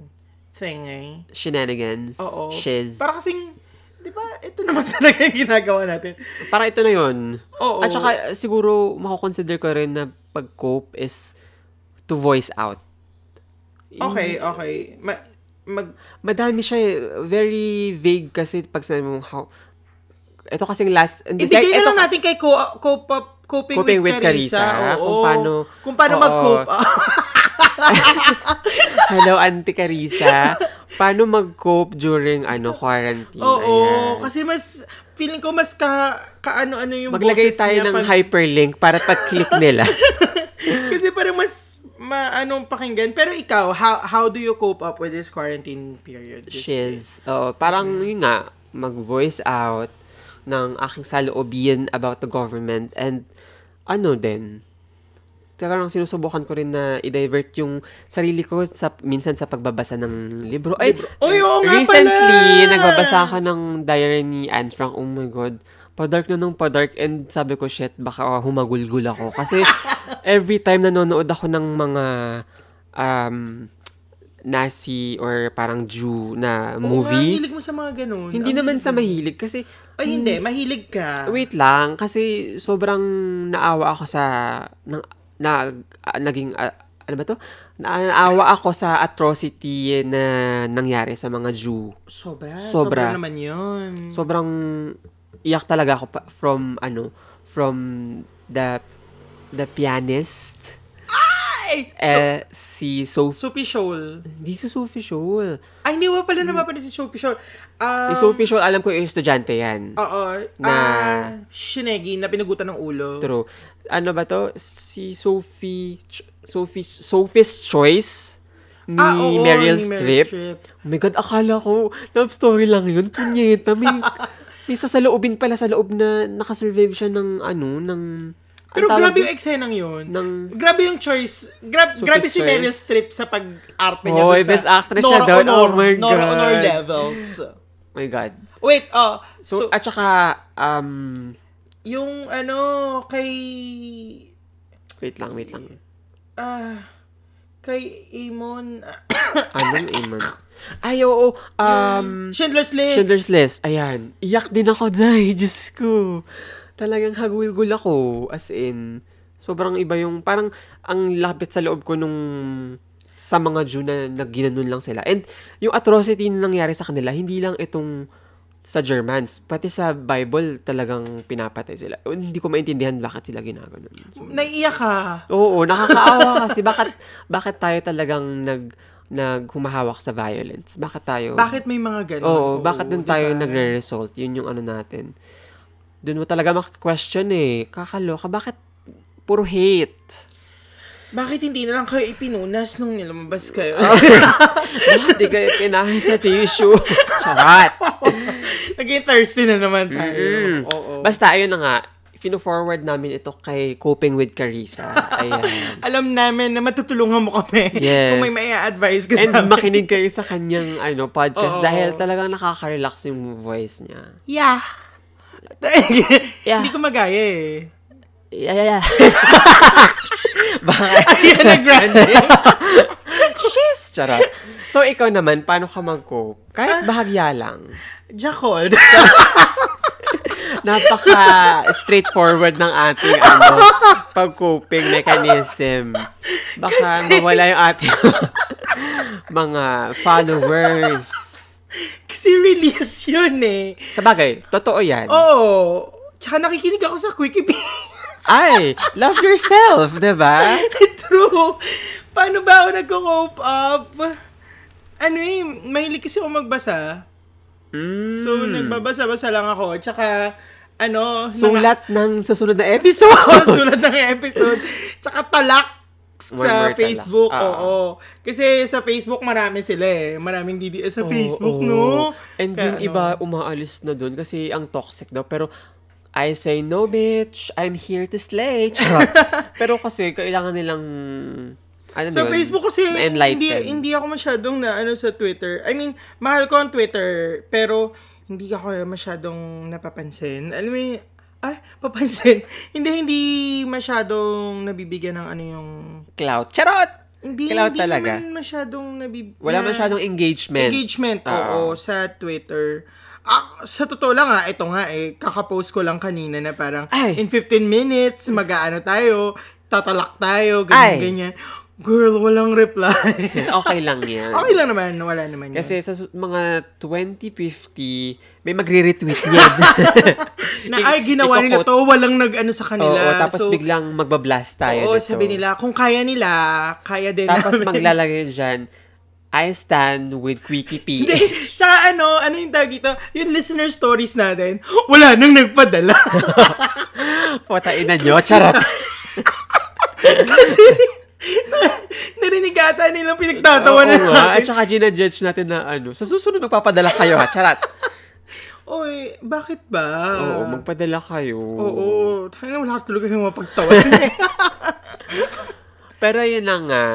Speaker 1: thing eh.
Speaker 2: Shenanigans.
Speaker 1: Oo.
Speaker 2: Shiz.
Speaker 1: Para kasing, di ba, ito naman <laughs> talaga yung ginagawa natin.
Speaker 2: Para ito na yun.
Speaker 1: Oo.
Speaker 2: At saka, siguro, makakonsider ko rin na pag-cope is to voice out.
Speaker 1: Okay, okay. Ma- mag,
Speaker 2: Madami siya eh. Very vague kasi pag sinabi mong how... Ito kasing last... Hindi,
Speaker 1: Ibigay
Speaker 2: ito
Speaker 1: na lang natin kay co- uh, cope up- coping,
Speaker 2: Coping
Speaker 1: with,
Speaker 2: with
Speaker 1: Carissa.
Speaker 2: Carissa, ah,
Speaker 1: Oo.
Speaker 2: kung paano-
Speaker 1: kung paano
Speaker 2: oo.
Speaker 1: mag-cope
Speaker 2: <laughs>
Speaker 1: up.
Speaker 2: <laughs> Hello, Auntie Carissa. Paano mag-cope during ano, quarantine?
Speaker 1: Oo,
Speaker 2: Ayan.
Speaker 1: kasi mas feeling ko mas ka kaano-ano yung
Speaker 2: Maglagay
Speaker 1: boses
Speaker 2: tayo
Speaker 1: niya
Speaker 2: ng
Speaker 1: pag-
Speaker 2: hyperlink para pag-click nila.
Speaker 1: <laughs> kasi parang mas maanong pakinggan. Pero ikaw, how how do you cope up with this quarantine period? This-
Speaker 2: Shiz. Oo, Oh, parang yun nga, mag-voice out ng aking saloobin about the government and ano din, parang sinusubukan ko rin na i-divert yung sarili ko sa, minsan sa pagbabasa ng libro. Ay,
Speaker 1: Oy, oo nga
Speaker 2: recently,
Speaker 1: pala!
Speaker 2: nagbabasa ako ng diary ni Anne Frank. Oh my God. Padark na nung padark and sabi ko, shit, baka ah, humagulgul ako.
Speaker 1: <laughs>
Speaker 2: Kasi every time nanonood ako ng mga um, Nazi or parang Jew na
Speaker 1: Oo nga,
Speaker 2: movie.
Speaker 1: hilig mo sa mga ganun.
Speaker 2: Hindi
Speaker 1: Ang
Speaker 2: naman
Speaker 1: hilig
Speaker 2: sa
Speaker 1: mo.
Speaker 2: mahilig kasi Hmm,
Speaker 1: Ay, hindi. Mahilig ka.
Speaker 2: Wait lang, kasi sobrang naawa ako sa na, na ah, naging ah, ano ba to? Na- Naawa ako sa atrocity na nangyari sa mga Jew.
Speaker 1: Sobra. Sobra.
Speaker 2: Sobra.
Speaker 1: naman yun.
Speaker 2: Sobrang iyak talaga ako pa- from ano, from the the pianist
Speaker 1: Ay!
Speaker 2: eh si Sophie
Speaker 1: Sophie Scholl.
Speaker 2: hindi si Sophie Scholl.
Speaker 1: Ay, hindi mo
Speaker 2: Hmm.
Speaker 1: pala napapanood si Sophie Scholl. Um,
Speaker 2: si Sophie Scholl, alam ko yung estudyante yan.
Speaker 1: Oo. Na...
Speaker 2: Na-
Speaker 1: shinegi, na pinagutan ng ulo.
Speaker 2: True. Ano ba to? Si Sophie Ch- Sophie Sophie's Choice ni
Speaker 1: Ah, oo,
Speaker 2: Meryl
Speaker 1: ni
Speaker 2: Streep.
Speaker 1: Streep.
Speaker 2: Oh my God, akala ko love story lang yun. Punyeta,
Speaker 1: <laughs>
Speaker 2: may, may sasaloobin pala sa loob na nakasurvive siya ng ano, ng... ang
Speaker 1: Pero
Speaker 2: tawag
Speaker 1: grabe
Speaker 2: doon?
Speaker 1: yung eksenang yun.
Speaker 2: Ng-
Speaker 1: grabe yung choice. Grab,
Speaker 2: Sophie's
Speaker 1: grabe si Meryl
Speaker 2: choice.
Speaker 1: Streep sa pag-art niya.
Speaker 2: Hoy,
Speaker 1: dun sa
Speaker 2: best actress siya doon. Oh my
Speaker 1: Nora
Speaker 2: God.
Speaker 1: Honor levels.
Speaker 2: Oh my God.
Speaker 1: Wait, oh. So,
Speaker 2: So, at saka, um,
Speaker 1: yung ano, kay...
Speaker 2: wait lang, wait lang.
Speaker 1: Ah... kay Amon... ah,
Speaker 2: Anong Iman? Ay, oo, um,
Speaker 1: Schindler's List.
Speaker 2: Schindler's List. Ayan. Iyak din ako, Zay. <laughs> Diyos ko. Talagang hagulgul ako. As in, sobrang iba yung, parang ang lapit sa loob ko nung sa mga Jew na nagginanon lang sila. And yung atrocity na nangyari sa kanila, hindi lang itong sa Germans. Pati sa Bible, talagang pinapatay sila. Hindi ko maintindihan bakit sila ginaganon.
Speaker 1: Naiiyak ka.
Speaker 2: Oo, nakakaawa kasi bakit bakit tayo talagang nag naghumahawak sa violence? Bakit tayo?
Speaker 1: Bakit may mga ganun?
Speaker 2: Oo, bakit dun tayo
Speaker 1: diba?
Speaker 2: nagre-result? Yun yung ano natin. Doon mo talaga makakwestiyon eh. Kakaloka, bakit puro hate?
Speaker 1: Bakit hindi na lang kayo ipinunas nung nilumabas kayo?
Speaker 2: <laughs> Bakit di kayo pinahit sa tissue? <laughs> Charot!
Speaker 1: Naging thirsty na naman tayo.
Speaker 2: Mm.
Speaker 1: Oo.
Speaker 2: Basta, ayun na nga. Fino-forward namin ito kay Coping with Carissa.
Speaker 1: <laughs>
Speaker 2: Ayan.
Speaker 1: Alam namin na matutulungan mo kami <laughs>
Speaker 2: Yes.
Speaker 1: kung may may advice ka sa
Speaker 2: And
Speaker 1: amin.
Speaker 2: makinig kayo sa kanyang ano,
Speaker 1: Oo.
Speaker 2: podcast dahil talagang nakaka-relax yung voice niya.
Speaker 1: yeah.
Speaker 2: <laughs> Yeah.
Speaker 1: Hindi ko magaya eh.
Speaker 2: Yeah, yeah, <laughs> yeah.
Speaker 1: Ariana Grande.
Speaker 2: <laughs> Shiz! Charot. So, ikaw naman, paano ka mag-cope? Kahit bahagya lang.
Speaker 1: Jacold.
Speaker 2: Napaka straightforward ng ating ano, pag-coping mechanism. Baka mawala yung ating <laughs> mga followers.
Speaker 1: <laughs> Kasi release yun eh.
Speaker 2: Sa bagay, totoo yan.
Speaker 1: Oo. Tsaka nakikinig ako sa Quickie Pig.
Speaker 2: Ay, love yourself, di ba?
Speaker 1: <laughs> True. Paano ba ako nagko-cope up? Ano eh, mahilig kasi ako magbasa.
Speaker 2: Mm.
Speaker 1: So, nagbabasa-basa lang ako. Tsaka, ano, naka-
Speaker 2: Sulat ng susunod na episode.
Speaker 1: sulat ng episode. Tsaka talak sa
Speaker 2: One more talak.
Speaker 1: Facebook.
Speaker 2: Ah.
Speaker 1: Oo. Kasi sa Facebook marami sila eh. Maraming DDS sa Facebook,
Speaker 2: Oo.
Speaker 1: no?
Speaker 2: And
Speaker 1: Kaya
Speaker 2: yung
Speaker 1: ano.
Speaker 2: iba umaalis na doon kasi ang toxic daw. Pero I say, no bitch, I'm here to slay. <laughs> Charot. Pero kasi kailangan nilang, ano
Speaker 1: Sa
Speaker 2: yun,
Speaker 1: Facebook kasi, hindi,
Speaker 2: ma-enlighten.
Speaker 1: hindi ako masyadong na ano sa Twitter. I mean, mahal ko ang Twitter, pero hindi ako masyadong napapansin. Alam mo yun, ah, papansin. <laughs> hindi, hindi masyadong nabibigyan ng ano yung...
Speaker 2: Clout. Charot!
Speaker 1: Hindi,
Speaker 2: Clout
Speaker 1: hindi
Speaker 2: talaga.
Speaker 1: naman masyadong nabib...
Speaker 2: Wala
Speaker 1: na-
Speaker 2: masyadong engagement.
Speaker 1: Engagement, oo,
Speaker 2: Oo.
Speaker 1: sa Twitter. Ah, sa totoo lang ah, ito nga eh, kakapost ko lang kanina na parang
Speaker 2: Ay.
Speaker 1: in 15 minutes, mag-aano tayo, tatalak tayo,
Speaker 2: Ay.
Speaker 1: ganyan-ganyan. Girl, walang
Speaker 2: <laughs>
Speaker 1: reply.
Speaker 2: <laughs> okay lang yan.
Speaker 1: okay lang naman, wala naman yun.
Speaker 2: Kasi sa su- mga 2050, may magre-retweet
Speaker 1: <laughs>
Speaker 2: yan.
Speaker 1: na ay, ginawa nila to, walang nag-ano sa
Speaker 2: <laughs> Oo,
Speaker 1: kanila.
Speaker 2: tapos
Speaker 1: So,
Speaker 2: biglang magbablast tayo
Speaker 1: oo,
Speaker 2: nito.
Speaker 1: sabi nila, kung kaya nila, kaya din <laughs>
Speaker 2: Tapos
Speaker 1: namin.
Speaker 2: maglalagay dyan, I stand with Quickie P.
Speaker 1: Hindi. Tsaka ano, ano yung tawag dito? Yung listener stories natin, wala nang nagpadala. <laughs>
Speaker 2: Putain na nyo, charot.
Speaker 1: Kasi, <laughs> narinig ata nilang pinagtatawa na
Speaker 2: Oo nga, at
Speaker 1: natin.
Speaker 2: saka ginajudge natin na ano, sa susunod magpapadala kayo ha, charot.
Speaker 1: Oy, bakit ba?
Speaker 2: Oo, magpadala kayo.
Speaker 1: Oo. Tangina, wala ka talaga yung
Speaker 2: <laughs>
Speaker 1: mapagtawa.
Speaker 2: Pero yun na nga.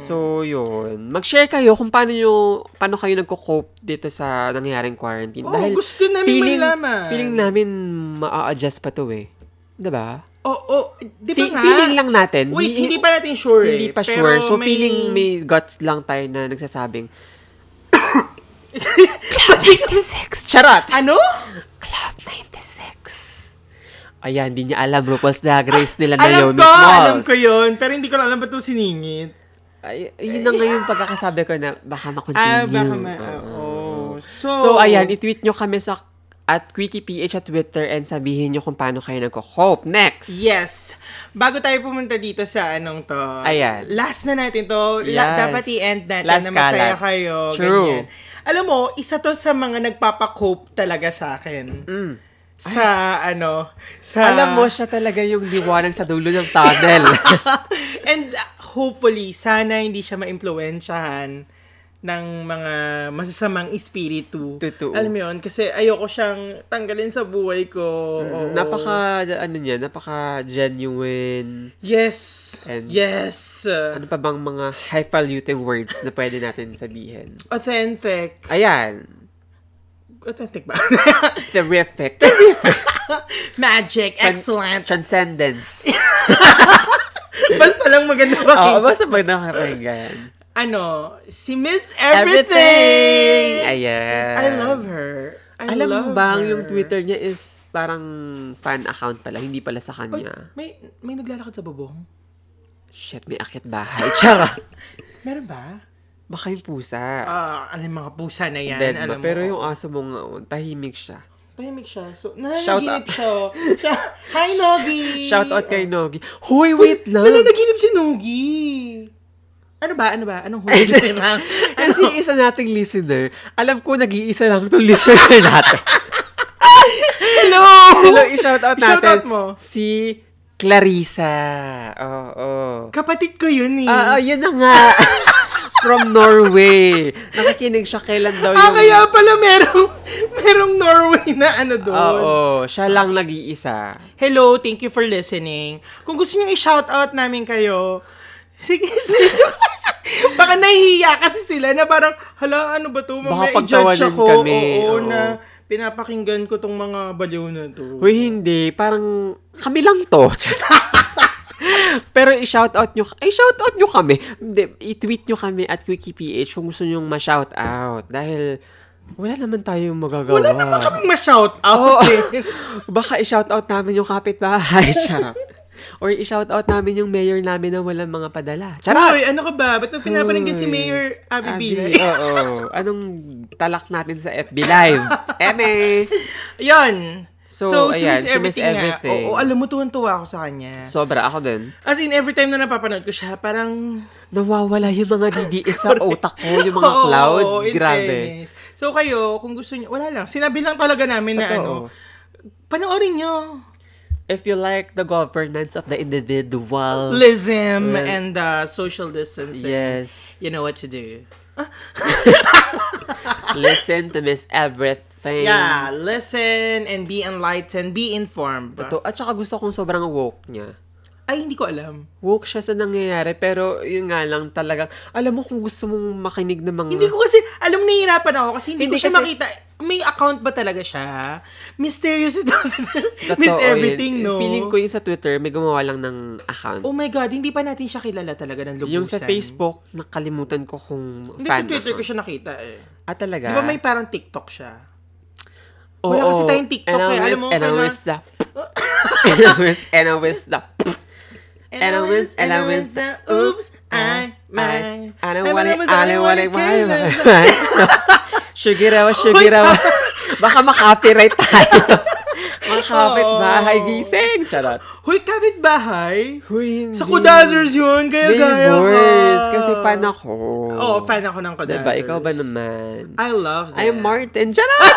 Speaker 2: So, yun. Mag-share kayo kung paano, nyo, paano kayo nagko-cope dito sa nangyaring quarantine.
Speaker 1: Oo, gusto namin malaman.
Speaker 2: Feeling namin maa-adjust pa to eh. 'Di ba?
Speaker 1: Oo, oh, di ba
Speaker 2: Fe-
Speaker 1: nga?
Speaker 2: feeling lang natin.
Speaker 1: Wait, hindi pa natin sure eh.
Speaker 2: Hindi pa
Speaker 1: Pero
Speaker 2: sure. So,
Speaker 1: may-
Speaker 2: feeling may guts lang tayo na nagsasabing, Club 96! Charot!
Speaker 1: Ano?
Speaker 2: Club 96. Ayan, hindi niya alam RuPaul's Drag Race
Speaker 1: <laughs>
Speaker 2: nila na
Speaker 1: Alam
Speaker 2: yun,
Speaker 1: ko,
Speaker 2: Miss Malls.
Speaker 1: alam ko yun. Pero hindi ko lang alam ba't ito siningit.
Speaker 2: Ay, yun na nga yung pagkakasabi ko na baka
Speaker 1: Ah,
Speaker 2: makontinue.
Speaker 1: baka ma... oh.
Speaker 2: Oo.
Speaker 1: Oo. So,
Speaker 2: So, ayan, i-tweet nyo kami sa at QuickiePH at Twitter and sabihin nyo kung paano kayo nagko-cope. Next!
Speaker 1: Yes. Bago tayo pumunta dito sa anong to.
Speaker 2: Ayan.
Speaker 1: Last na natin to. La-
Speaker 2: Yes.
Speaker 1: dapat i-end natin
Speaker 2: Last
Speaker 1: na masaya
Speaker 2: kalat.
Speaker 1: kayo.
Speaker 2: True.
Speaker 1: Ganyan. Alam mo, isa to sa mga nagpapakope talaga sa akin.
Speaker 2: Mm.
Speaker 1: Sa ano, sa...
Speaker 2: Alam mo, siya talaga yung liwanag sa dulo ng tunnel.
Speaker 1: <laughs> And uh, hopefully, sana hindi siya maimpluwensyahan ng mga masasamang espiritu.
Speaker 2: Totoo.
Speaker 1: Alam mo yun? Kasi ayoko siyang tanggalin sa buhay ko. Oo.
Speaker 2: Mm, napaka, ano niya, napaka genuine.
Speaker 1: Yes.
Speaker 2: And-
Speaker 1: yes.
Speaker 2: Ano pa bang mga high-faluting words na pwede natin sabihin?
Speaker 1: Authentic.
Speaker 2: Ayan.
Speaker 1: Authentic ba? <laughs>
Speaker 2: Terrific.
Speaker 1: Magic, excellent. <laughs>
Speaker 2: Transcendence.
Speaker 1: Basta lang maganda
Speaker 2: Oo,
Speaker 1: ba?
Speaker 2: basta pag nakakapagyan.
Speaker 1: ano, si Miss
Speaker 2: Everything!
Speaker 1: Everything!
Speaker 2: Ayan.
Speaker 1: I love her. I
Speaker 2: Alam mo
Speaker 1: love
Speaker 2: bang
Speaker 1: her.
Speaker 2: yung Twitter niya is parang fan account pala, hindi pala sa kanya.
Speaker 1: May, may naglalakad sa bubong?
Speaker 2: Shit, may akit bahay. <laughs> Charot.
Speaker 1: Meron ba?
Speaker 2: Baka yung pusa.
Speaker 1: Ah, ano yung mga pusa na yan?
Speaker 2: Dead
Speaker 1: alam
Speaker 2: ba? Pero
Speaker 1: mo.
Speaker 2: yung aso mo nga, oh, tahimik siya.
Speaker 1: Tahimik siya. So,
Speaker 2: Shout
Speaker 1: nananaginip
Speaker 2: out.
Speaker 1: siya. siya. Hi, Nogi!
Speaker 2: Shout out kay Nogi. Hoy, wait lang! <laughs>
Speaker 1: Nananaginip si Nogi! Ano ba? Ano ba? Anong
Speaker 2: <laughs>
Speaker 1: huli? ano?
Speaker 2: Kasi isa nating listener, alam ko nag-iisa lang itong listener <laughs> natin.
Speaker 1: Hello!
Speaker 2: Hello, i-shout out natin.
Speaker 1: I-shout out Oh. mo.
Speaker 2: Si Clarissa. Oo. Oh,
Speaker 1: Kapatid ko yun eh.
Speaker 2: Ah, ah, yun na nga. <laughs> From Norway. Nakikinig siya kailan daw yung...
Speaker 1: Ah, kaya pala merong, <laughs> merong Norway na ano doon.
Speaker 2: Ah, Oo, siya lang nag-iisa.
Speaker 1: Hello, thank you for listening. Kung gusto nyo i-shoutout namin kayo, sige, <laughs> sige. Baka nahihiya kasi sila na parang, hala, ano ba to? Mamaya
Speaker 2: Baka
Speaker 1: i-judge
Speaker 2: pagtawanan
Speaker 1: ako.
Speaker 2: kami,
Speaker 1: Oo,
Speaker 2: oo.
Speaker 1: na pinapakinggan ko tong mga baliw na to.
Speaker 2: Uy, hindi. Parang kami lang to. <laughs> Pero i-shoutout nyo, ay shoutout nyo kami. Hindi, i-tweet nyo kami at QuickiePH kung gusto nyong ma-shoutout. Dahil wala naman tayong magagawa.
Speaker 1: Wala naman kaming ma-shoutout.
Speaker 2: Oo.
Speaker 1: <laughs> eh.
Speaker 2: <laughs> Baka i-shoutout namin yung kapitbahay. <laughs> Charot. Or i-shoutout namin yung mayor namin na walang mga padala. Charot!
Speaker 1: Uy, ano ka ba? Ba't mo pinapaninggan si
Speaker 2: Uy.
Speaker 1: Mayor Abby
Speaker 2: Abi,
Speaker 1: Bilay? <laughs>
Speaker 2: Oo. Anong talak natin sa FB Live? Eme!
Speaker 1: Yun. So,
Speaker 2: So,
Speaker 1: si
Speaker 2: ayan,
Speaker 1: Miss
Speaker 2: si Miss
Speaker 1: Everything, nga.
Speaker 2: Everything.
Speaker 1: Oo, alam mo, tuwan-tuwa ako sa kanya.
Speaker 2: Sobra ako din.
Speaker 1: As in, every time na napapanood ko siya, parang...
Speaker 2: Nawawala yung mga DDS sa utak ko, yung mga
Speaker 1: <laughs> Oo,
Speaker 2: cloud.
Speaker 1: oo, in
Speaker 2: Grabe.
Speaker 1: fairness. So kayo, kung gusto niyo, wala lang. Sinabi lang talaga namin na ano,
Speaker 2: Totoo.
Speaker 1: panoorin nyo.
Speaker 2: If you like the governance of the individual,
Speaker 1: Lism and uh, social distancing.
Speaker 2: yes,
Speaker 1: You know what to do.
Speaker 2: listen to Miss Everything.
Speaker 1: Yeah, listen and be enlightened, be informed.
Speaker 2: Totoo. At saka gusto kong sobrang woke niya.
Speaker 1: Ay, hindi ko alam.
Speaker 2: Woke siya sa nangyayari, pero yun nga lang talagang, alam mo kung gusto mong makinig ng mga...
Speaker 1: Hindi ko kasi, alam mo, nahihirapan ako kasi hindi,
Speaker 2: Hindi
Speaker 1: ko siya
Speaker 2: kasi-
Speaker 1: makita. May account ba talaga siya? Mysterious ito. <laughs> Miss
Speaker 2: Totoo yun.
Speaker 1: everything, no?
Speaker 2: Feeling ko yung sa Twitter, may gumawa lang ng account.
Speaker 1: Oh my God, hindi pa natin siya kilala talaga ng lubusan.
Speaker 2: yung sa Facebook, nakalimutan ko kung
Speaker 1: Hindi, sa
Speaker 2: fan
Speaker 1: Twitter ko
Speaker 2: ako.
Speaker 1: siya nakita eh.
Speaker 2: Ah, talaga?
Speaker 1: Di ba may parang TikTok siya?
Speaker 2: Oo,
Speaker 1: wala kasi tayong TikTok
Speaker 2: and
Speaker 1: eh.
Speaker 2: always-
Speaker 1: Alam mo,
Speaker 2: and
Speaker 1: kailangan-
Speaker 2: always
Speaker 1: <laughs>
Speaker 2: the... and always, and always the... Allowance, allowance,
Speaker 1: na, oops, I, my,
Speaker 2: uh, I
Speaker 1: I
Speaker 2: don't want it,
Speaker 1: was the
Speaker 2: I
Speaker 1: only
Speaker 2: don't
Speaker 1: one
Speaker 2: want it,
Speaker 1: who cares. <laughs>
Speaker 2: Sugirawa, sugirawa. <laughs> Baka makapiright
Speaker 1: <laughs>
Speaker 2: tayo. Mga kapit-bahay gising. Charot.
Speaker 1: Hoy, kapitbahay.
Speaker 2: Huy, hindi.
Speaker 1: Sa Kudazers yun, gaya-gaya ka.
Speaker 2: Neighbors, kasi fan ako.
Speaker 1: Oo, fan ako ng Kudazers.
Speaker 2: Diba? Ikaw ba naman?
Speaker 1: I love that.
Speaker 2: I'm Martin.
Speaker 1: <laughs>
Speaker 2: Charot!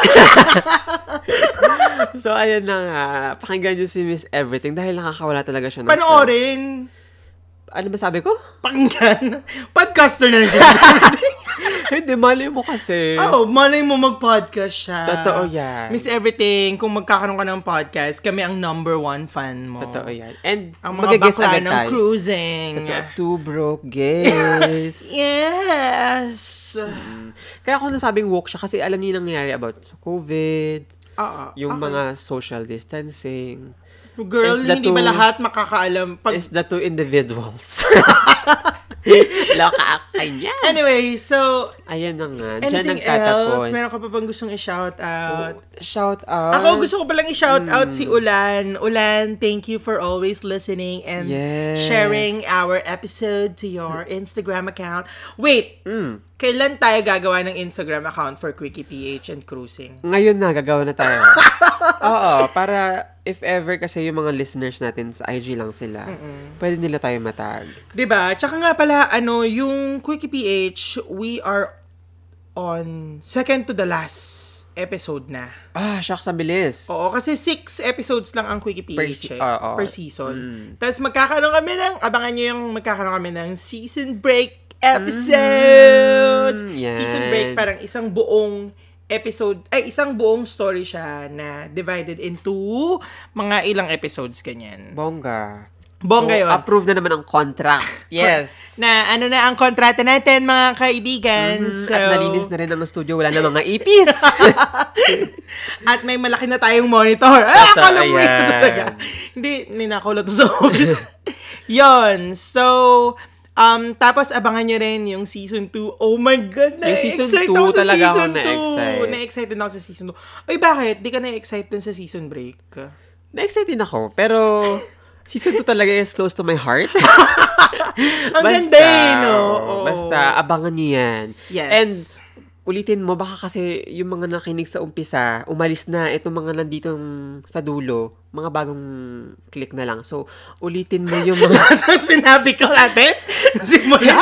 Speaker 2: so, ayun na nga. Pakinggan niyo si Miss Everything dahil nakakawala talaga siya ng stress.
Speaker 1: Panoorin.
Speaker 2: Ano ba sabi ko? <laughs>
Speaker 1: Pakinggan. <laughs> Podcaster na rin siya.
Speaker 2: Hindi, mali mo kasi.
Speaker 1: Oo, malay mo mag-podcast siya.
Speaker 2: Totoo yan.
Speaker 1: Miss Everything, kung magkakaroon ka ng podcast, kami ang number one fan mo.
Speaker 2: Totoo yan. And
Speaker 1: Ang mga
Speaker 2: magagets
Speaker 1: bakla
Speaker 2: agad
Speaker 1: ng
Speaker 2: tayo.
Speaker 1: cruising.
Speaker 2: Totoo, two broke
Speaker 1: <laughs>
Speaker 2: gays.
Speaker 1: Yes!
Speaker 2: Kaya ako nasabing woke siya kasi alam niyo yung nangyayari about COVID,
Speaker 1: Oo.
Speaker 2: yung
Speaker 1: okay.
Speaker 2: mga social distancing.
Speaker 1: Girl,
Speaker 2: Is the
Speaker 1: hindi ba
Speaker 2: two-
Speaker 1: lahat makakaalam? Pag...
Speaker 2: Is the two
Speaker 1: <laughs>
Speaker 2: individuals. Loka ka niya.
Speaker 1: Anyway, so,
Speaker 2: Ayan na nga. Diyan
Speaker 1: anything
Speaker 2: nagtatapos. Oh.
Speaker 1: else? Meron ka pa bang gustong i-shout out?
Speaker 2: Shout out.
Speaker 1: Ako gusto ko palang i-shout out
Speaker 2: Hmm.
Speaker 1: si Ulan. Ulan, thank you for always listening and
Speaker 2: Yes. Hmm.
Speaker 1: sharing our episode to your Instagram account. Wait, kailan tayo gagawa ng Instagram account for Quickie PH and Cruising?
Speaker 2: Ngayon na, gagawa na
Speaker 1: <laughs>
Speaker 2: tayo. Oo, para if ever kasi yung mga listeners natin sa IG lang sila, pwede nila tayo matag.
Speaker 1: 'Di ba? Diba? Tsaka nga pala ano, yung Quickie PH, we are on second to the last episode na.
Speaker 2: Ah, shucks, ang bilis.
Speaker 1: Oo, kasi six episodes lang ang Quickie PH
Speaker 2: Per
Speaker 1: per,
Speaker 2: se- oo. Mm.
Speaker 1: per season. Tapos magkakaroon kami ng, abangan nyo yung magkakaroon kami ng season break episodes.
Speaker 2: Mm, yan.
Speaker 1: Season break parang isang buong episode, ay isang buong story siya na divided into mga ilang episodes ganyan.
Speaker 2: Bongga.
Speaker 1: Bongga
Speaker 2: So,
Speaker 1: yun.
Speaker 2: Approve na naman ang
Speaker 1: <laughs>
Speaker 2: contract. Yes.
Speaker 1: Na ano na ang kontrata natin mga kaibigan. So,
Speaker 2: Mm, Mm-hmm. At malinis na rin ang studio. Wala na mga ipis.
Speaker 1: <laughs> At may malaki na tayong monitor. Ah,
Speaker 2: Totoo
Speaker 1: akala mo yun
Speaker 2: yan.
Speaker 1: talaga. Hindi, ninakaw lang to sa office. <laughs> Yun. So, um, tapos abangan nyo rin yung season 2. Oh my God,
Speaker 2: Yung season
Speaker 1: na-excite
Speaker 2: two,
Speaker 1: ako sa
Speaker 2: talaga ako
Speaker 1: season 2.
Speaker 2: na-excite.
Speaker 1: Na-excited ako sa season 2. Uy, bakit? Di ka na-excite dun sa season break?
Speaker 2: Na-excited ako. Pero, season 2 talaga is close to my heart.
Speaker 1: Ang ganda eh, no? Oo. <laughs>
Speaker 2: Basta, abangan niyo yan.
Speaker 1: Yes.
Speaker 2: And, ulitin mo, baka kasi yung mga nakinig sa umpisa, umalis na itong mga nandito sa dulo, mga bagong click na lang. So, ulitin mo yung
Speaker 1: <laughs>
Speaker 2: mga... <laughs>
Speaker 1: Sinabi ko natin, simula.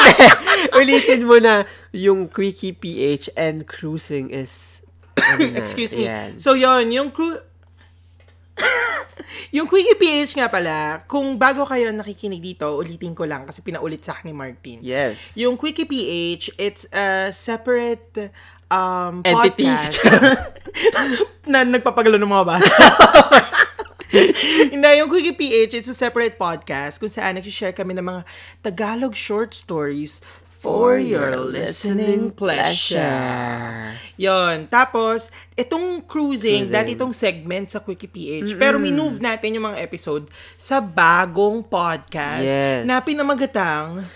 Speaker 2: ulitin mo na yung Quickie PH and Cruising is... ano na,
Speaker 1: Excuse me.
Speaker 2: yan.
Speaker 1: So, yon yung crew...
Speaker 2: <coughs>
Speaker 1: yung Quickie PH nga pala, kung bago kayo nakikinig dito, ulitin ko lang kasi pinaulit sa akin ni Martin.
Speaker 2: Yes.
Speaker 1: Yung Quickie PH, it's a separate um,
Speaker 2: Entity.
Speaker 1: podcast
Speaker 2: <laughs>
Speaker 1: na nagpapagalo ng mga bata. Hindi, yung Quickie PH, it's a separate podcast kung saan nagsishare kami ng mga Tagalog short stories for your listening pleasure. Yon. Tapos, itong cruising,
Speaker 2: Cruising.
Speaker 1: dati itong segment sa Quickie PH, pero minove natin yung mga episode sa bagong podcast
Speaker 2: Yes.
Speaker 1: na pinamagatang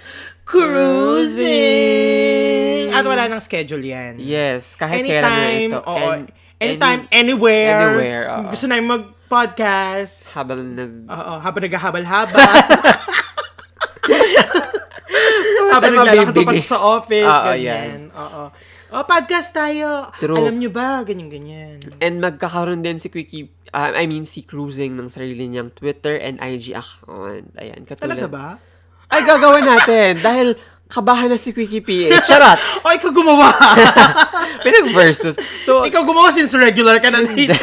Speaker 1: Cruising! At wala ng schedule yan.
Speaker 2: Yes, kahit kailan na
Speaker 1: anytime,
Speaker 2: ito.
Speaker 1: oo,
Speaker 2: And-
Speaker 1: anytime,
Speaker 2: any-
Speaker 1: anywhere.
Speaker 2: anywhere, oo.
Speaker 1: Gusto namin mag-podcast.
Speaker 2: habang nag...
Speaker 1: Oo, habang naghahabal-habal. habang
Speaker 2: Tama,
Speaker 1: naglalakad
Speaker 2: baby.
Speaker 1: papasok sa office,
Speaker 2: Oo,
Speaker 1: ganyan. Oo. Oh, podcast tayo.
Speaker 2: True.
Speaker 1: Alam nyo ba? Ganyan-ganyan.
Speaker 2: And magkakaroon din si Quickie, ah, I mean si Cruising ng sarili niyang Twitter and IG account. Ayan, katulad.
Speaker 1: Talaga ba?
Speaker 2: Ay, gagawin natin. <laughs> dahil kabahan na si Quickie PH. Charot!
Speaker 1: Oh, ikaw gumawa.
Speaker 2: Pinag-versus. <laughs>
Speaker 1: <laughs>
Speaker 2: So,
Speaker 1: ikaw gumawa since regular ka na dito.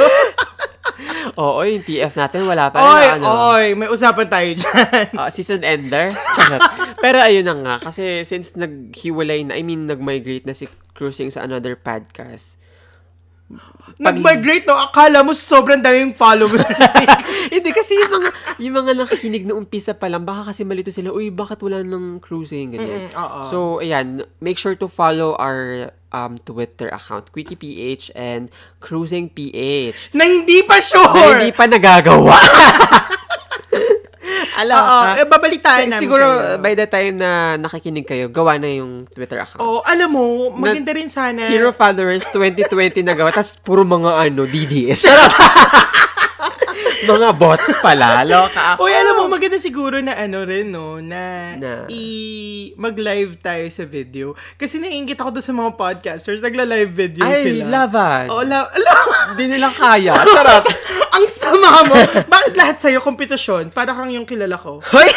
Speaker 2: oo, yung TF natin, wala pa rin.
Speaker 1: <laughs> oy,
Speaker 2: ano.
Speaker 1: oy, may usapan tayo
Speaker 2: <laughs>
Speaker 1: dyan.
Speaker 2: Ah, season ender. Charot. Pero ayun na nga, kasi since naghiwalay na, I mean, nag-migrate na si Cruising sa another podcast. <laughs>
Speaker 1: Nag-migrate, no? Akala mo sobrang daming
Speaker 2: <laughs>
Speaker 1: followers.
Speaker 2: Hindi, kasi yung mga, yung mga nakikinig na umpisa pa lang, baka kasi malito sila, uy, bakit wala nang Cruising? Ganyan.
Speaker 1: Mm-mm, Mm, oo.
Speaker 2: So, ayan, make sure to follow our um, Twitter account, QuickiePH and CruisingPH.
Speaker 1: na hindi pa
Speaker 2: Na
Speaker 1: sure.
Speaker 2: hindi pa nagagawa. <laughs> Alam
Speaker 1: Oo,
Speaker 2: ka.
Speaker 1: eh, babalitaan
Speaker 2: Si-
Speaker 1: namin
Speaker 2: Siguro,
Speaker 1: kayo.
Speaker 2: by the time na nakikinig kayo, gawa na yung Twitter account.
Speaker 1: Oh, alam mo, maganda rin sana.
Speaker 2: Zero followers, 2020 nagawa. Tapos, puro mga ano, DDS. Charot! <laughs> mga bots pala. Loka ako.
Speaker 1: Uy, alam mo, maganda siguro na ano rin, no, na,
Speaker 2: Na-
Speaker 1: i- mag-live tayo sa video. Kasi naiingit ako doon sa mga podcasters, nagla-live video
Speaker 2: Ay,
Speaker 1: sila.
Speaker 2: laban.
Speaker 1: Oh, la- la- <laughs>
Speaker 2: Hindi nila kaya. Charot.
Speaker 1: Ang sama mo! Bakit lahat sa'yo kompetisyon? Para kang yung kilala ko.
Speaker 2: Hoy!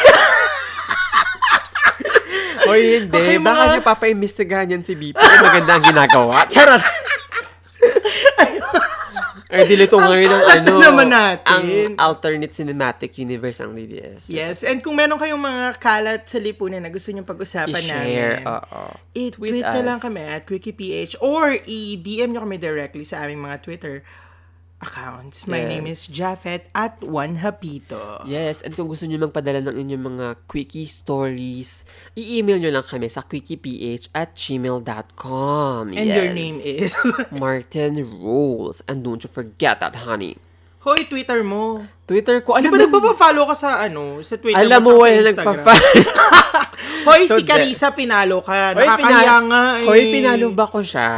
Speaker 2: Hoy, hindi.
Speaker 1: Okay,
Speaker 2: Baka
Speaker 1: mga-
Speaker 2: niyo papaimbestigahan yan si BP. Ay, maganda ang
Speaker 1: <laughs>
Speaker 2: ginagawa. Charot! Or dilito ngayon ang
Speaker 1: kalat
Speaker 2: ano.
Speaker 1: naman natin.
Speaker 2: Ang alternate cinematic universe ang DDS.
Speaker 1: Yes, and kung meron kayong mga kalat sa lipunan na gusto niyong pag-usapan
Speaker 2: I-share.
Speaker 1: namin,
Speaker 2: Oo.
Speaker 1: i-tweet
Speaker 2: Tweet
Speaker 1: na lang
Speaker 2: us.
Speaker 1: kami at QuickiePH or i-DM nyo kami directly sa aming mga Twitter accounts. My
Speaker 2: Yes.
Speaker 1: name is Jafet at Juan Hapito.
Speaker 2: Yes, and kung gusto niyo magpadala ng inyong mga quickie stories, i-email niyo lang kami sa quickieph at gmail.com.
Speaker 1: And your name is... <laughs>
Speaker 2: Martin Rules. And don't you forget that, honey.
Speaker 1: Hoy, Twitter mo.
Speaker 2: Twitter ko,
Speaker 1: Di
Speaker 2: alam
Speaker 1: ba
Speaker 2: mo,
Speaker 1: nagpapafollow ka sa ano? Sa Twitter
Speaker 2: alam mo,
Speaker 1: mo,
Speaker 2: wala
Speaker 1: tsaka sa Instagram?
Speaker 2: nagpa-follow.
Speaker 1: Hoy,
Speaker 2: <laughs>
Speaker 1: si
Speaker 2: So,
Speaker 1: Carissa, pinalo ka.
Speaker 2: Hoy,
Speaker 1: Nakakaya
Speaker 2: pinalo-
Speaker 1: nga eh.
Speaker 2: Hoy, pinalo ba ko siya?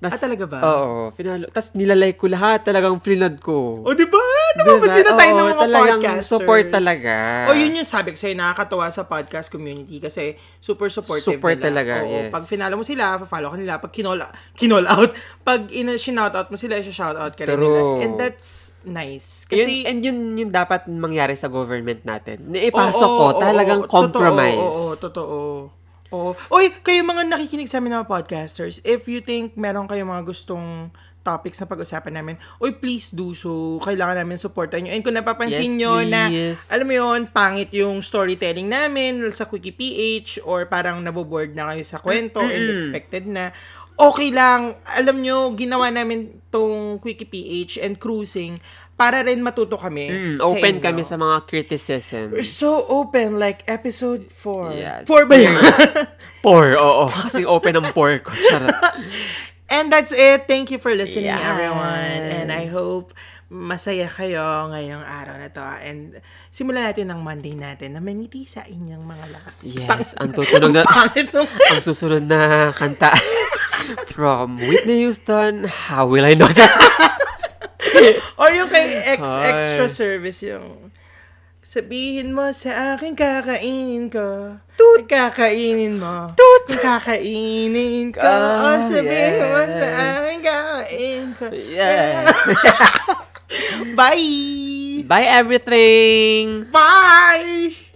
Speaker 2: Tas,
Speaker 1: Ah, talaga ba?
Speaker 2: Oo, finalo. Tapos nilalike ko lahat, talagang flinad ko.
Speaker 1: O, di ba? Napapansin na tayo ng
Speaker 2: Oo,
Speaker 1: mga
Speaker 2: talagang
Speaker 1: podcasters.
Speaker 2: support talaga.
Speaker 1: O, yun yung sabi ko sa'yo, nakakatawa sa podcast community kasi super supportive
Speaker 2: Support
Speaker 1: nila.
Speaker 2: talaga,
Speaker 1: Oo,
Speaker 2: yes.
Speaker 1: Pag finalo mo sila, follow ka nila. Pag kinol, kinol out, pag in, out mo sila, shout out ka rin
Speaker 2: True.
Speaker 1: nila. And that's nice.
Speaker 2: Yun,
Speaker 1: Kasi,
Speaker 2: and yun yung dapat mangyari sa government natin. Naipasok
Speaker 1: Oo,
Speaker 2: ko,
Speaker 1: oo,
Speaker 2: talagang
Speaker 1: oo, totoo,
Speaker 2: compromise.
Speaker 1: Oo, oo, totoo. Oo. Oy, kayo mga nakikinig sa amin na mga podcasters, if you think meron kayong mga gustong topics na pag-usapan namin, oy, please do so. Kailangan namin supportan nyo. And kung napapansin
Speaker 2: Yes,
Speaker 1: nyo na,
Speaker 2: please.
Speaker 1: alam mo yon pangit yung storytelling namin sa Quickie PH or parang naboboard na kayo sa
Speaker 2: Mm,
Speaker 1: kwento and expected na, okay lang. Alam nyo, ginawa namin tong Quickie PH and cruising para rin matuto kami. sa
Speaker 2: Mm, open
Speaker 1: inyo.
Speaker 2: kami sa mga <laughs> criticism.
Speaker 1: We're so open, like episode 4.
Speaker 2: Yeah.
Speaker 1: 4 ba yun? <laughs>
Speaker 2: Por, oo. Kasi open ang por ko. Charot.
Speaker 1: And that's it. Thank you for listening,
Speaker 2: Yeah.
Speaker 1: everyone. And I hope masaya kayo ngayong araw na to. And simulan natin ng Monday natin na mangiti sa inyong mga lakas.
Speaker 2: Yes, ang tutunog na...
Speaker 1: Pangit nung-
Speaker 2: ang susunod na kanta <laughs> from Whitney Houston, How Will I Know?
Speaker 1: Or yung kay ex
Speaker 2: Hi.
Speaker 1: extra service yung sabihin mo sa akin kakainin ko. Tut kakainin mo. Tut kakainin ko.
Speaker 2: Ah,
Speaker 1: O sabihin mo
Speaker 2: yeah.
Speaker 1: sa akin kakainin ko.
Speaker 2: yeah.
Speaker 1: Bye.
Speaker 2: Bye everything!
Speaker 1: <laughs>
Speaker 2: <laughs>
Speaker 1: Bye.